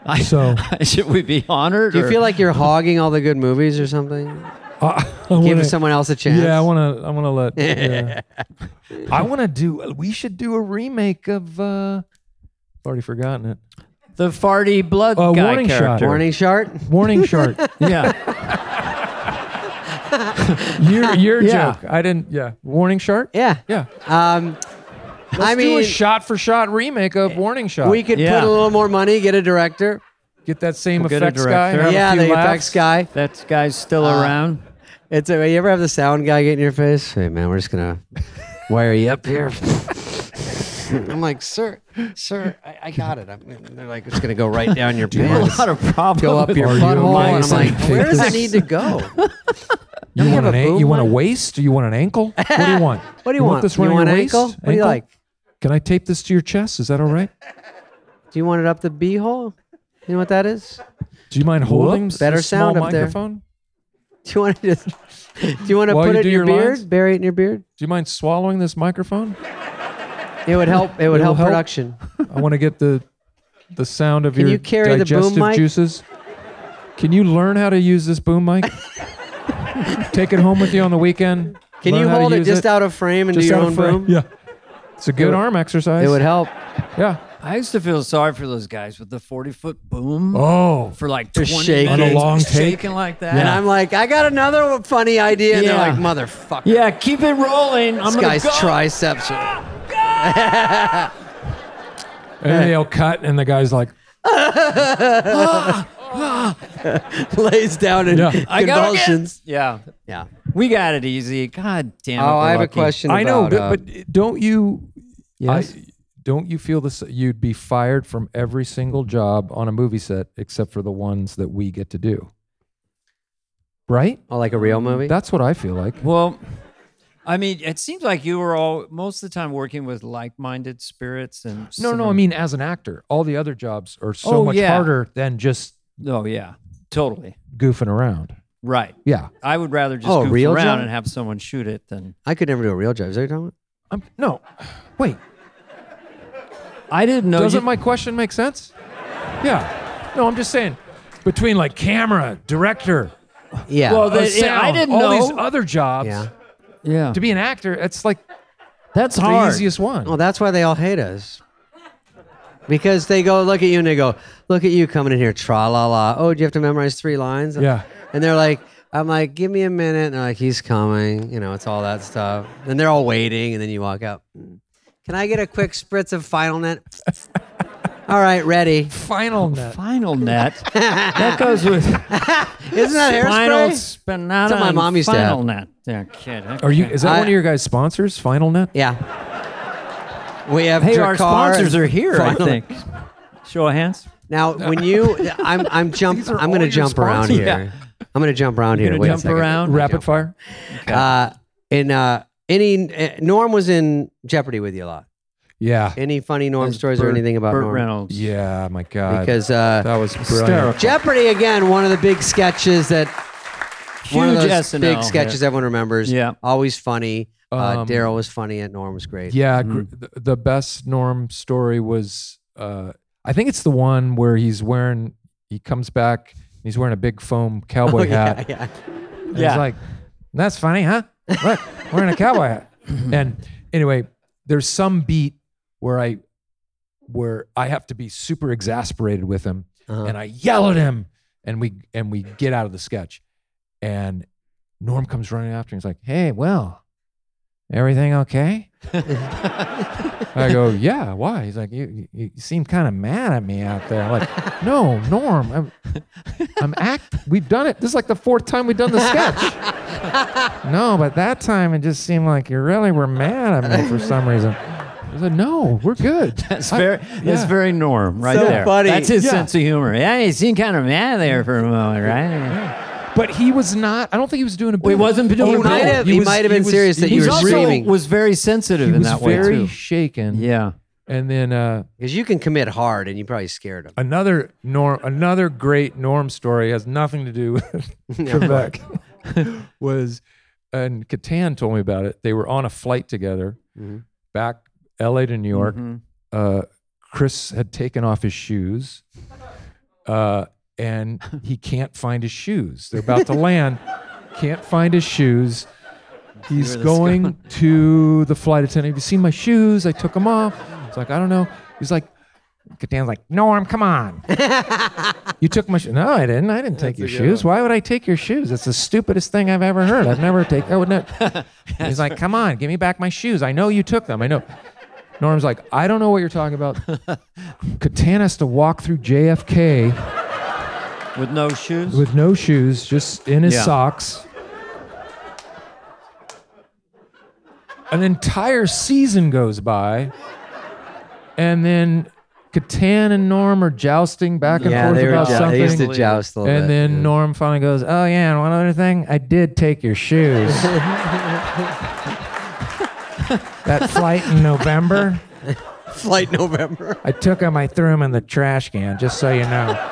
Speaker 2: I,
Speaker 4: So-
Speaker 2: should we be honored?
Speaker 1: Do you
Speaker 2: or-
Speaker 1: feel like you're hogging all the good movies or something?
Speaker 4: I, I
Speaker 1: Give
Speaker 4: wanna-
Speaker 1: someone else a chance.
Speaker 4: Yeah, I want to. I want to let. yeah. I want to do. We should do a remake of. uh I've already forgotten it.
Speaker 2: the farty blood
Speaker 4: Uh,
Speaker 2: guy
Speaker 4: warning shot.
Speaker 2: character?
Speaker 1: Warning Shark.
Speaker 4: Warning Shark.
Speaker 2: Yeah,
Speaker 4: your your
Speaker 2: Yeah.
Speaker 4: joke. I didn't. Yeah. Warning Shark.
Speaker 1: Yeah.
Speaker 4: Yeah.
Speaker 1: Um, I
Speaker 4: Let's do
Speaker 1: mean,
Speaker 4: a shot for shot remake of Warning Shot.
Speaker 1: we could
Speaker 2: Yeah.
Speaker 1: put a little more money, get a director.
Speaker 4: get that same
Speaker 2: We'll get a
Speaker 4: effects guy.
Speaker 2: director.
Speaker 4: have a
Speaker 1: yeah,
Speaker 4: few
Speaker 1: the
Speaker 4: laughs.
Speaker 1: effects guy.
Speaker 2: that guy's still
Speaker 1: Uh,
Speaker 2: around.
Speaker 1: It's a, you ever have the sound guy get in your face? Hey man, we're just gonna wire you up here. I'm like, sir, sir, I, I got it. I'm, they're like, it's gonna go right down your
Speaker 2: A
Speaker 1: pants,
Speaker 2: lot of problems.
Speaker 1: go up your
Speaker 4: Are you
Speaker 1: butthole,
Speaker 4: okay?
Speaker 1: and I'm like,
Speaker 4: Take
Speaker 1: where does it
Speaker 4: this-
Speaker 1: need to go?
Speaker 4: You want
Speaker 1: have
Speaker 4: an
Speaker 1: a
Speaker 4: a-
Speaker 1: boob
Speaker 4: you want a
Speaker 1: one?
Speaker 4: waist? Do you want an ankle? What do you want?
Speaker 1: What do you, want?
Speaker 4: This
Speaker 1: you
Speaker 4: one on
Speaker 1: want
Speaker 4: your
Speaker 1: ankle?
Speaker 4: waist?
Speaker 1: What do you
Speaker 4: Ankle?
Speaker 1: like?
Speaker 4: Can I tape this to your chest? Is that all right?
Speaker 1: Do you want it up the b hole? You know what that is?
Speaker 4: Do you mind holding
Speaker 1: Whoops. Better
Speaker 4: a small
Speaker 1: sound up there.
Speaker 4: microphone?
Speaker 1: Do you want to just? Do you want to
Speaker 4: While
Speaker 1: put
Speaker 4: you
Speaker 1: it
Speaker 4: do
Speaker 1: in your,
Speaker 4: your
Speaker 1: beard?
Speaker 4: lines?
Speaker 1: Bury it in your beard?
Speaker 4: Do you mind swallowing this microphone?
Speaker 1: It would help. It would
Speaker 4: It'll
Speaker 1: help,
Speaker 4: help.
Speaker 1: production.
Speaker 4: I want to get the the sound of
Speaker 1: Can
Speaker 4: your
Speaker 1: you carry the boom
Speaker 4: digestive
Speaker 1: mic?
Speaker 4: juices. Can you learn how to use this boom mic? Take it home with you on the weekend.
Speaker 1: Can
Speaker 4: Learn
Speaker 1: you
Speaker 4: how to
Speaker 1: hold it
Speaker 4: use
Speaker 1: just out of frame and
Speaker 4: Just
Speaker 1: do your
Speaker 4: out of
Speaker 1: own boom?
Speaker 4: frame. Yeah, it's a good
Speaker 1: would-
Speaker 4: arm exercise.
Speaker 1: It would help.
Speaker 4: Yeah.
Speaker 2: I used to feel sorry for those guys with the forty foot boom
Speaker 4: Oh,
Speaker 2: for like
Speaker 1: They're
Speaker 2: twenty
Speaker 1: shaking.
Speaker 2: minutes,
Speaker 1: On a
Speaker 4: long take.
Speaker 2: shaking like that.
Speaker 1: And I'm like, I got another funny idea. And they're
Speaker 2: Yeah.
Speaker 1: like, motherfucker.
Speaker 2: yeah, keep it rolling. I'm
Speaker 1: This
Speaker 2: gonna
Speaker 1: guy's
Speaker 2: go.
Speaker 1: triceps. are-
Speaker 4: and then they'll cut, and the guy's like,
Speaker 1: lays down in
Speaker 4: Yeah.
Speaker 2: I gotta get-
Speaker 1: convulsions.
Speaker 2: Yeah,
Speaker 1: Yeah.
Speaker 2: we got it easy. God damn. it,
Speaker 1: Oh, I
Speaker 2: we're
Speaker 1: have a
Speaker 2: lucky.
Speaker 1: question.
Speaker 4: "I know,
Speaker 1: about, uh,
Speaker 4: but, but don't you?
Speaker 2: Yes?
Speaker 4: I, don't you feel this? You'd be fired from every single job on a movie set except for the ones that we get to do, right?
Speaker 1: uh, oh, like a real movie.
Speaker 4: That's what I feel like.
Speaker 2: Well, I mean, it seems like you were all most of the time working with like-minded spirits and
Speaker 4: No, no, I
Speaker 2: similar-
Speaker 4: mean as an actor, all the other jobs are so
Speaker 2: Oh,
Speaker 4: much
Speaker 2: yeah.
Speaker 4: harder than just
Speaker 2: Oh yeah, totally
Speaker 4: goofing around.
Speaker 2: right.
Speaker 4: Yeah,
Speaker 2: I would rather just
Speaker 1: Oh,
Speaker 2: goof
Speaker 1: real
Speaker 2: around
Speaker 1: job?
Speaker 2: and have someone shoot it than
Speaker 1: I could never do a real job. Is that what you're talking
Speaker 4: I'm, no, wait,
Speaker 2: I didn't know.
Speaker 4: doesn't
Speaker 2: you-
Speaker 4: my question make sense? Yeah, no, I'm just saying between like camera, director,
Speaker 1: about? Yeah.
Speaker 2: Well, the-
Speaker 4: uh,
Speaker 2: But it- Oh, I
Speaker 4: sound,
Speaker 2: didn't
Speaker 4: all
Speaker 2: know.
Speaker 4: these other jobs.
Speaker 1: yeah.
Speaker 2: yeah,
Speaker 4: To be an actor, it's like
Speaker 2: that's
Speaker 4: the
Speaker 2: hard. Oh,
Speaker 4: easiest one.
Speaker 1: Well, that's why they all hate us. Because they go look at you and they go, look at you coming in here, tra la la. Oh, do you have to memorize three lines?
Speaker 4: Yeah.
Speaker 1: And they're like, I'm like, give me a minute. And they're like, he's coming. You know, it's all that stuff. And they're all waiting. And then you walk up. Can I get a quick spritz of Final Net? all right, ready.
Speaker 4: Final net.
Speaker 2: Final net. that goes with
Speaker 1: Isn't that
Speaker 2: final
Speaker 1: hairspray?
Speaker 2: spinata.
Speaker 1: That's what my
Speaker 2: and
Speaker 1: mom used to have.
Speaker 2: Final net. Yeah, kid.
Speaker 4: Are you?
Speaker 2: okay.
Speaker 4: Is that
Speaker 1: I-
Speaker 4: one of your guys' sponsors? Final net.
Speaker 1: Yeah. We have
Speaker 2: Hey, our
Speaker 1: Drakkar
Speaker 2: sponsors
Speaker 1: and
Speaker 2: are here. I
Speaker 1: Final-
Speaker 2: think. Show of hands.
Speaker 1: Now, when you, I'm, I'm jump,
Speaker 4: are
Speaker 1: I'm
Speaker 4: all
Speaker 1: going to
Speaker 4: your
Speaker 1: jump around
Speaker 4: sponsors.
Speaker 1: here. I'm going to jump around here.
Speaker 2: gonna
Speaker 1: Wait a
Speaker 2: jump
Speaker 1: second.
Speaker 2: around?
Speaker 4: Rapid fire.
Speaker 1: Uh, and uh, any uh, Norm was in Jeopardy with you a lot.
Speaker 4: Yeah.
Speaker 1: Any funny Norm
Speaker 2: That's
Speaker 1: stories or
Speaker 2: Burt-
Speaker 1: anything about
Speaker 2: Burt
Speaker 1: Norm?
Speaker 2: Reynolds.
Speaker 4: Yeah. My God.
Speaker 1: Because uh,
Speaker 4: that was brilliant.
Speaker 2: Hysterical.
Speaker 1: Jeopardy again, one of the big sketches that one of
Speaker 2: Huge
Speaker 1: those
Speaker 2: SNL.
Speaker 1: big sketches everyone remembers.
Speaker 2: Yeah.
Speaker 1: always funny. uh,
Speaker 4: Um,
Speaker 1: Daryl was funny, and Norm was great.
Speaker 4: Yeah, gr- th- the best Norm story was uh, I think it's the one where he's wearing he comes back and he's wearing a big foam cowboy hat.
Speaker 1: Oh, yeah, yeah.
Speaker 4: And
Speaker 2: Yeah.
Speaker 4: He's like, that's funny, huh? Look, wearing a cowboy hat. And anyway, there's some beat where I where I have to be super exasperated with him,
Speaker 1: Uh-huh.
Speaker 4: and I yell at him, and we and we get out of the sketch, and Norm comes running after, and he's like, "Hey, Will, everything okay?" I go, "Yeah, why?" He's like, "You you you seem kind of mad at me out there." I'm like, "No, Norm, I'm, I'm act. We've done it. This is like the fourth time we've done the sketch. no, but that time it just seemed like you really were mad at me for some reason." I said, "No, we're good."
Speaker 2: That's very that's
Speaker 4: yeah.
Speaker 2: very Norm right
Speaker 1: So
Speaker 2: there.
Speaker 1: funny.
Speaker 2: That's his
Speaker 4: Yeah.
Speaker 2: sense of humor. Yeah, he seemed kind of mad there for a moment, right?
Speaker 4: But he was not. I don't think he was doing a. Oh,
Speaker 2: Well, he wasn't doing
Speaker 1: He
Speaker 2: a
Speaker 1: might
Speaker 2: bit.
Speaker 1: have.
Speaker 4: He
Speaker 1: He,
Speaker 4: was-
Speaker 1: might have
Speaker 4: he
Speaker 1: been
Speaker 4: was-
Speaker 1: serious that
Speaker 4: he
Speaker 1: you
Speaker 2: He's
Speaker 1: were
Speaker 2: also
Speaker 1: screaming
Speaker 2: was very sensitive
Speaker 4: He
Speaker 2: in
Speaker 4: was
Speaker 2: that way
Speaker 4: very
Speaker 2: too.
Speaker 4: shaken.
Speaker 2: Yeah.
Speaker 4: And then uh,
Speaker 1: because you can commit hard, and you probably scared him.
Speaker 4: another norm, another great Norm story has nothing to do with Quebec. was, and Catan told me about it. They were on a flight together
Speaker 1: Mhm.
Speaker 4: back L.A. to New York.
Speaker 2: Mhm.
Speaker 4: Uh, Chris had taken off his shoes, uh, and he can't find his shoes. They're about to land, can't find his shoes. He's
Speaker 2: this
Speaker 4: going to the flight attendant. Have you seen my shoes? I took them off. He's like, I don't know. He's like, Catan's like, Norm, come on. you took my shoes. No, I didn't. I didn't take your shoes. Why would I take your shoes? That's the stupidest thing I've ever heard. I've never taken. I would not. He's like, come on, give me back my shoes. I know you took them. I know. Norm's like, I don't know what you're talking about. Catan has to walk through JFK
Speaker 2: With no shoes.
Speaker 4: with no shoes, just in his
Speaker 2: Yeah.
Speaker 4: socks. An entire season goes by, and then Catan and Norm are jousting back and
Speaker 1: Yeah,
Speaker 4: forth
Speaker 1: they were.
Speaker 4: about
Speaker 1: Jou-
Speaker 4: something.
Speaker 1: they used to joust a little
Speaker 4: and
Speaker 1: bit.
Speaker 4: then
Speaker 1: yeah.
Speaker 4: Norm finally goes, "Oh yeah, and one other thing, I did take your shoes." that flight in November,
Speaker 1: flight November.
Speaker 4: I took them. I threw them in the trash can, just so you know.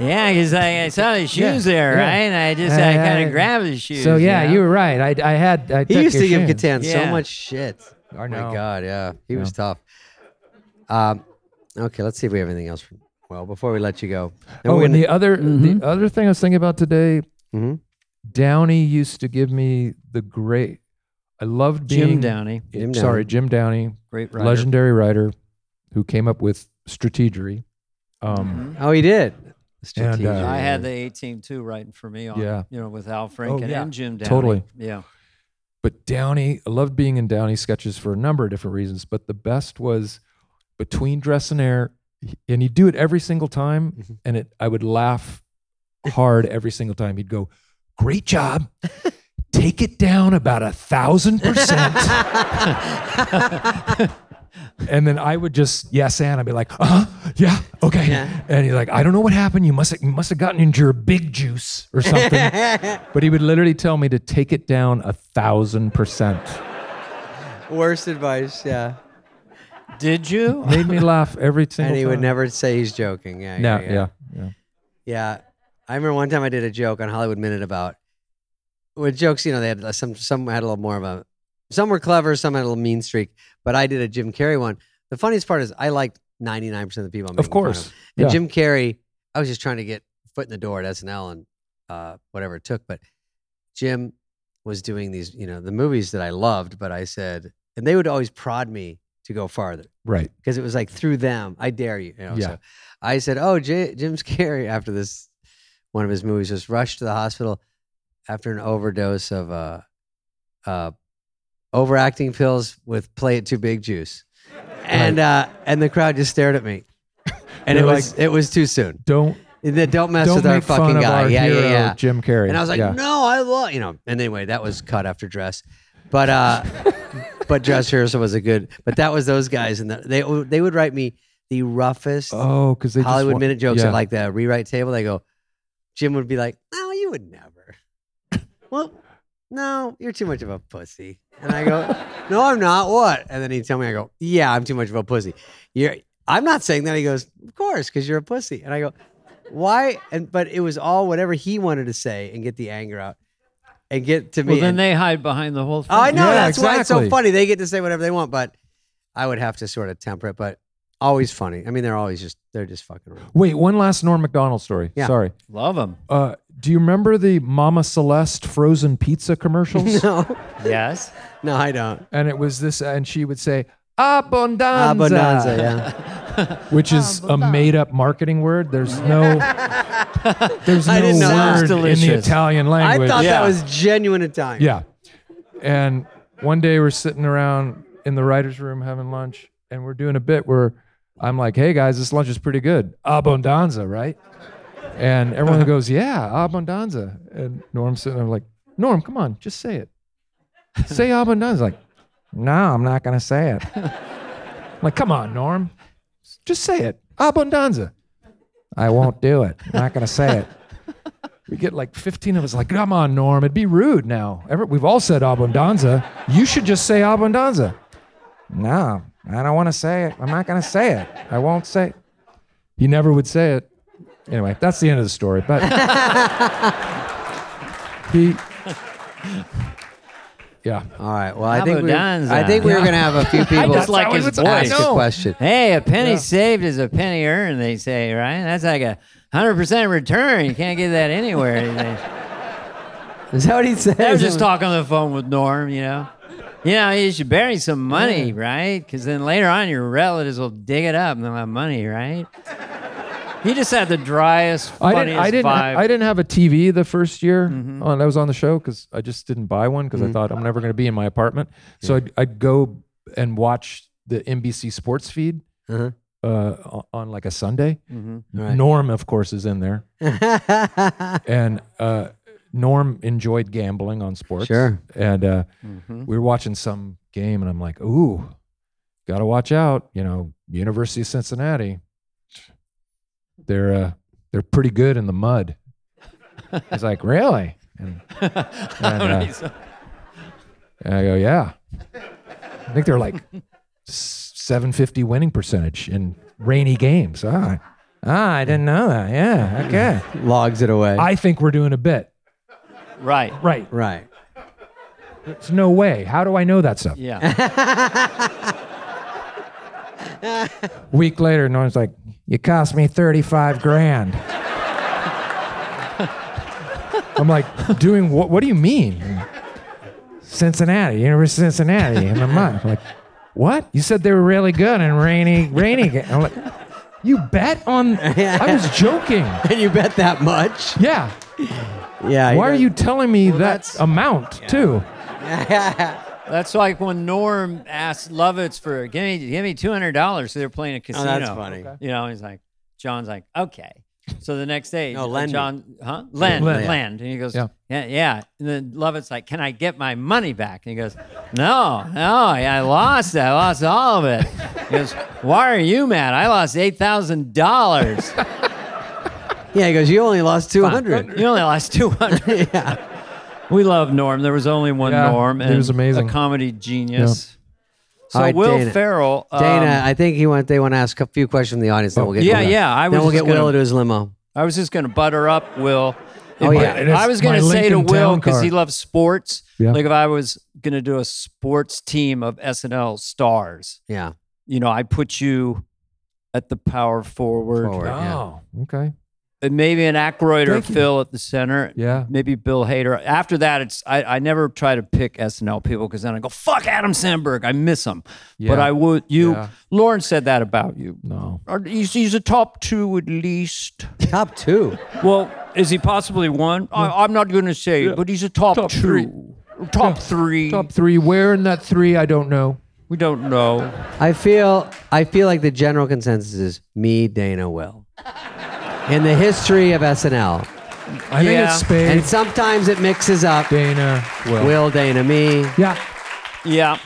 Speaker 2: Yeah, because I, I saw his
Speaker 4: Yeah,
Speaker 2: shoes there,
Speaker 4: yeah.
Speaker 2: right? And I just
Speaker 4: Yeah,
Speaker 2: I
Speaker 4: yeah,
Speaker 2: kind
Speaker 4: yeah.
Speaker 2: of grabbed his shoes.
Speaker 4: So yeah,
Speaker 2: know?
Speaker 4: you were right. I, I had. I
Speaker 1: He
Speaker 4: took
Speaker 1: used to
Speaker 4: your
Speaker 1: give
Speaker 4: shoes.
Speaker 1: Catan so
Speaker 2: Yeah.
Speaker 1: much shit. Oh
Speaker 4: know.
Speaker 1: my god, yeah, he was tough. Um, okay, let's see if we have anything else. From, well, before we let you go, then
Speaker 4: Oh,
Speaker 1: we're
Speaker 4: and
Speaker 1: gonna- Mm-hmm.
Speaker 4: the other the other thing I was thinking about today, Downey used to give me the great. I loved being
Speaker 2: Jim Downey,
Speaker 1: Jim
Speaker 4: Sorry, Jim Downey,
Speaker 2: great writer.
Speaker 4: legendary writer, who came up with strategery.
Speaker 2: Mm-hmm.
Speaker 4: Um,
Speaker 1: oh, he did.
Speaker 4: And, uh,
Speaker 2: I had the A team too writing for me on,
Speaker 4: Yeah. Oh,
Speaker 2: you know, with Al Franken
Speaker 4: yeah.
Speaker 2: and Jim Downey.
Speaker 4: Totally.
Speaker 2: Yeah.
Speaker 4: But Downey, I loved being in Downey sketches for a number of different reasons. But the best was between dress and air, and he'd do it every single time, and it I would laugh hard every single time. He'd go, "Great job." Take it down about a thousand percent. And then I would just yes and I'd be like, uh huh, yeah, okay. And he's like, I don't know what happened. You must have, you must have gotten into your big juice or something. but he would literally tell me to take it down a thousand percent.
Speaker 1: Worst advice, yeah.
Speaker 2: Did you?
Speaker 4: Made me laugh every single
Speaker 1: And he
Speaker 4: time.
Speaker 1: would never say he's joking. Yeah,
Speaker 4: No,
Speaker 1: yeah,
Speaker 4: yeah, yeah.
Speaker 1: Yeah. I remember one time I did a joke on Hollywood Minute about with jokes, you know, they had uh, some some had a little more of a some were clever, some had a little mean streak, but I did a Jim Carrey one. The funniest part is I liked 99% of the people I'm making
Speaker 4: Of
Speaker 1: fun
Speaker 4: course.
Speaker 1: And
Speaker 4: Yeah.
Speaker 1: Jim Carrey, I was just trying to get foot in the door at SNL and uh, whatever it took, but Jim was doing these, you know, the movies that I loved, but I said, and they would always prod me to go farther
Speaker 4: Right.
Speaker 1: because it was like through them. I dare you. you know,
Speaker 4: Yeah.
Speaker 1: so I said, "Oh, J- Jim Carrey after this one of his movies was rushed to the hospital after an overdose of uh, uh, overacting pills with play it too big juice," and uh, and the crowd just stared at me, and it
Speaker 4: They're
Speaker 1: was it was too soon.
Speaker 4: Don't
Speaker 1: They- Don't mess
Speaker 4: don't
Speaker 1: with our
Speaker 4: make fun
Speaker 1: fucking
Speaker 4: of
Speaker 1: guy.
Speaker 4: our
Speaker 1: yeah,
Speaker 4: hero,
Speaker 1: yeah, yeah.
Speaker 4: Jim Carrey.
Speaker 1: And I was like,
Speaker 4: yeah.
Speaker 1: no, I love you know. And anyway, that was cut after dress, but uh, but dress rehearsal was a good. But that was those guys, and the, they would- they would write me the roughest
Speaker 4: oh, because they just
Speaker 1: Hollywood
Speaker 4: want-
Speaker 1: minute jokes
Speaker 4: yeah.
Speaker 1: at like the rewrite table. They go, Jim would be like, no, you would never. well, no, you're too much of a pussy. And I go, no, I'm not. What? And then he'd tell me, I go, yeah, I'm too much of a pussy. You're, I'm not saying that. He goes, of course, because you're a pussy. And I go, why? And but it was all whatever he wanted to say and get the anger out and get to me.
Speaker 2: Well, then
Speaker 1: and- Oh,
Speaker 2: they hide behind the whole thing.
Speaker 1: I know
Speaker 4: Yeah,
Speaker 1: that's why it's so
Speaker 4: exactly.
Speaker 1: funny. They get to say whatever they want, but I would have to sort of temper it. But always funny. I mean, they're always just they're just fucking around.
Speaker 4: Wait, one last Norm Macdonald story.
Speaker 1: Yeah.
Speaker 4: Sorry.
Speaker 2: Love them.
Speaker 4: Uh, do you remember the Mama Celeste frozen pizza commercials?
Speaker 1: No,
Speaker 2: Yes.
Speaker 1: no, I don't.
Speaker 4: And it was this, and she would say, Abondanza,
Speaker 1: Abonanza, yeah.
Speaker 4: which is a made-up marketing word. There's no, there's
Speaker 1: I
Speaker 4: no
Speaker 1: didn't know that.
Speaker 4: word in the
Speaker 2: Delicious.
Speaker 4: Italian
Speaker 1: I
Speaker 4: language.
Speaker 1: thought
Speaker 2: Yeah.
Speaker 1: that was genuine Italian.
Speaker 4: Yeah. And one day we're sitting around in the writer's room having lunch and we're doing a bit where I'm like, hey guys, this lunch is pretty good. Abondanza, right? And everyone goes, yeah, abondanza. And Norm's sitting there like, Norm, come on, just say it. Say abondanza. Like, no, I'm not going to say it. I'm like, come on, Norm, just say it. Abondanza. I won't do it. I'm not going to say it. We get like 15 of us like, come on, Norm, it'd be rude now. Ever, we've all said abundanza. You should just say abundanza. No, I don't want to say it. I'm not going to say it. I won't say it. He never would say it. Anyway, that's the end of the story. But he, yeah.
Speaker 1: All right. Well, I think we, I
Speaker 2: Abonanza.
Speaker 1: think we were going to have a few people
Speaker 2: just like his
Speaker 1: ask
Speaker 2: voice.
Speaker 1: a question.
Speaker 2: Hey, a penny
Speaker 4: Yeah.
Speaker 2: saved is a penny earned, they say, right? That's like a 100% return. You can't get that anywhere. they say.
Speaker 1: Is that what he said?
Speaker 2: I was just talking on the phone with Norm, you know. You know, you should bury some money, right? Because then later on, your relatives will dig it up and they'll have money, right? He just had the driest,
Speaker 4: I
Speaker 2: funniest
Speaker 4: didn't. I didn't.
Speaker 2: vibe. Mm-hmm.
Speaker 4: I didn't have a TV the first year on, I was on the show because I just didn't buy one because
Speaker 1: Mm-hmm.
Speaker 4: I thought I'm never going to be in my apartment. So I'd, I'd go and watch the NBC Sports feed
Speaker 1: Uh-huh.
Speaker 4: uh, on, on like a Sunday.
Speaker 2: Mm-hmm.
Speaker 1: Right.
Speaker 4: Norm, of course, is in there, and uh, Norm enjoyed gambling on sports.
Speaker 1: Sure.
Speaker 4: And uh, we were watching some game, and I'm like, "Ooh, gotta watch out!" You know, University of Cincinnati. They're uh, they're pretty good in the mud. He's like, "Really?" And, and, uh, and I go, "Yeah." I think they're like 750 winning percentage in rainy games. Ah, ah I didn't know that. Yeah, okay.
Speaker 1: Logs it away.
Speaker 4: I think we're doing a bit.
Speaker 2: right.
Speaker 4: Right.
Speaker 1: right.
Speaker 4: There's no way. How do I know that stuff?
Speaker 2: Yeah.
Speaker 4: Week later, Norm's like, "You cost me thirty-five grand." I'm like, "Doing what? What do you mean?" Cincinnati, University of Cincinnati, in a month. I'm like, what? You said they were really good in rainy, rainy. Ga-. I'm like, you bet on? I was joking.
Speaker 1: And you bet that much?
Speaker 4: Yeah.
Speaker 1: Yeah.
Speaker 4: Why are
Speaker 1: don't-
Speaker 4: you telling me that
Speaker 2: that's-
Speaker 4: amount too?
Speaker 2: That's like when Norm asked Lovitz for, give me, give me $200. So they're playing a
Speaker 1: Oh,
Speaker 2: casino.
Speaker 1: that's funny.
Speaker 2: You know, he's like, John's like, okay. So the next day,
Speaker 1: No,
Speaker 2: uh,
Speaker 1: lend me.
Speaker 2: John, huh? Lend,
Speaker 4: Lend.
Speaker 2: lend,
Speaker 4: Yeah.
Speaker 2: And he goes,
Speaker 4: Yeah.
Speaker 2: yeah. yeah, And then Lovett's like, can I get my money back? And he goes, no, no, I lost it. I lost all of it. He goes, why are you mad? I lost $8,000.
Speaker 1: Yeah, he goes, you only lost 200.
Speaker 2: you only lost 200 Yeah. We love Norm. There was only one
Speaker 4: Yeah,
Speaker 2: Norm.
Speaker 4: he
Speaker 2: And
Speaker 4: was amazing.
Speaker 2: A comedy genius. So
Speaker 1: All right,
Speaker 2: Will
Speaker 1: Dana.
Speaker 2: Ferrell. um, Oh,
Speaker 1: Dana, I think he want, they want to ask a few questions from the audience. Then we'll get
Speaker 2: yeah,
Speaker 1: Will.
Speaker 2: yeah, I
Speaker 1: then
Speaker 2: was
Speaker 1: we'll get
Speaker 2: just gonna-
Speaker 1: Will to his limo.
Speaker 2: I was just going to butter up Will.
Speaker 1: Oh,
Speaker 2: If-
Speaker 1: yeah.
Speaker 4: It is
Speaker 2: I was going
Speaker 4: my
Speaker 2: to say to
Speaker 4: Lincoln
Speaker 2: Will
Speaker 4: Town Car.
Speaker 2: because he loves sports.
Speaker 4: Yeah.
Speaker 2: Like if I was going to do a sports team of SNL stars,
Speaker 1: Yeah.
Speaker 2: you know, I put you at the power forward,
Speaker 1: Forward, yeah.
Speaker 4: okay.
Speaker 2: and maybe an Aykroyd or
Speaker 4: Thank you.
Speaker 2: Phil at the center.
Speaker 4: Yeah.
Speaker 2: Maybe Bill Hader. After that, it's I, I never try to pick SNL people because then I go fuck Adam Sandberg. I miss him, but
Speaker 4: Yeah.
Speaker 2: I would you.
Speaker 4: Yeah.
Speaker 2: Lauren said that about you.
Speaker 4: No.
Speaker 2: Or He's, he's a top two at least.
Speaker 1: Top two.
Speaker 2: Well, is he possibly one? I, I'm not going to say, but he's a top,
Speaker 4: Top
Speaker 2: two,
Speaker 4: three.
Speaker 2: top three.
Speaker 4: Top three. Where in that three? I don't know.
Speaker 2: We don't know.
Speaker 1: I feel I feel like the general consensus is me, Dana, Will. In the history of SNL.
Speaker 4: I
Speaker 2: Yeah.
Speaker 4: think it's
Speaker 1: And
Speaker 4: Spade,
Speaker 1: sometimes it mixes up.
Speaker 4: Dana, Will.
Speaker 1: Will, Dana, me.
Speaker 4: Yeah.
Speaker 2: Yeah,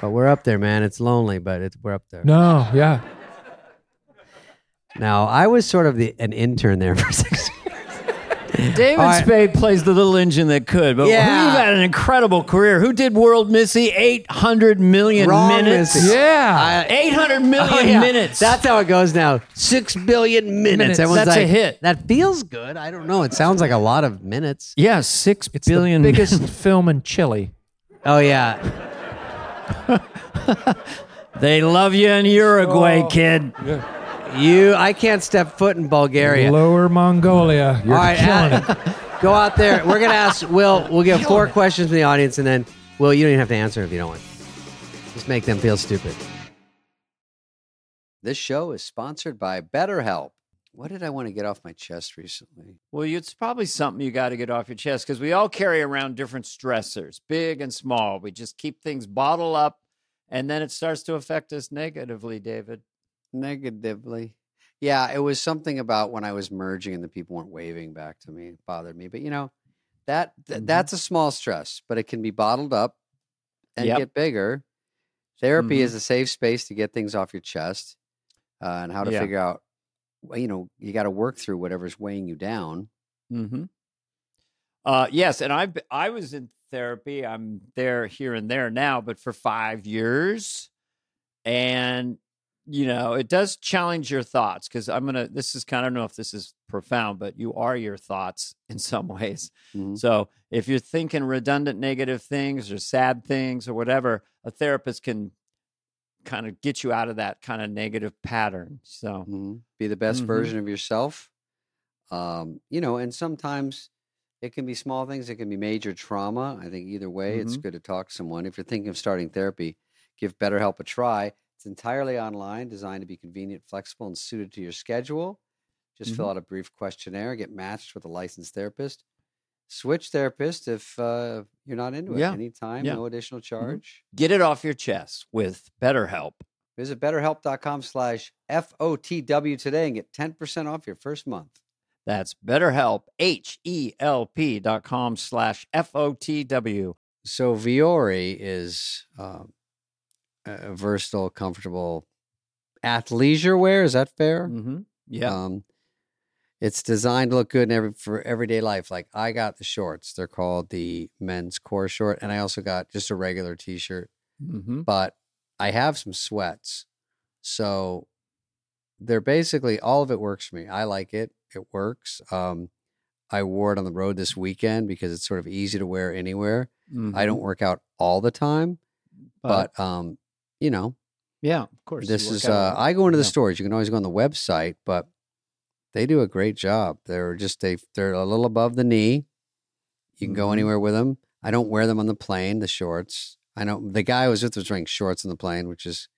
Speaker 1: But we're up there, man. It's lonely, but it's, we're up there.
Speaker 4: No. Yeah.
Speaker 1: Now, I was sort of the, an intern there for six years.
Speaker 2: David
Speaker 1: All right.
Speaker 2: Spade plays the little engine that could, but
Speaker 1: Yeah.
Speaker 2: you've had an incredible career. Who did World Missy? 800 million
Speaker 1: Wrong
Speaker 2: minutes.
Speaker 1: Missy.
Speaker 4: Yeah.
Speaker 2: 800 million
Speaker 1: Oh, yeah.
Speaker 2: minutes.
Speaker 1: That's how it goes now. Six billion minutes.
Speaker 2: Minutes.
Speaker 1: Everyone's
Speaker 2: That's a
Speaker 1: like,
Speaker 2: hit.
Speaker 1: That feels good. I don't know. It sounds like a lot of minutes.
Speaker 2: yeah, six billion.
Speaker 4: it's the biggest film in Chile.
Speaker 1: Oh yeah.
Speaker 2: They love you in Uruguay,
Speaker 1: Oh.
Speaker 2: kid.
Speaker 1: You. I can't step foot in Bulgaria.
Speaker 4: Lower Mongolia. You're
Speaker 1: All right, uh,
Speaker 4: killing
Speaker 1: Adam,
Speaker 4: it.
Speaker 1: go out there. We're gonna ask Will. We'll get four questions from the audience, and then Will, you don't even have to answer if you don't want. Just make them feel stupid. This show is sponsored by BetterHelp. What did I want to get off my chest recently?
Speaker 2: Well, you- it's probably something you got to get off your chest because we all carry around different stressors, big and small. We just keep things bottled up, and then it starts to affect us negatively, David.
Speaker 1: Negatively. Yeah, it was something about when I was merging and the people weren't waving back to me. It bothered me. But you know, that th-
Speaker 2: Mhm.
Speaker 1: that's a small stress, but it can be bottled up and
Speaker 2: Yep.
Speaker 1: get bigger. Therapy
Speaker 2: Mhm.
Speaker 1: is a safe space to get things off your chest uh, and how to
Speaker 2: Yeah.
Speaker 1: figure out. Well, you know, you got to work through whatever's weighing you down.
Speaker 2: Mm-hmm. Uh, yes, and I I was in therapy. I'm there here and there now, but for five years, and you know it does challenge your thoughts because I'm gonna. This is kind of I don't know if this is profound, but you are your thoughts in some ways.
Speaker 1: Mhm.
Speaker 2: So if you're thinking redundant negative things or sad things or whatever, a therapist can kind of get you out of that kind of negative pattern. So
Speaker 1: Mhm. Be the best
Speaker 2: Mhm.
Speaker 1: version of yourself. Um, you know, and sometimes it can be small things, it can be major trauma. I think either way, it's
Speaker 2: Mhm.
Speaker 1: good to talk to someone. If you're thinking of starting therapy, give BetterHelp a try. It's entirely online, designed to be convenient, flexible, and suited to your schedule. Just
Speaker 2: Mm-hmm.
Speaker 1: fill out a brief questionnaire, get matched with a licensed therapist. Switch therapist if uh, you're not into it
Speaker 2: Yeah.
Speaker 1: anytime,
Speaker 2: Yeah. Mm-hmm.
Speaker 1: no additional charge.
Speaker 2: get it off your chest with BetterHelp.
Speaker 1: Visit betterhelp.com slash FOTW today and get 10% off your first month.
Speaker 2: That's BetterHelp, H-E-L-P dot com slash F-O-T-W.
Speaker 1: So Viore is um, a a versatile, comfortable athleisure wear. Is that fair?
Speaker 2: Mm-hmm. Yeah.
Speaker 1: Um, it's designed to look good in every for everyday life. Like I got the shorts; they're called the men's core short, and I also got just a regular t-shirt.
Speaker 2: Mm-hmm.
Speaker 1: But I have some sweats, so they're basically all of it works for me. I like it; it works. Um, I wore it on the road this weekend because it's sort of easy to wear anywhere.
Speaker 2: Mm-hmm.
Speaker 1: I don't work out all the time, but, um, you know,
Speaker 2: yeah, of course. you
Speaker 1: this
Speaker 2: work
Speaker 1: is
Speaker 2: out a
Speaker 1: uh,
Speaker 2: lot.
Speaker 1: I go into the
Speaker 2: Yeah.
Speaker 1: stores. You can always go on the website, but they do a great job. They're just they they're a little above the knee. You can go
Speaker 2: Mhm.
Speaker 1: anywhere with them. I don't wear them on the plane. The shorts. I know the guy I was with was wearing shorts on the plane, which is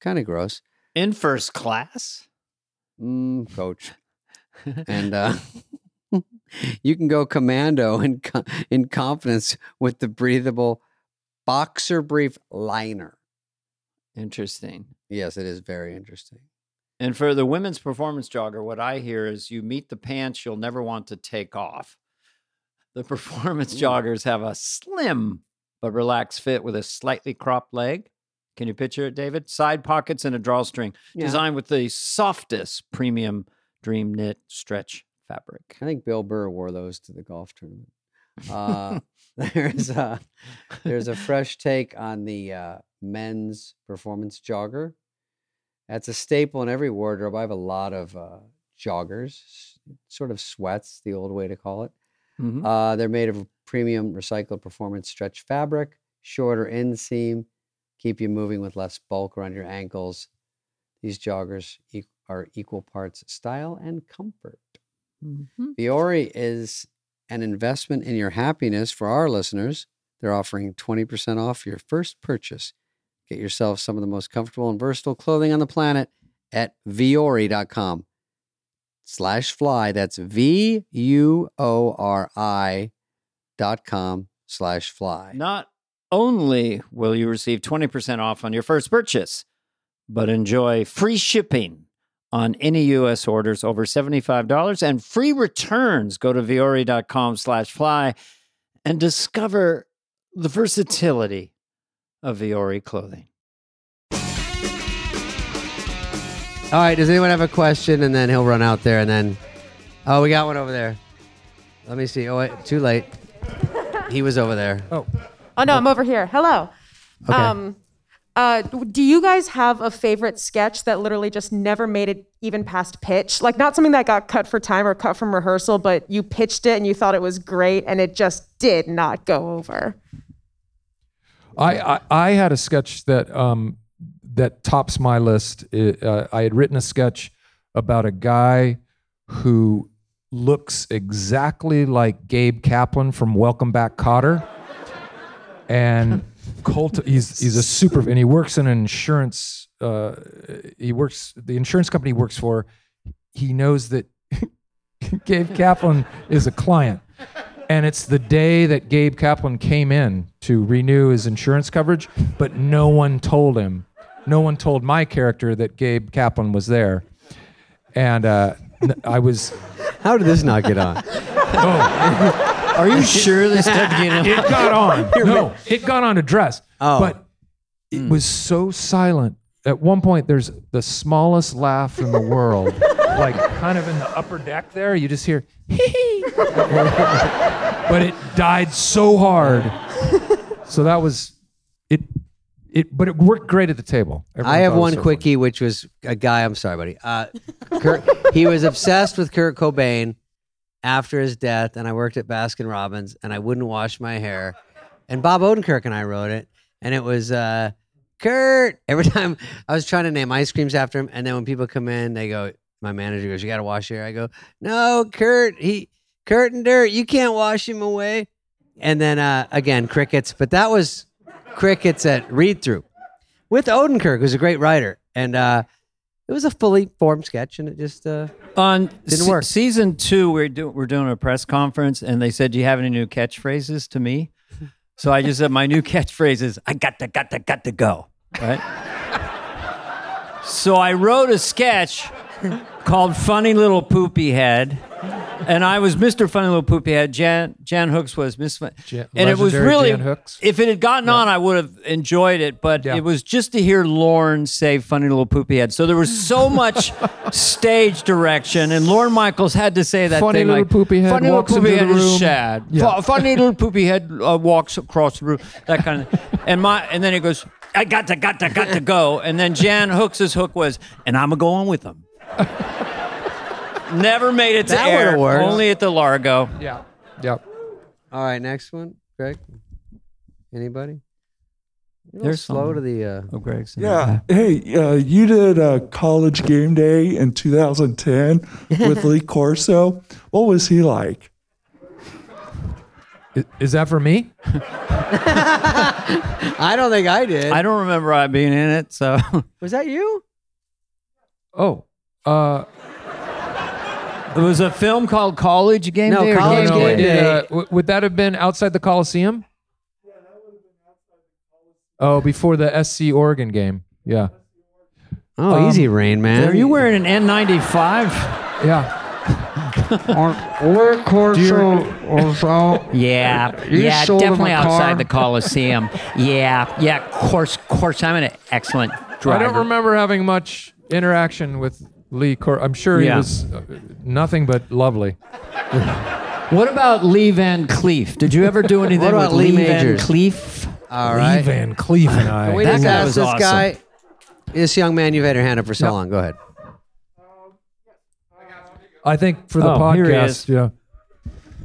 Speaker 1: kind of gross.
Speaker 2: in first class.
Speaker 1: Mm, coach. and uh, you can go commando in co- in confidence with the breathable boxer brief liner.
Speaker 2: Interesting.
Speaker 1: Yes, it is very interesting.
Speaker 2: And for the women's performance jogger, what I hear is you meet the pants you'll never want to take off. The performance
Speaker 1: Ooh.
Speaker 2: joggers have a slim but relaxed fit with a slightly cropped leg. Can you picture it, David? Side pockets and a drawstring. designed with the softest premium dream knit stretch fabric.
Speaker 1: I think Bill Burr wore those to the golf tournament. Uh, there's a there's a fresh take on the uh, men's performance jogger. That's a staple in every wardrobe. I have a lot of uh, joggers, s- sort of sweats, the old way to call it.
Speaker 2: Mhm.
Speaker 1: Uh, they're made of premium recycled performance stretch fabric, shorter inseam, keep you moving with less bulk around your ankles. These joggers e- are equal parts style and comfort. Mm-hmm. Viore is an investment in your happiness for our listeners. They're offering 20% off your first purchase. Get yourself some of the most comfortable and versatile clothing on the planet at viore.com slash fly. That's V U O R I dot com slash fly.
Speaker 2: Not only will you receive 20% off on your first purchase, but enjoy free shipping on any U.S. orders over $75 and free returns. Go to viori.com slash fly and discover the versatility of Viori clothing.
Speaker 1: All right. Does anyone have a question? And then he'll run out there and then, oh, we got one over there. Let me see. Oh, wait, too late. He was over there.
Speaker 5: Oh no, I'm over here. Hello.
Speaker 1: Okay.
Speaker 5: Um, uh, do you guys have a favorite sketch that literally just never made it even past pitch? Like not something that got cut for time or cut from rehearsal, but you pitched it and you thought it was great and it just did not go over.
Speaker 4: I, I I had a sketch that um that tops my list. It, uh, I had written a sketch about a guy who looks exactly like Gabe Kaplan from Welcome Back, Cotter, and cult. He's he's a super and he works in an insurance. Uh, he works the insurance company he works for. He knows that Gabe Kaplan is a client. And it's the day that Gabe Kaplan came in to renew his insurance coverage, but no one told him. No one told my character that Gabe Kaplan was there. And uh, n- I was,
Speaker 1: How did this not get on?
Speaker 2: Are you sure this doesn't get
Speaker 4: it
Speaker 2: him?
Speaker 4: got on. No, it got on to dress.
Speaker 1: Oh. Hmm.
Speaker 4: But it was so silent. At one point, there's the smallest laugh in the world, like kind of in the upper deck there. You just hear, but it died so hard. So that was it. It, but it worked great at the table. Everyone
Speaker 1: I have
Speaker 4: thought it was
Speaker 1: one
Speaker 4: so funny.
Speaker 1: quickie, which was a guy. I'm sorry, buddy. Uh, Kurt, he was obsessed with Kurt Cobain after his death, and I worked at Baskin Robbins, and I wouldn't wash my hair. And Bob Odenkirk and I wrote it, and it was uh, Kurt. Every time I was trying to name ice creams after him, and then when people come in, they go, my manager goes, "You got to wash your hair." I go, "No, Kurt. He Kurt and dirt. You can't wash him away." And then uh, again, crickets. But that was crickets at read through with Odenkirk, who's a great writer, and uh, it was a fully formed sketch, and it just uh,
Speaker 2: On
Speaker 1: Didn't work.
Speaker 2: season two, we're doing we're doing a press conference, and they said, "Do you have any new catchphrases to me?" So I just said, "My new catchphrase is I got to got to got to go." Right. so I wrote a sketch called "Funny Little Poopy Head." And I was Mr. Funny Little Poopy Head. Jan Jan Hooks was Miss, Fun-
Speaker 4: Jan-
Speaker 2: and it was
Speaker 4: legendary
Speaker 2: really
Speaker 4: Jan Hooks.
Speaker 2: if it had gotten on, I would have enjoyed it, but
Speaker 4: Yeah.
Speaker 2: it was just to hear Lorne say funny little poopy head. So there was so much stage direction, and Lorne Michaels had to say that
Speaker 4: Funny
Speaker 2: thing
Speaker 4: little
Speaker 2: like,
Speaker 4: poopy head
Speaker 2: funny
Speaker 4: walks
Speaker 2: little poopy
Speaker 4: into
Speaker 2: head
Speaker 4: the
Speaker 2: is
Speaker 4: room."
Speaker 2: Shad. Fu-
Speaker 4: Yeah.
Speaker 2: funny little poopy head uh, walks across the room, that kind of And my And then he goes, I got to, got to, got to go. And then Jan Hooks' hook was, and I'm going with him. Never made it to
Speaker 1: That would've
Speaker 2: air,
Speaker 1: worked.
Speaker 2: only at the Largo.
Speaker 4: Yeah. Yeah.
Speaker 1: all right. Next one, Greg. Anybody? You're a little
Speaker 2: There's
Speaker 1: slow
Speaker 2: some.
Speaker 1: to the. Uh,
Speaker 2: Oh, Greg's in
Speaker 6: Yeah. Hey, uh, you did a college game day in 2010 with Lee Corso. What was he like?
Speaker 4: I- Is, that for me?
Speaker 1: I don't think Oh. I did.
Speaker 2: I don't remember I being in it, so
Speaker 1: was that you?
Speaker 4: Oh. Uh,
Speaker 2: It was a film called College Game
Speaker 1: No,
Speaker 2: Day. or
Speaker 1: College
Speaker 2: Game
Speaker 4: Oh, no,
Speaker 1: Game
Speaker 4: it
Speaker 2: Day?
Speaker 4: did,
Speaker 1: Day.
Speaker 4: uh, w- would that have been outside the Coliseum? Oh, before the SC Oregon game. Yeah.
Speaker 1: Oh,
Speaker 4: Um,
Speaker 1: easy, Rain Man.
Speaker 2: Are you wearing an N95?
Speaker 4: Yeah.
Speaker 7: Work horse
Speaker 4: you-
Speaker 7: also.
Speaker 2: Yeah,
Speaker 7: You
Speaker 2: yeah,
Speaker 7: sold him
Speaker 2: definitely
Speaker 7: a
Speaker 2: outside
Speaker 7: car?
Speaker 2: the Coliseum. yeah, yeah, course, course. I'm an excellent
Speaker 4: I
Speaker 2: driver.
Speaker 4: don't remember having much interaction with Lee Cor. I'm sure he
Speaker 2: Yeah.
Speaker 4: was uh, nothing but lovely.
Speaker 2: What about Lee Van Cleef? Did you ever do anything
Speaker 1: about
Speaker 2: with
Speaker 1: Lee
Speaker 2: Lee,
Speaker 1: Majors?
Speaker 2: Van Cleef?
Speaker 1: all right.
Speaker 4: Lee Van Cleef and
Speaker 1: Can we
Speaker 4: I.
Speaker 2: That
Speaker 1: just
Speaker 2: guy
Speaker 1: ask
Speaker 2: was
Speaker 1: this
Speaker 2: awesome.
Speaker 1: guy? This young man, you've had your hand up for so long. Go ahead.
Speaker 4: I think for the
Speaker 2: Oh, here he is.
Speaker 4: podcast. Yeah.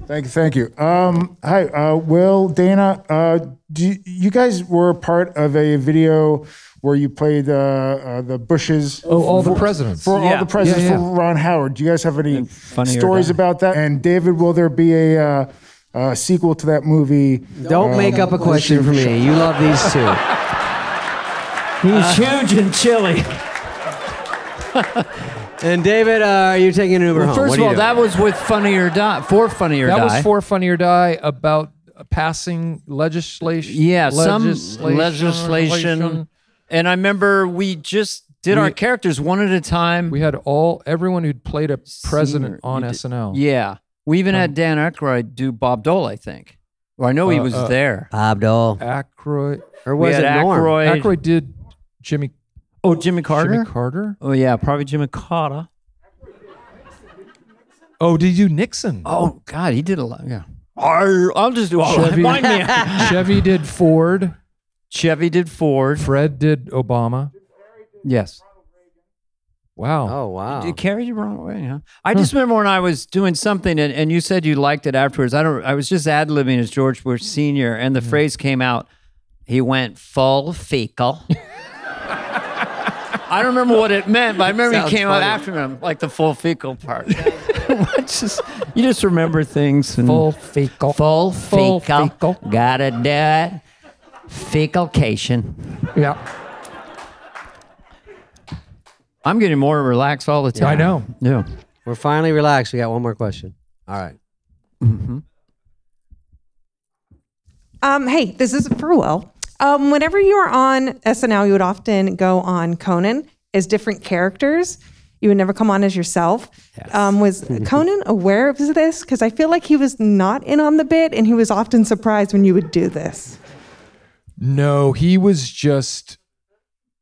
Speaker 8: Thank you. Thank you. Um, hi, uh, Will, Dana. Uh, do you, you guys were part of a video where you played uh, uh, the Bushes
Speaker 4: Oh, all the presidents.
Speaker 8: for
Speaker 2: Yeah.
Speaker 8: all the presidents
Speaker 4: Yeah, yeah.
Speaker 8: for Ron Howard. Do you guys have any
Speaker 2: Funny or
Speaker 8: stories
Speaker 2: Die.
Speaker 8: about that? And David, will there be a, uh, uh sequel to that movie? Um,
Speaker 1: Don't make up a question for me. You love these two.
Speaker 2: He's huge and chilly.
Speaker 1: And David, uh, are you taking an Uber
Speaker 2: Well,
Speaker 1: home? Oh, What
Speaker 2: first of
Speaker 1: are you
Speaker 2: all,
Speaker 1: doing?
Speaker 2: that was with Funny or Die, for Funny or
Speaker 4: That
Speaker 2: Die.
Speaker 4: was for Funny or Die about passing legislation.
Speaker 2: Yeah, some legislation. And I remember we just did our
Speaker 4: We-
Speaker 2: characters one at a time.
Speaker 4: We had all everyone who'd played a president
Speaker 2: Senior,
Speaker 4: on
Speaker 2: you did-
Speaker 4: SNL.
Speaker 2: Yeah. We even had Dan Aykroyd do Bob Dole, I think. Or I know he
Speaker 4: Uh,
Speaker 2: was
Speaker 4: uh,
Speaker 2: there.
Speaker 1: Bob Dole.
Speaker 4: Aykroyd.
Speaker 1: Or
Speaker 2: We
Speaker 1: was
Speaker 2: had
Speaker 1: it Norm?
Speaker 2: Aykroyd.
Speaker 4: Aykroyd did Jimmy
Speaker 2: Oh, Jimmy Carter?
Speaker 4: Jimmy Carter.
Speaker 2: oh, yeah, probably Jimmy Carter.
Speaker 4: Oh, did you Nixon?
Speaker 2: Oh God, he did a lot. Yeah. Arr, I'll just do all
Speaker 4: Chevy.
Speaker 2: Mind me.
Speaker 4: Chevy did Ford.
Speaker 2: Chevy did Ford.
Speaker 4: Fred did Obama.
Speaker 2: Yes.
Speaker 4: Wow.
Speaker 1: Oh wow.
Speaker 2: It carried you wrong way, huh? I just remember when I was doing something and, and you said you liked it afterwards. I don't I was just ad libbing as George Bush Senior and the phrase came out, he went full fecal. I don't remember what it meant, but I remember
Speaker 1: Sounds
Speaker 2: he came out
Speaker 1: funny.
Speaker 2: after him, like the full fecal part. What just you just remember things and
Speaker 9: Full fecal.
Speaker 2: full
Speaker 9: Full
Speaker 2: fecal.
Speaker 9: fecal.
Speaker 2: Gotta do it. Fecalcation.
Speaker 9: Yeah.
Speaker 2: I'm getting more relaxed all the time.
Speaker 4: I know.
Speaker 2: Yeah.
Speaker 1: We're finally relaxed. We got one more question. All right.
Speaker 10: Um, hey, this is for Will. Um, whenever you were on SNL, you would often go on Conan as different characters. You would never come on as yourself. Um, was Conan aware of this? Because I feel like he was not in on the bit, and he was often surprised when you would do this.
Speaker 4: No, he was just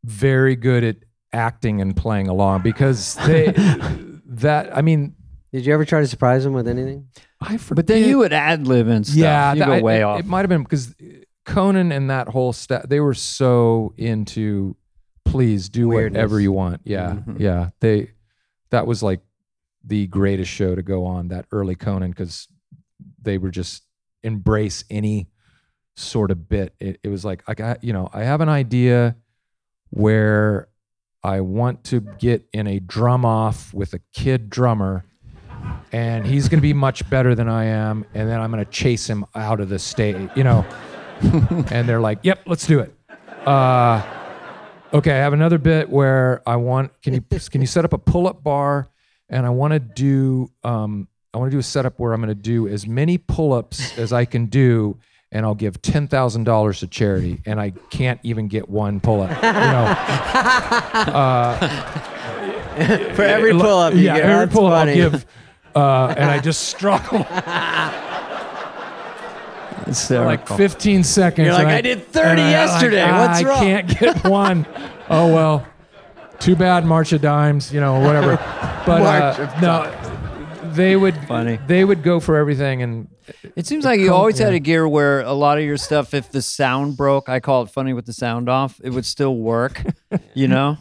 Speaker 4: very good at acting and playing along because they that I mean
Speaker 1: Did you ever try to surprise him with anything?
Speaker 4: I forget.
Speaker 2: But then you would ad lib and stuff.
Speaker 4: yeah,
Speaker 2: you
Speaker 4: that-
Speaker 2: go
Speaker 4: I-
Speaker 2: way
Speaker 4: it,
Speaker 2: off.
Speaker 4: It might have been because Conan and that whole stuff they were so into please do whatever
Speaker 1: Weirdness.
Speaker 4: you want. Yeah, yeah. They that was like the greatest show to go on that early Conan because they were just embrace any sort of bit. It, it was like I got you know I have an idea where I want to get in a drum off with a kid drummer and he's going to be much better than I am. And then I'm going to chase him out of the state, you know. and they're like, yep, let's do it. Uh, okay, I have another bit where I want, can you, can you set up a pull up bar? And I want to do, um, I want to do a setup where I'm going to do as many pull ups as I can do. And I'll give ten thousand dollars to charity, and I can't even get one pull up. You know,
Speaker 1: For every
Speaker 4: Lo-
Speaker 1: pull up, you
Speaker 4: yeah,
Speaker 1: get,
Speaker 4: every
Speaker 1: that's
Speaker 4: pull up
Speaker 1: funny.
Speaker 4: give, uh, and I just struggle like 15 seconds.
Speaker 1: You're like,
Speaker 4: and
Speaker 1: "I did 30
Speaker 4: and I-
Speaker 1: yesterday.
Speaker 4: like,
Speaker 1: What's
Speaker 4: "Ah,
Speaker 1: wrong?"
Speaker 4: I can't get one. oh well, too bad. March of Dimes, you know, whatever. But
Speaker 1: March
Speaker 4: uh, no, they would.
Speaker 2: Funny.
Speaker 4: They would go for everything, and
Speaker 2: It seems like you
Speaker 4: cone-
Speaker 2: always had
Speaker 4: yeah.
Speaker 2: a gear where a lot of your stuff, if the sound broke, I call it funny with the sound off, it would still work, you know?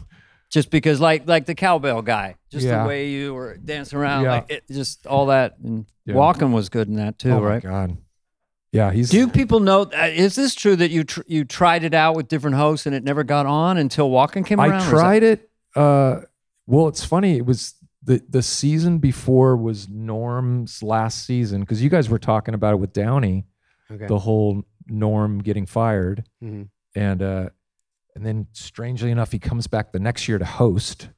Speaker 2: Just because like like the cowbell guy, just
Speaker 4: Yeah.
Speaker 2: the way you were dancing around,
Speaker 4: Yeah.
Speaker 2: like it, just all that and
Speaker 4: Yeah.
Speaker 2: walking was good in that too,
Speaker 4: oh
Speaker 2: right?
Speaker 4: my god, yeah, he's
Speaker 2: Do people know? Uh, is this true that you tr- you tried it out with different hosts and it never got on until walking came around? or
Speaker 4: I
Speaker 2: is that-
Speaker 4: tried it. Uh, well, it's funny. It was the the season before was Norm's last season because you guys were talking about it with Downey,
Speaker 1: Okay.
Speaker 4: the whole Norm getting fired,
Speaker 1: Mhm.
Speaker 4: and uh, and then strangely enough, he comes back the next year to host.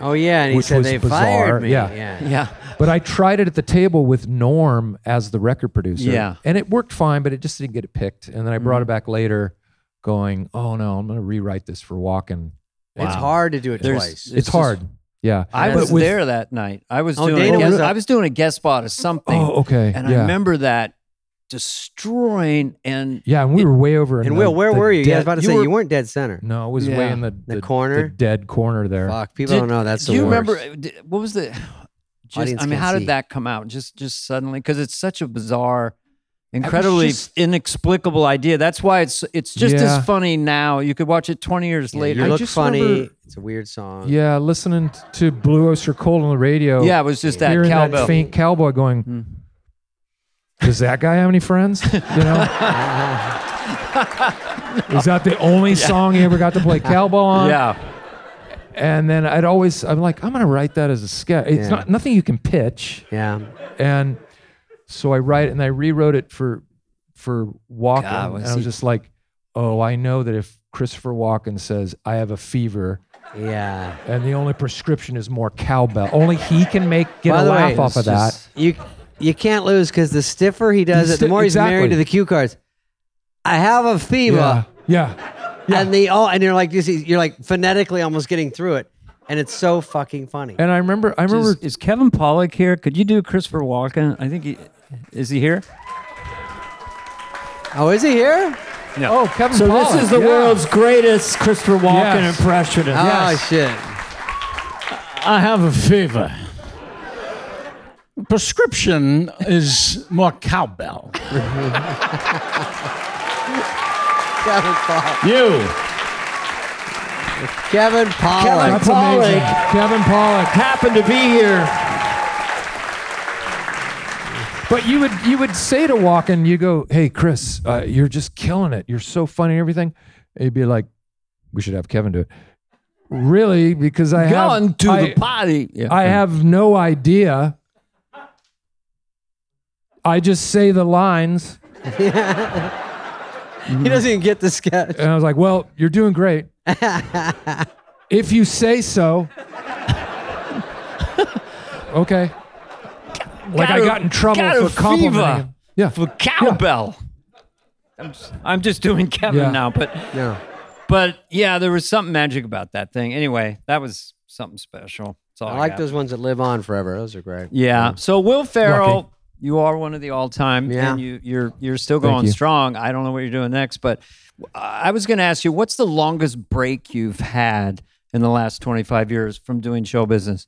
Speaker 1: Oh yeah, and he
Speaker 4: Which
Speaker 1: said
Speaker 4: was
Speaker 1: they
Speaker 4: bizarre.
Speaker 1: fired me.
Speaker 4: Yeah.
Speaker 2: Yeah,
Speaker 4: But I tried it at the table with Norm as the record producer.
Speaker 2: Yeah.
Speaker 4: And it worked fine, but it just didn't get it picked. And then I
Speaker 1: Mm-hmm.
Speaker 4: brought it back later, going, "Oh no, I'm going to rewrite this for Walken."
Speaker 1: It's hard to do it
Speaker 2: There's-
Speaker 1: twice.
Speaker 4: It's,
Speaker 2: just-
Speaker 4: hard. yeah.
Speaker 2: I
Speaker 4: But
Speaker 2: was
Speaker 4: with-
Speaker 2: there that night. I was
Speaker 1: Oh,
Speaker 2: doing.
Speaker 1: Dana
Speaker 2: A
Speaker 1: was
Speaker 2: guest,
Speaker 1: up.
Speaker 2: I was doing a guest spot of something.
Speaker 4: Oh, okay.
Speaker 2: And
Speaker 4: yeah.
Speaker 2: I remember that destroying and
Speaker 4: Yeah, and we were way over. In
Speaker 1: And
Speaker 4: the-
Speaker 1: Will, where
Speaker 4: the
Speaker 1: were you? you I
Speaker 4: dead-
Speaker 1: was about to say you weren't dead center.
Speaker 4: No, it was way
Speaker 2: Yeah.
Speaker 4: in the,
Speaker 1: The corner?
Speaker 4: dead corner there.
Speaker 1: Fuck, people don't know that's the
Speaker 2: do you
Speaker 1: worst.
Speaker 2: remember uh, d- what was the? Just,
Speaker 1: Audience
Speaker 2: I mean,
Speaker 1: can't
Speaker 2: how
Speaker 1: see.
Speaker 2: did that come out? Just just suddenly because it's such a bizarre, incredibly
Speaker 4: just-
Speaker 2: inexplicable idea. That's why it's it's just
Speaker 4: Yeah.
Speaker 2: as funny now. You could watch it twenty years
Speaker 1: Yeah,
Speaker 2: later.
Speaker 1: You
Speaker 4: I
Speaker 1: look
Speaker 4: just
Speaker 1: funny.
Speaker 4: remember-
Speaker 1: it's a weird song.
Speaker 4: Yeah, listening t- to Blue Oyster Cold on the radio.
Speaker 2: yeah, it was just that
Speaker 4: hearing
Speaker 2: cowbell. Hmm.
Speaker 4: that faint cowboy going. Does that guy have any friends? You know, was that the only song he ever got to play cowboy on?
Speaker 2: yeah,
Speaker 4: And then I'd always, I'm like, I'm gonna write that as a sketch. It's
Speaker 1: Yeah.
Speaker 4: not nothing you can pitch.
Speaker 1: Yeah.
Speaker 4: and so I write it and I rewrote it for for Walken,
Speaker 2: God, was
Speaker 4: and I
Speaker 2: he-
Speaker 4: was just like, oh, I know that if Christopher Walken says I have a fever
Speaker 1: Yeah.
Speaker 4: and the only prescription is more cowbell, only he can make get
Speaker 1: By
Speaker 4: a
Speaker 1: the
Speaker 4: laugh
Speaker 1: way,
Speaker 4: off of that.
Speaker 1: you you can't lose because the stiffer he does
Speaker 4: The
Speaker 1: it, the
Speaker 4: sti-
Speaker 1: more he's married to the
Speaker 4: exactly.
Speaker 1: cue cards. I have a fever,
Speaker 4: Yeah, yeah,
Speaker 1: and the oh, and you're like you see, you're like phonetically almost getting through it, and it's so fucking funny.
Speaker 4: and I remember, I remember,
Speaker 2: is, is Kevin Pollock here? Could you do Christopher Walken? I think he is he here.
Speaker 1: Oh, is he here?
Speaker 4: oh, Kevin.
Speaker 2: So
Speaker 4: Pollak,
Speaker 2: this is the
Speaker 4: yeah.
Speaker 2: world's greatest Christopher Walken
Speaker 4: Yes.
Speaker 2: impression.
Speaker 1: Oh
Speaker 2: Yes.
Speaker 1: shit!
Speaker 2: I have a fever.
Speaker 9: prescription is more cowbell.
Speaker 1: Kevin Pollak.
Speaker 9: You.
Speaker 1: Kevin Pollak.
Speaker 4: That's amazing. Kevin Pollock.
Speaker 2: Happened to be here.
Speaker 4: But you would you would say to Walken, you go, "Hey Chris, uh, you're just killing it. You're so funny and everything." And he'd be like, "We should have Kevin do it." Really? Because I
Speaker 2: Gone
Speaker 4: have
Speaker 2: to
Speaker 4: I,
Speaker 2: the potty. Yeah.
Speaker 4: I have no idea. I just say the lines,
Speaker 1: He doesn't even get the sketch.
Speaker 4: and I was like, "Well, you're doing great." if you say so. okay. Like I
Speaker 2: a-
Speaker 4: got in trouble
Speaker 2: got a
Speaker 4: for complimenting.
Speaker 2: fever.
Speaker 4: him. Yeah.
Speaker 2: for cowbell. I'm, I'm just doing Kevin
Speaker 4: Yeah.
Speaker 2: now, but
Speaker 1: Yeah.
Speaker 2: but yeah, there was something magic about that thing. Anyway, that was something special. That's all I,
Speaker 1: I like
Speaker 2: got.
Speaker 1: those ones that live on forever. Those are great.
Speaker 2: Yeah. So Will Ferrell, you are one of the all-time,
Speaker 1: Yeah.
Speaker 2: and you, you're you're still going
Speaker 4: you.
Speaker 2: strong. I don't know what you're doing next, but uh, I was going to ask you, what's the longest break you've had in the last 25 years from doing show business?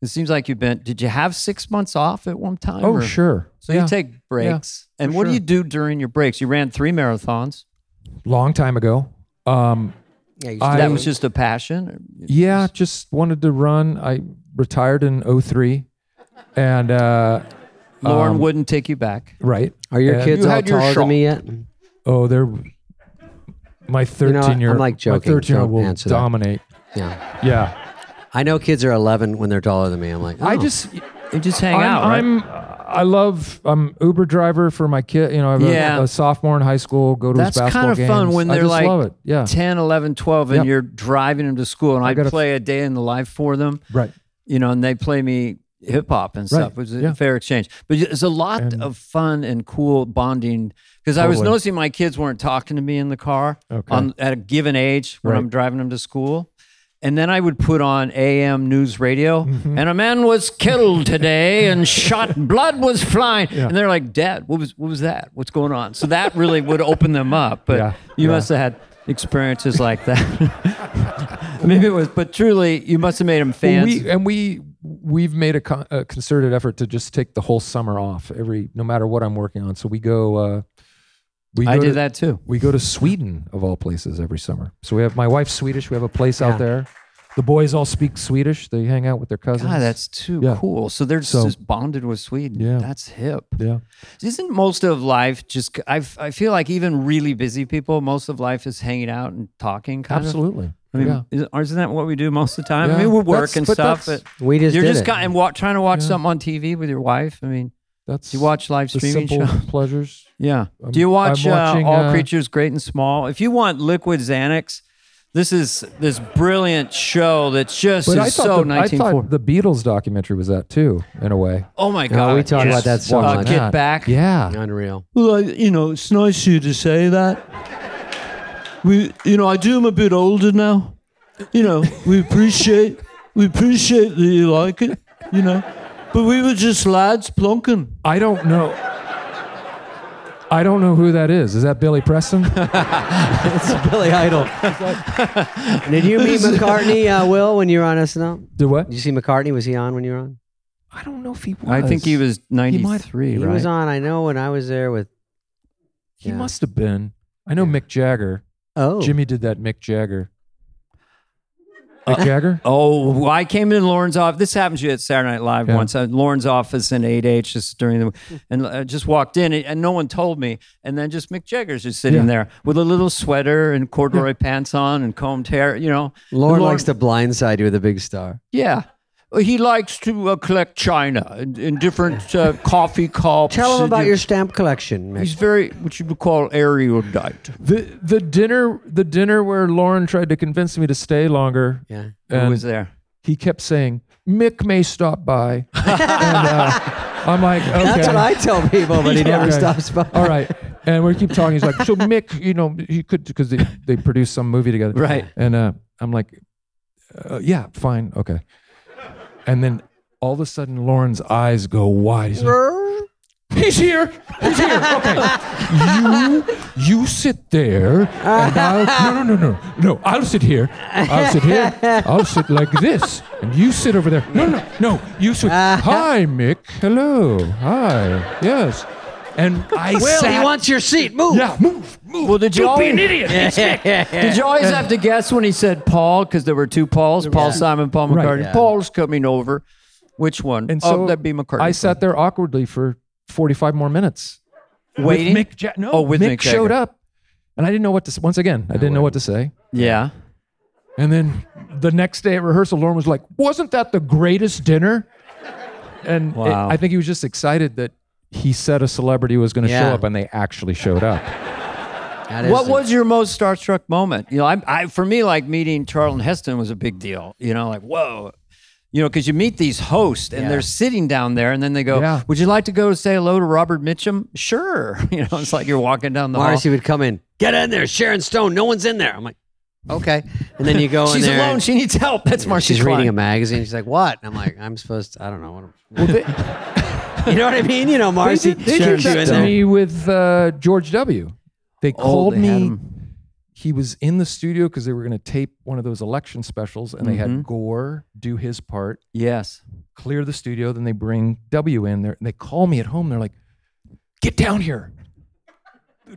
Speaker 2: It seems like you've been. Did you have six months off at one time?
Speaker 4: Oh
Speaker 2: or-
Speaker 4: sure.
Speaker 2: So
Speaker 4: Yeah.
Speaker 2: you take breaks, and what do
Speaker 4: sure.
Speaker 2: you do during your breaks? You ran three marathons.
Speaker 4: long time ago. Um,
Speaker 1: Yeah, you
Speaker 4: I-
Speaker 1: still-
Speaker 2: that was just a passion.
Speaker 4: yeah, just wanted to run. I retired in 03. and uh,
Speaker 2: Lauren
Speaker 4: Um,
Speaker 2: wouldn't take you back.
Speaker 4: right.
Speaker 1: are your
Speaker 4: and-
Speaker 1: kids
Speaker 2: You
Speaker 1: all
Speaker 2: had your
Speaker 1: taller
Speaker 2: shot.
Speaker 1: than me yet?
Speaker 4: Oh, they're my
Speaker 1: You know,
Speaker 4: 13 year.
Speaker 1: I'm like joking.
Speaker 4: My 13 year old
Speaker 1: Don't
Speaker 4: will
Speaker 1: answer that.
Speaker 4: dominate.
Speaker 1: Yeah.
Speaker 4: Yeah,
Speaker 1: I know kids are 11 when they're taller than me. I'm like,
Speaker 4: I
Speaker 1: oh.
Speaker 4: just
Speaker 2: You just hang
Speaker 4: I'm,
Speaker 2: out, right?
Speaker 4: I'm I love I'm Uber driver for my kid. You know, I have a-
Speaker 2: Yeah.
Speaker 4: a, sophomore in high school. Go to
Speaker 2: That's
Speaker 4: his
Speaker 2: kind
Speaker 4: basketball
Speaker 2: of fun
Speaker 4: games.
Speaker 2: when
Speaker 4: I
Speaker 2: they're
Speaker 4: just
Speaker 2: like
Speaker 4: love it. Yeah,
Speaker 2: 10, 11, 12, and
Speaker 4: Yep.
Speaker 2: you're driving them to school. And I,
Speaker 4: gotta-
Speaker 2: play a day in the life for them,
Speaker 4: right.
Speaker 2: you know, and they play me hip hop and stuff. It was a
Speaker 4: yeah.
Speaker 2: fair exchange. But it's a lot
Speaker 4: And-
Speaker 2: of fun and cool bonding because I was
Speaker 4: Totally.
Speaker 2: noticing my kids weren't talking to me in the car
Speaker 4: Okay.
Speaker 2: on, at a given age when
Speaker 4: Right.
Speaker 2: I'm driving them to school. And then I would put on AM news radio,
Speaker 4: Mm-hmm.
Speaker 2: and a man was killed today, and shot, blood was flying, and they're like, "Dad, what was what was that? What's going on?" So that really would open them up. But
Speaker 4: Yeah,
Speaker 2: you
Speaker 4: yeah.
Speaker 2: must have had experiences like that. Maybe it was, but truly, you must have made them
Speaker 4: Well,
Speaker 2: fans.
Speaker 4: We, and we we've made a, con- a concerted effort to just take the whole summer off every no matter what I'm working on. So we go. Uh, we go
Speaker 2: I
Speaker 4: to,
Speaker 2: did that too.
Speaker 4: We go to Sweden of all places every summer. So we have my wife's Swedish. We have a place out there. The boys all speak Swedish. They hang out with their cousins.
Speaker 2: God, that's too
Speaker 4: Yeah.
Speaker 2: cool. So they're
Speaker 4: So-
Speaker 2: just bonded with Sweden.
Speaker 4: Yeah.
Speaker 2: That's hip.
Speaker 4: yeah.
Speaker 2: Isn't most of life just, I I feel like even really busy people, most of life is hanging out and talking kind of.
Speaker 4: Absolutely.
Speaker 2: I mean,
Speaker 4: yeah.
Speaker 2: is- isn't that what we do most of the time? I
Speaker 4: Yeah.
Speaker 2: mean, we work
Speaker 4: That's-
Speaker 2: and
Speaker 4: but
Speaker 2: stuff,
Speaker 4: that's-
Speaker 2: but
Speaker 1: we just
Speaker 2: you're
Speaker 1: did
Speaker 2: just
Speaker 1: it.
Speaker 2: kind and wa- trying to watch
Speaker 4: Yeah.
Speaker 2: something on TV with your wife. I mean,
Speaker 4: That's
Speaker 2: do you watch live
Speaker 4: the
Speaker 2: streaming
Speaker 4: simple
Speaker 2: shows?
Speaker 4: pleasures.
Speaker 2: Yeah.
Speaker 4: I'm-
Speaker 2: Do you watch
Speaker 4: I'm
Speaker 2: uh,
Speaker 4: watching,
Speaker 2: All
Speaker 4: uh,
Speaker 2: Creatures Great and Small? If you want liquid Xanax, this is this brilliant show that's just is
Speaker 4: But I thought,
Speaker 2: so
Speaker 4: the, I thought
Speaker 2: 1940.
Speaker 4: the Beatles documentary was that too, in a way.
Speaker 2: Oh my
Speaker 1: No,
Speaker 2: God.
Speaker 1: we talked about that so
Speaker 2: Uh,
Speaker 1: much.
Speaker 2: Get
Speaker 4: Yeah.
Speaker 2: back.
Speaker 4: Yeah.
Speaker 1: Unreal.
Speaker 9: Well, I, you know, it's nice of you to say that. We, you know, I do am a bit older now. You know, we appreciate, we appreciate that you like it. You know, but we were just lads plonking.
Speaker 4: I don't know. I don't know who that is. Is that Billy Preston?
Speaker 1: It's Billy Idol. Did you meet McCartney, uh, Will, when you were on SNL?
Speaker 4: Do what?
Speaker 1: Did you see McCartney? Was he on when you were on?
Speaker 4: I don't know if he was.
Speaker 2: I think he was
Speaker 4: might-
Speaker 2: 93,
Speaker 1: He
Speaker 2: right?
Speaker 1: was on. I know when I was there with.
Speaker 4: He
Speaker 1: Yeah.
Speaker 4: must have been. I know Mick Jagger.
Speaker 1: Oh,
Speaker 4: Jimmy did that Mick Jagger. Uh, Mick Jagger?
Speaker 2: Oh, well, I came in Lauren's office. This happened to you at Saturday Night Live
Speaker 4: Yeah.
Speaker 2: once. Uh, Lauren's office in 8H just during the and I just walked in and, and no one told me. And then just Mick Jagger's just sitting
Speaker 4: Yeah.
Speaker 2: there with a little sweater and corduroy pants on and combed hair. You know,
Speaker 1: Lauren,
Speaker 2: And
Speaker 1: likes to blindside you with a big star.
Speaker 2: Yeah. He likes to uh, collect china in, in different uh, coffee cups.
Speaker 1: Tell him
Speaker 2: and
Speaker 1: about
Speaker 2: di-
Speaker 1: your stamp collection,
Speaker 2: He's
Speaker 1: Mick.
Speaker 2: very what you would call erudite.
Speaker 4: The the dinner the dinner where Lauren tried to convince me to stay longer.
Speaker 1: Yeah.
Speaker 2: Who
Speaker 4: And
Speaker 2: was there?
Speaker 4: he kept saying, Mick may stop by. and, uh, I'm like, okay.
Speaker 1: That's what I tell people, but he never
Speaker 4: Okay.
Speaker 1: stops by.
Speaker 4: All right. And we keep talking. He's like, so Mick, you know, he could, because they, they produced some movie together.
Speaker 2: Right.
Speaker 4: And uh, I'm like, uh, yeah, fine. Okay. And then all of a sudden, Lauren's eyes go wide. He's like, He's here. He's here. Okay. You, you sit there. And I'll, no, no, no, no, no. I'll sit here. I'll sit here. I'll sit like this, and you sit over there. No, no, no. You sit.
Speaker 2: Uh-huh.
Speaker 4: Hi, Mick. Hello. Hi. Yes. And I
Speaker 2: Will,
Speaker 4: sat.
Speaker 2: he wants your seat. Move.
Speaker 4: yeah, move, move.
Speaker 2: Well, did you
Speaker 4: Don't be
Speaker 2: always-
Speaker 4: an idiot. It's Mick.
Speaker 2: Did you always have to guess when he said Paul? Because there were two Pauls, Paul Simon, Paul
Speaker 4: Right.
Speaker 2: McCartney.
Speaker 4: Yeah.
Speaker 2: Paul's coming over. Which one?
Speaker 4: And
Speaker 2: oh,
Speaker 4: so
Speaker 2: that'd be McCartney.
Speaker 4: I sat there awkwardly for 45 more minutes.
Speaker 2: Waiting?
Speaker 4: With Mick ja- no,
Speaker 2: Oh, with
Speaker 4: Mick,
Speaker 2: Mick Jagger.
Speaker 4: showed up. And I didn't know what to s- once again, I didn't know what to say.
Speaker 2: Yeah.
Speaker 4: And then the next day at rehearsal, Lauren was like, "Wasn't that the greatest dinner?" And it-
Speaker 2: Wow.
Speaker 4: I think he was just excited that he said a celebrity was going to
Speaker 1: Yeah.
Speaker 4: show up, and they actually showed up.
Speaker 1: That is
Speaker 2: what
Speaker 1: the-
Speaker 2: was your most starstruck moment? You know, I, I for me, like meeting Charlton Heston was a big deal. You know, like whoa, you know, because you meet these hosts and they're sitting down there, and then they go,
Speaker 4: Yeah.
Speaker 2: "Would you like to go say hello to Robert Mitchum?" Sure. You know, it's like you're walking down the
Speaker 1: Marcy
Speaker 2: hall.
Speaker 1: would come in. Get in there, Sharon Stone. No one's in there. I'm like, okay. And then you go in
Speaker 2: She's
Speaker 1: there.
Speaker 2: alone.
Speaker 1: and-
Speaker 2: She needs help. That's
Speaker 1: Or
Speaker 2: Marcy.
Speaker 1: she's reading a
Speaker 2: Klein.
Speaker 1: magazine. She's like, "What?" And I'm like, "I'm supposed to. I don't know." What I'm, you know what I mean? You know, Marcy.
Speaker 4: They
Speaker 1: Sharon
Speaker 4: did
Speaker 1: Stone.
Speaker 4: that to me with uh, George W. They called
Speaker 2: Oh, they had
Speaker 4: me.
Speaker 2: him.
Speaker 4: He was in the studio because they were going to tape one of those election specials, and they
Speaker 2: Mm-hmm.
Speaker 4: had Gore do his part,
Speaker 2: Yes.
Speaker 4: clear the studio. Then they bring W in there. And they call me at home. They're like, "Get down here.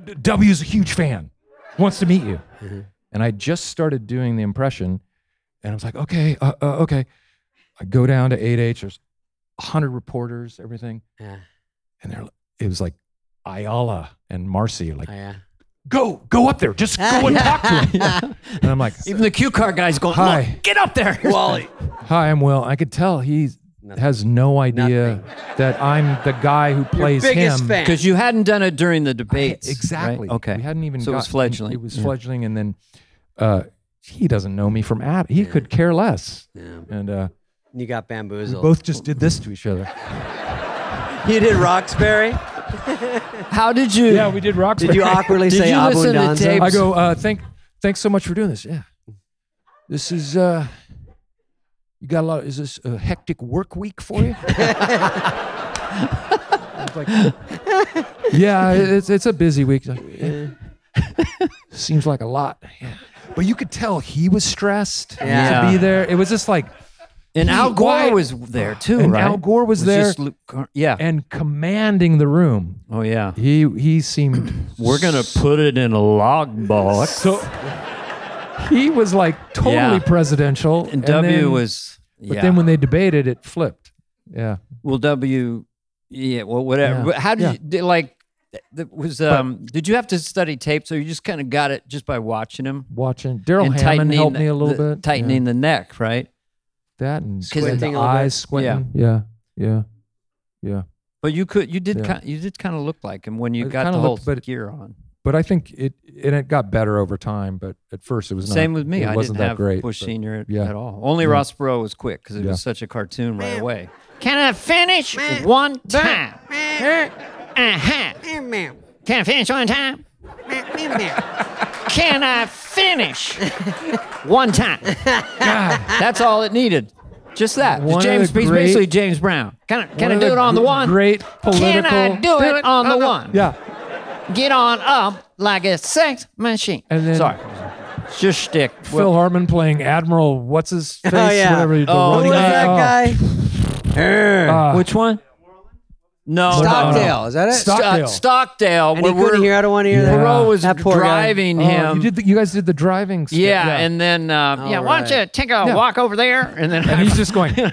Speaker 4: D- W's a huge fan. Wants to meet you." And I just started doing the impression, and I was like, "Okay, uh, uh, okay." I go down to 8H. There's 100 reporters, everything,
Speaker 1: Yeah.
Speaker 4: and they're. It was like Ayala and Marcy, like,
Speaker 1: Oh, yeah.
Speaker 4: "Go, go up there. Just go and talk to him." And I'm like,
Speaker 2: Even the cue card guy's going,
Speaker 4: Hi.
Speaker 2: "Look, get up there. Wally.
Speaker 4: Hi, I'm Will. I could tell he has no idea that I'm the guy who plays
Speaker 1: biggest
Speaker 4: him.
Speaker 1: fan.
Speaker 2: Because you hadn't done it during the
Speaker 4: I-
Speaker 2: debates. right?
Speaker 4: exactly.
Speaker 2: Okay.
Speaker 4: We hadn't even.
Speaker 2: So it was
Speaker 4: gotten-
Speaker 2: fledgling.
Speaker 4: It was
Speaker 2: Yeah.
Speaker 4: fledgling, and then uh, he doesn't know me from Adam. He could care less. And uh,
Speaker 1: You got
Speaker 4: we
Speaker 1: bamboozled.
Speaker 4: both just did this to each other.
Speaker 1: You did Roxbury.
Speaker 2: How did you?
Speaker 4: yeah, Oh, we did rock.
Speaker 1: Did you awkwardly
Speaker 2: Did
Speaker 1: say
Speaker 2: you listen to
Speaker 1: abundanza?
Speaker 2: tapes?
Speaker 4: I go. Uh, thank, thanks so much for doing this. Yeah, this is. Uh, you got a lot. Is this a hectic work week for you? I was like, yeah, it's it's a busy week. Like, yeah. Seems like a lot. Yeah. But you could tell he was stressed
Speaker 1: Yeah.
Speaker 4: to be there. It was just like,
Speaker 2: and
Speaker 4: He-
Speaker 2: Al Gore
Speaker 4: why-
Speaker 2: was there too,
Speaker 4: and
Speaker 2: right?
Speaker 4: Al Gore was there.
Speaker 2: just Luke Gar- yeah.
Speaker 4: and commanding the room.
Speaker 2: oh yeah.
Speaker 4: He he seemed
Speaker 2: We're gonna put it in a log box.
Speaker 4: So he was like totally
Speaker 2: Yeah.
Speaker 4: presidential.
Speaker 2: And W
Speaker 4: then-
Speaker 2: was.
Speaker 4: But
Speaker 2: yeah.
Speaker 4: then when they debated, it flipped. Yeah.
Speaker 2: well W, yeah. Well, whatever.
Speaker 4: Yeah.
Speaker 2: But how did
Speaker 4: Yeah.
Speaker 2: you did, like? That was um. did you have to study tapes, or you just kind of got it just by watching him
Speaker 4: Watching Daryl
Speaker 2: and
Speaker 4: Hammond
Speaker 2: tightening
Speaker 4: helped me a little
Speaker 2: the-
Speaker 4: bit.
Speaker 2: tightening the neck, right?
Speaker 4: yeah. that and
Speaker 1: Squinting
Speaker 4: squinting
Speaker 1: a
Speaker 4: the
Speaker 1: little bit.
Speaker 4: eyes, squinting. Yeah. Yeah. Yeah.
Speaker 2: But you could, you did,
Speaker 4: Yeah.
Speaker 2: kind, you did kind of look like him when you
Speaker 4: I
Speaker 2: got the
Speaker 4: kinda
Speaker 2: whole
Speaker 4: looked, but-
Speaker 2: gear on.
Speaker 4: But I think it and it got better over time. But at first, it was not,
Speaker 2: Same with me.
Speaker 4: It
Speaker 2: I didn't
Speaker 4: wasn't that
Speaker 2: have
Speaker 4: great.
Speaker 2: Bush
Speaker 4: but-
Speaker 2: Senior at,
Speaker 4: yeah.
Speaker 2: at all. Only Ross Perot was quick because it
Speaker 4: Yeah.
Speaker 2: was such a cartoon right away. Can I finish one time? Uh-huh. Can I finish one time? Can I finish one time? That's all it needed. Just that. Just
Speaker 4: One of
Speaker 2: James,
Speaker 4: the
Speaker 2: he's
Speaker 4: great-
Speaker 2: basically James Brown. Can I, can I
Speaker 4: One
Speaker 2: do
Speaker 4: of
Speaker 2: it on the
Speaker 4: gr-
Speaker 2: one?
Speaker 4: Great political. Oh,
Speaker 2: Can I do it on the one?
Speaker 4: Yeah.
Speaker 2: Get on up like a sex machine.
Speaker 4: And then-
Speaker 2: Sorry. Just shtick.
Speaker 4: Phil Harmon playing Admiral. What's his face?
Speaker 1: Oh yeah.
Speaker 4: Whatever. the
Speaker 2: Oh,
Speaker 1: Who
Speaker 4: running
Speaker 1: was
Speaker 2: yeah.
Speaker 1: that
Speaker 4: Oh,
Speaker 1: guy? Err.
Speaker 4: ah.
Speaker 2: Which one? No,
Speaker 1: Stockdale.
Speaker 4: no.
Speaker 1: Is that it?
Speaker 4: Stock-
Speaker 2: Sto-
Speaker 4: Stockdale.
Speaker 2: Stockdale.
Speaker 1: and he
Speaker 2: where
Speaker 1: couldn't
Speaker 2: we're-
Speaker 1: hear out of one ear.
Speaker 4: Yeah.
Speaker 1: there?
Speaker 2: Perot was
Speaker 1: That poor guy.
Speaker 2: driving
Speaker 4: Oh,
Speaker 2: him.
Speaker 4: You, did the, you guys did the driving. skit.
Speaker 2: yeah, and then uh, yeah, why don't you
Speaker 1: right.
Speaker 2: take a walk over there? And then
Speaker 4: and he's just going. "Hey."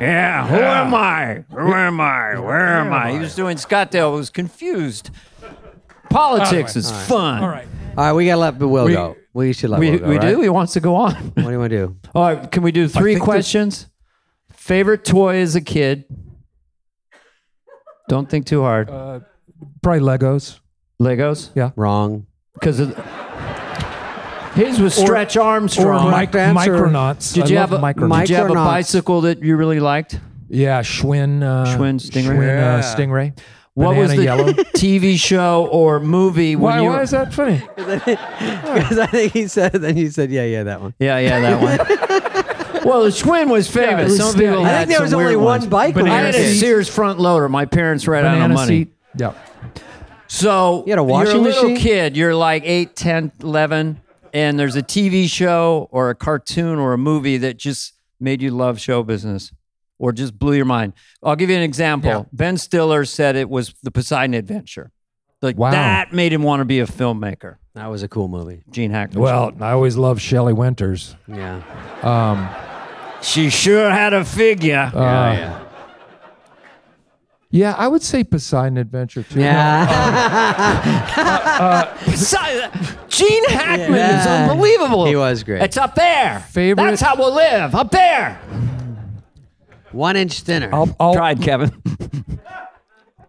Speaker 2: yeah, who am I? Who am I? Where am I? He was doing Stockdale. Was confused. Politics is fun.
Speaker 4: All right.
Speaker 1: All right, we gotta let Will go. We should let
Speaker 2: We,
Speaker 1: Will go.
Speaker 2: we
Speaker 1: right?
Speaker 2: do. He wants to go on.
Speaker 1: What do you want to do?
Speaker 2: All right. Can we do three
Speaker 4: think that-
Speaker 2: questions? Favorite toy as a kid? Don't think too hard.
Speaker 4: Uh, Probably Legos.
Speaker 2: Legos?
Speaker 1: Wrong.
Speaker 2: Because his was Stretch Armstrong.
Speaker 1: or
Speaker 4: Mic-
Speaker 1: Dance
Speaker 4: Micronauts.
Speaker 2: Did
Speaker 4: I
Speaker 2: you
Speaker 4: love
Speaker 2: have a
Speaker 4: Micronauts.
Speaker 2: Did you have a
Speaker 1: Micronauts.
Speaker 2: bicycle that you really liked?
Speaker 4: yeah, Schwinn. Uh,
Speaker 2: Schwinn Stingray?
Speaker 4: Schwinn, uh,
Speaker 1: Yeah.
Speaker 4: Stingray.
Speaker 2: what was
Speaker 4: Banana
Speaker 2: the
Speaker 4: yellow?
Speaker 2: TV show or movie?
Speaker 4: Why,
Speaker 2: when you,
Speaker 4: why is that funny?
Speaker 1: Because I think he said. Then you said, "Yeah, yeah, that one."
Speaker 2: Yeah, yeah, that one. Well, the Schwinn was famous.
Speaker 4: was
Speaker 2: Some
Speaker 4: still-
Speaker 2: people
Speaker 4: I
Speaker 2: had
Speaker 4: think there
Speaker 2: some
Speaker 4: was only
Speaker 2: weird
Speaker 4: one
Speaker 2: ones.
Speaker 4: bike when
Speaker 2: I
Speaker 4: we
Speaker 2: had
Speaker 4: were
Speaker 2: a
Speaker 4: kids.
Speaker 2: Sears front loader. My parents ran out
Speaker 4: Banana
Speaker 2: of money.
Speaker 4: seat. Yep.
Speaker 2: So you
Speaker 1: had a washing
Speaker 2: are a little
Speaker 1: machine?
Speaker 2: kid, you're like 8, 10, 11, and there's a TV show or a cartoon or a movie that just made you love show business or just blew your mind. I'll give you an example.
Speaker 4: Yeah.
Speaker 2: Ben Stiller said it was the Poseidon Adventure. Like
Speaker 4: Wow.
Speaker 2: that made him want to be a filmmaker.
Speaker 1: That was a cool movie.
Speaker 2: Gene Hackman.
Speaker 4: Well, I always loved Shelley Winters.
Speaker 1: Yeah.
Speaker 4: Um,
Speaker 2: she sure had a figure.
Speaker 4: uh,
Speaker 1: yeah.
Speaker 4: yeah, I would say Poseidon Adventure too.
Speaker 2: Poseidon- Gene Hackman is
Speaker 1: Yeah.
Speaker 2: unbelievable.
Speaker 1: He was great.
Speaker 2: It's up there.
Speaker 4: Favorite-
Speaker 2: That's how we'll live. Up there.
Speaker 1: One inch thinner.
Speaker 4: I'll, I'll,
Speaker 2: Tried, Kevin.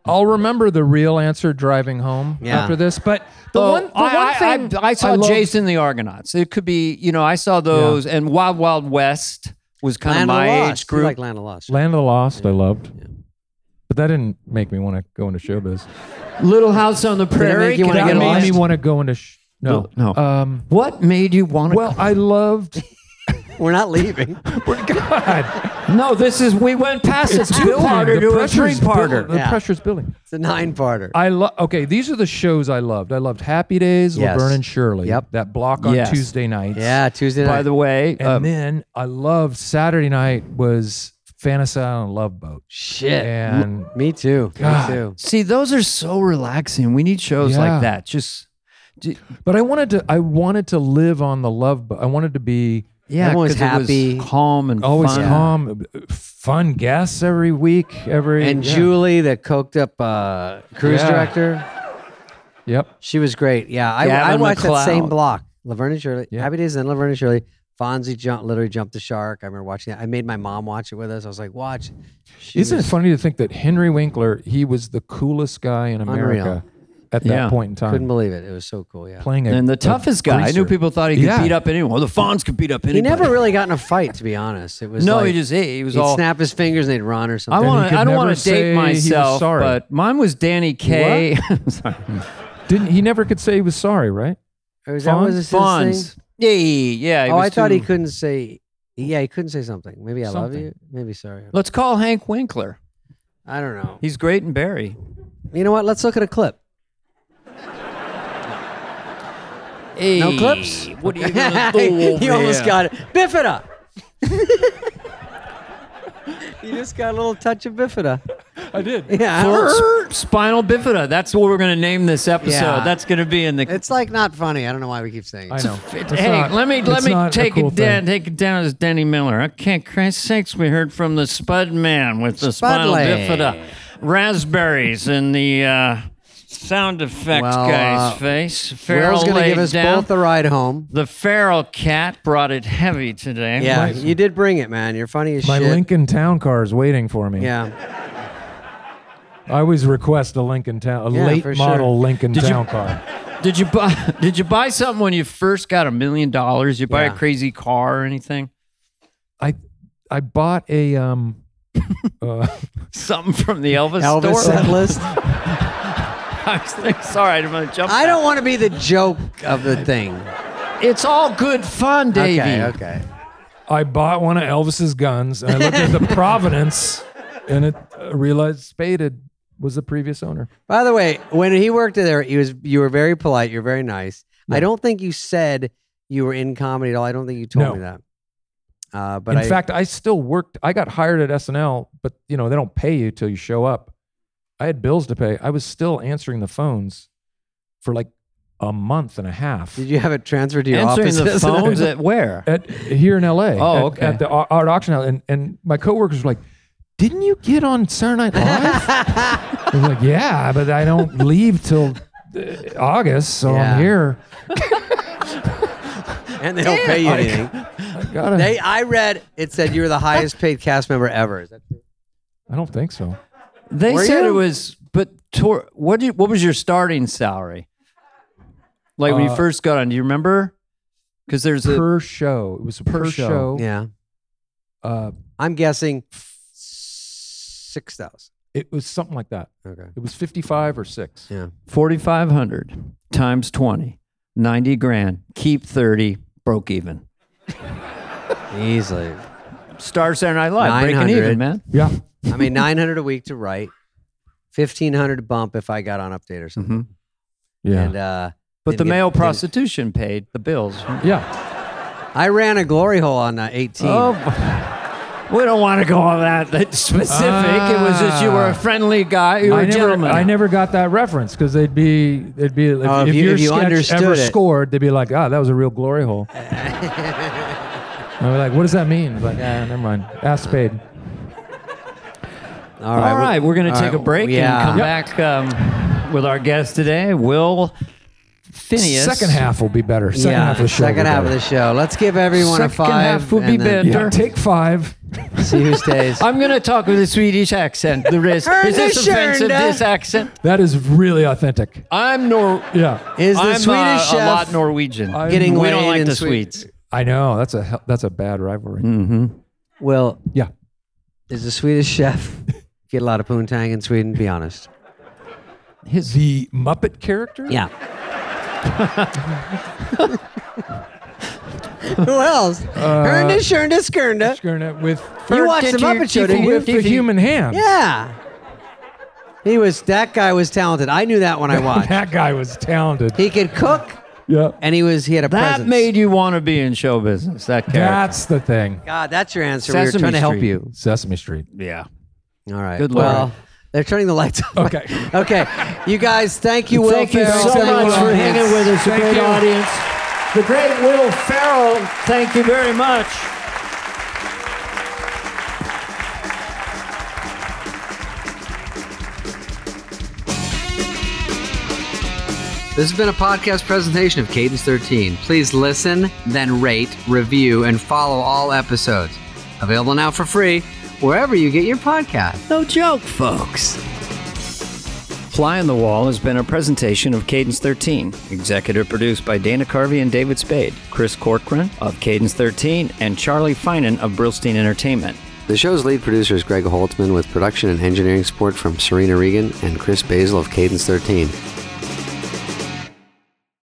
Speaker 4: I'll remember the real answer driving home
Speaker 1: Yeah.
Speaker 4: after this. But the
Speaker 2: Oh,
Speaker 4: one, the
Speaker 2: I,
Speaker 4: one
Speaker 2: I-
Speaker 4: thing
Speaker 2: I, I saw
Speaker 4: love-
Speaker 2: Jason the Argonauts. It could be, you know, I saw those, and Wild Wild West was kind
Speaker 1: Land
Speaker 2: of
Speaker 1: of the
Speaker 2: my
Speaker 1: Lost.
Speaker 2: age
Speaker 1: You
Speaker 2: group.
Speaker 1: like Land of the Lost.
Speaker 4: Land of the Lost, I loved. But that didn't make me want to go into showbiz.
Speaker 2: Little House on the Prairie.
Speaker 1: make you
Speaker 2: Can
Speaker 1: wanna
Speaker 2: I
Speaker 4: That
Speaker 1: get
Speaker 2: be
Speaker 4: made
Speaker 1: lost?
Speaker 4: me want to go into sh- no
Speaker 2: No.
Speaker 4: Um,
Speaker 2: What made you want to?
Speaker 4: well, I loved.
Speaker 1: We're not leaving.
Speaker 4: God,
Speaker 2: no, this is we went past a two-parter
Speaker 4: The
Speaker 2: to a
Speaker 4: pressure's building.
Speaker 2: three-parter.
Speaker 4: The
Speaker 1: Yeah.
Speaker 4: pressure's building.
Speaker 1: It's a nine-parter.
Speaker 4: I love. Okay, these are the shows I loved. I loved Happy Days,
Speaker 1: Yes.
Speaker 4: Laverne and Shirley.
Speaker 1: Yep.
Speaker 4: That block on
Speaker 2: Yes.
Speaker 4: Tuesday nights.
Speaker 1: yeah, Tuesday night.
Speaker 2: By the way,
Speaker 4: And
Speaker 2: uh,
Speaker 4: then I loved Saturday night was Fantasy Island Love Boat.
Speaker 1: Shit.
Speaker 4: And
Speaker 1: Me too.
Speaker 4: God.
Speaker 1: Me too.
Speaker 2: see, those are so relaxing. We need shows
Speaker 4: Yeah.
Speaker 2: like that. Just
Speaker 4: but I wanted to. I wanted to live on the Love Boat. I wanted to be
Speaker 2: yeah,
Speaker 1: Everyone's
Speaker 2: 'cause it was
Speaker 1: happy.
Speaker 2: calm, and
Speaker 4: always
Speaker 2: fun.
Speaker 4: calm, fun guests every week. Every
Speaker 1: And
Speaker 4: yeah.
Speaker 1: Julie, the coked up uh, cruise
Speaker 4: Yeah.
Speaker 1: director,
Speaker 4: Yep.
Speaker 1: she was great. Yeah, I, I
Speaker 2: Gavin
Speaker 1: watched that same
Speaker 2: McLeod.
Speaker 1: block. Laverne and Shirley,
Speaker 4: Yeah.
Speaker 1: Happy Days, and Laverne and Shirley. Fonzie jump, literally jumped the shark. I remember watching that. I made my mom watch it with us. I was like, watch. She
Speaker 4: Isn't
Speaker 1: was-
Speaker 4: it funny to think that Henry Winkler, he was the coolest guy in America at that
Speaker 2: Yeah.
Speaker 4: point in time,
Speaker 1: Couldn't believe it. It was so cool. Yeah.
Speaker 4: playing a,
Speaker 2: And
Speaker 4: a
Speaker 2: the toughest guy. I knew
Speaker 4: greaser.
Speaker 2: people thought he could
Speaker 4: Yeah.
Speaker 2: beat up anyone. Well, the Fonz could beat up
Speaker 1: He
Speaker 2: anyone.
Speaker 1: never really got in a fight, to be honest. It was
Speaker 2: No,
Speaker 1: like,
Speaker 2: he just he, he was
Speaker 1: he'd
Speaker 2: all
Speaker 1: snap his fingers and they'd run or
Speaker 2: I
Speaker 1: something.
Speaker 2: want.
Speaker 4: could
Speaker 2: I don't
Speaker 4: never
Speaker 2: want to
Speaker 4: say
Speaker 2: date
Speaker 4: he was
Speaker 2: myself,
Speaker 4: sorry.
Speaker 2: but mine was Danny Kaye. Sorry.
Speaker 4: Didn't he never could say he was sorry, right?
Speaker 1: Or is that was his thing?
Speaker 2: Fonz. Yeah, yeah. he
Speaker 1: oh,
Speaker 2: was
Speaker 1: I thought he
Speaker 2: too-
Speaker 1: couldn't say. Yeah, he couldn't say something. Maybe I love
Speaker 4: Something.
Speaker 1: you. Maybe sorry.
Speaker 2: Let's call Hank Winkler.
Speaker 1: I don't know.
Speaker 2: He's great in Barry.
Speaker 1: You know what? Let's look at a clip. No
Speaker 2: Hey,
Speaker 1: clips?
Speaker 2: What are you gonna do? over
Speaker 1: you almost
Speaker 2: here?
Speaker 1: got it. Bifida. you just got a little touch of bifida.
Speaker 4: I did.
Speaker 1: Yeah. I
Speaker 2: Or
Speaker 1: don't-
Speaker 2: sp- spinal bifida. That's what we're gonna name this episode.
Speaker 1: Yeah.
Speaker 2: That's gonna be in the.
Speaker 1: It's like not funny. I don't know why we keep saying
Speaker 4: I
Speaker 1: it.
Speaker 4: know.
Speaker 2: It-
Speaker 4: It's
Speaker 2: hey,
Speaker 4: not-
Speaker 2: let me let
Speaker 4: it's
Speaker 2: me
Speaker 4: not a
Speaker 2: take
Speaker 4: cool
Speaker 2: it down.
Speaker 4: thing.
Speaker 2: Take it down as Danny Miller. Okay, Christ sakes, we heard from the Spud Man with the spinal
Speaker 1: Spudley.
Speaker 2: bifida, raspberries in the uh, sound effect
Speaker 1: Well,
Speaker 2: guy's
Speaker 1: uh,
Speaker 2: face. Feral
Speaker 1: Farrell's going to
Speaker 2: laid
Speaker 1: give us
Speaker 2: down.
Speaker 1: both a ride home.
Speaker 2: the feral cat brought it heavy today.
Speaker 1: Yeah, you did bring it, man. You're funny as
Speaker 4: My
Speaker 1: shit.
Speaker 4: Lincoln Town car is waiting for me.
Speaker 1: Yeah.
Speaker 4: I always request a Lincoln Town, a
Speaker 1: Yeah, for
Speaker 4: late
Speaker 1: sure.
Speaker 4: model Lincoln
Speaker 2: Did you-
Speaker 4: Town car.
Speaker 2: Did you buy? Did you buy something when you first got a million dollars? You buy
Speaker 1: Yeah.
Speaker 2: a crazy car or anything?
Speaker 4: I I bought a um. uh,
Speaker 2: Something from the Elvis,
Speaker 1: Elvis
Speaker 2: store?
Speaker 1: set list.
Speaker 2: I was like, sorry, I'm gonna jump.
Speaker 1: I don't want to be the joke of the thing.
Speaker 2: It's all good fun, Davey.
Speaker 1: Okay, okay.
Speaker 4: I bought one of Elvis's guns, and I looked at the Providence, and it uh, realized Spaded was the previous owner.
Speaker 1: By the way, when he worked there, he was you were very polite. You're very nice. I don't think you said you were in comedy at all. I don't think you told
Speaker 4: No.
Speaker 1: me that. Uh, but
Speaker 4: in
Speaker 1: I,
Speaker 4: fact, I still worked. I got hired at SNL, but you know they don't pay you till you show up. I had bills to pay. I was still answering the phones for like a month and a half
Speaker 1: did you have it transferred to your
Speaker 2: Answering
Speaker 1: office?
Speaker 2: the phones at where?
Speaker 4: at here in LA.
Speaker 2: Oh,
Speaker 4: at-
Speaker 2: okay.
Speaker 4: At the au- art auction house, and and my coworkers were like, "Didn't you get on Saturday Night Live?" I was like, "Yeah, but I don't leave till." uh, August, so
Speaker 1: Yeah.
Speaker 4: I'm here.
Speaker 1: and they don't pay you anything.
Speaker 4: I gotta.
Speaker 1: They, I read it said you were the highest paid cast member ever. Is that true?
Speaker 4: I don't think so.
Speaker 2: They
Speaker 1: Were
Speaker 2: said
Speaker 1: you?
Speaker 2: it was, but tor- what did, what was your starting salary? Like when you
Speaker 4: Uh,
Speaker 2: first got on, do you remember? Because there's a
Speaker 4: Per show, it was per,
Speaker 2: show.
Speaker 4: show.
Speaker 1: Yeah,
Speaker 4: Uh,
Speaker 1: I'm guessing six thousand.
Speaker 4: it was something like that.
Speaker 1: Okay.
Speaker 4: It was fifty-five or six.
Speaker 1: Yeah.
Speaker 2: 4,500 times 20, 90 grand, keep 30, broke even.
Speaker 1: Easily.
Speaker 2: Star Saturday Night Live, breaking
Speaker 1: 900.
Speaker 2: even, man.
Speaker 4: Yeah.
Speaker 1: I mean, 900 a week to write, 1500 to bump if I got on update or something.
Speaker 4: Yeah.
Speaker 1: And uh,
Speaker 2: But
Speaker 1: didn't
Speaker 2: the
Speaker 1: get-
Speaker 2: male
Speaker 1: didn't-
Speaker 2: prostitution paid the bills.
Speaker 1: uh,
Speaker 4: yeah.
Speaker 1: I ran a glory hole on uh, 18.
Speaker 2: Oh, b- we don't want to go on that, that specific. it was just you were a
Speaker 4: Ah.
Speaker 2: friendly guy. You were
Speaker 4: I
Speaker 2: a
Speaker 4: never,
Speaker 2: gentleman.
Speaker 4: I never got that reference because they'd be, they'd be, if,
Speaker 1: Oh, if
Speaker 4: if
Speaker 1: you-
Speaker 4: your
Speaker 1: if you
Speaker 4: sketch
Speaker 1: understood
Speaker 4: ever
Speaker 1: it.
Speaker 4: scored, they'd be like, ah, that was a real glory hole. and we're like, what does that mean? Like, ah, never mind. Ass paid.
Speaker 1: all
Speaker 2: All
Speaker 1: we-
Speaker 2: right, we're going to
Speaker 1: all
Speaker 2: take
Speaker 1: right,
Speaker 2: a break
Speaker 1: yeah.
Speaker 2: and come back um, with our guest today, Will Phineas.
Speaker 4: Second half will be better. Second
Speaker 1: yeah,
Speaker 4: half of the show. will
Speaker 1: Second
Speaker 4: be
Speaker 1: half of
Speaker 4: better.
Speaker 1: the show. Let's give everyone a
Speaker 2: Second
Speaker 1: five.
Speaker 2: half would be
Speaker 1: and then
Speaker 2: better.
Speaker 4: Yeah, take five.
Speaker 1: See who stays.
Speaker 2: I'm going to talk with a Swedish accent. The rest
Speaker 1: Hör
Speaker 2: is this
Speaker 1: du,
Speaker 2: offensive?
Speaker 1: Shernda?
Speaker 2: This accent?
Speaker 4: That is really authentic.
Speaker 2: I'm Nor.
Speaker 4: Yeah,
Speaker 1: Is the
Speaker 2: I'm uh,
Speaker 1: Swedish
Speaker 2: a
Speaker 1: chef
Speaker 2: lot Norwegian.
Speaker 4: I-
Speaker 1: getting
Speaker 2: we
Speaker 1: laid
Speaker 2: don't like
Speaker 1: in
Speaker 2: the
Speaker 1: Swe-
Speaker 2: Swedes.
Speaker 4: I know. That's a hell- that's a bad rivalry.
Speaker 1: Well,
Speaker 4: Yeah,
Speaker 1: is the Swedish chef get a lot of poontang in Sweden? Be honest.
Speaker 4: his the Muppet character.
Speaker 1: Yeah. who else?
Speaker 2: Uh,
Speaker 1: Hernda, Shernda, Skernda.
Speaker 4: Skirna with
Speaker 1: You watched the Muppet Show, didn't you?
Speaker 4: with the
Speaker 1: Did you-
Speaker 4: human hand.
Speaker 1: Yeah. He was that guy was talented. I knew that when I watched.
Speaker 4: that guy was talented.
Speaker 1: He could cook
Speaker 4: yeah,
Speaker 1: and he was he had a
Speaker 2: That
Speaker 1: presence.
Speaker 2: made you want to be in show business. That character.
Speaker 4: that's the thing.
Speaker 1: God, that's your answer. we were
Speaker 2: Sesame
Speaker 1: trying to help
Speaker 2: Street.
Speaker 1: you.
Speaker 4: Sesame Street.
Speaker 2: yeah.
Speaker 1: All right.
Speaker 2: Good
Speaker 1: well,
Speaker 2: Lord.
Speaker 1: they're turning the lights off.
Speaker 4: Okay.
Speaker 1: okay. You guys, thank you, Will.
Speaker 2: Thank you
Speaker 1: Ferrell.
Speaker 2: so
Speaker 1: Thank
Speaker 2: much for
Speaker 1: Will.
Speaker 2: hanging with us, the
Speaker 4: Thank
Speaker 2: great
Speaker 4: you.
Speaker 2: audience. The great Will Farrell, thank you very much.
Speaker 1: This has been a podcast presentation of Cadence 13. Please listen, then rate, review, and follow all episodes. Available now for free wherever you get your podcast.
Speaker 2: No joke, folks. Fly on the Wall has been a presentation of Cadence 13, executive produced by Dana Carvey and David Spade, Chris Corcoran of Cadence 13, and Charlie Finan of Brillstein Entertainment.
Speaker 1: The show's lead producer is Greg Holtzman with production and engineering support from Serena Regan and Chris Basil of Cadence 13.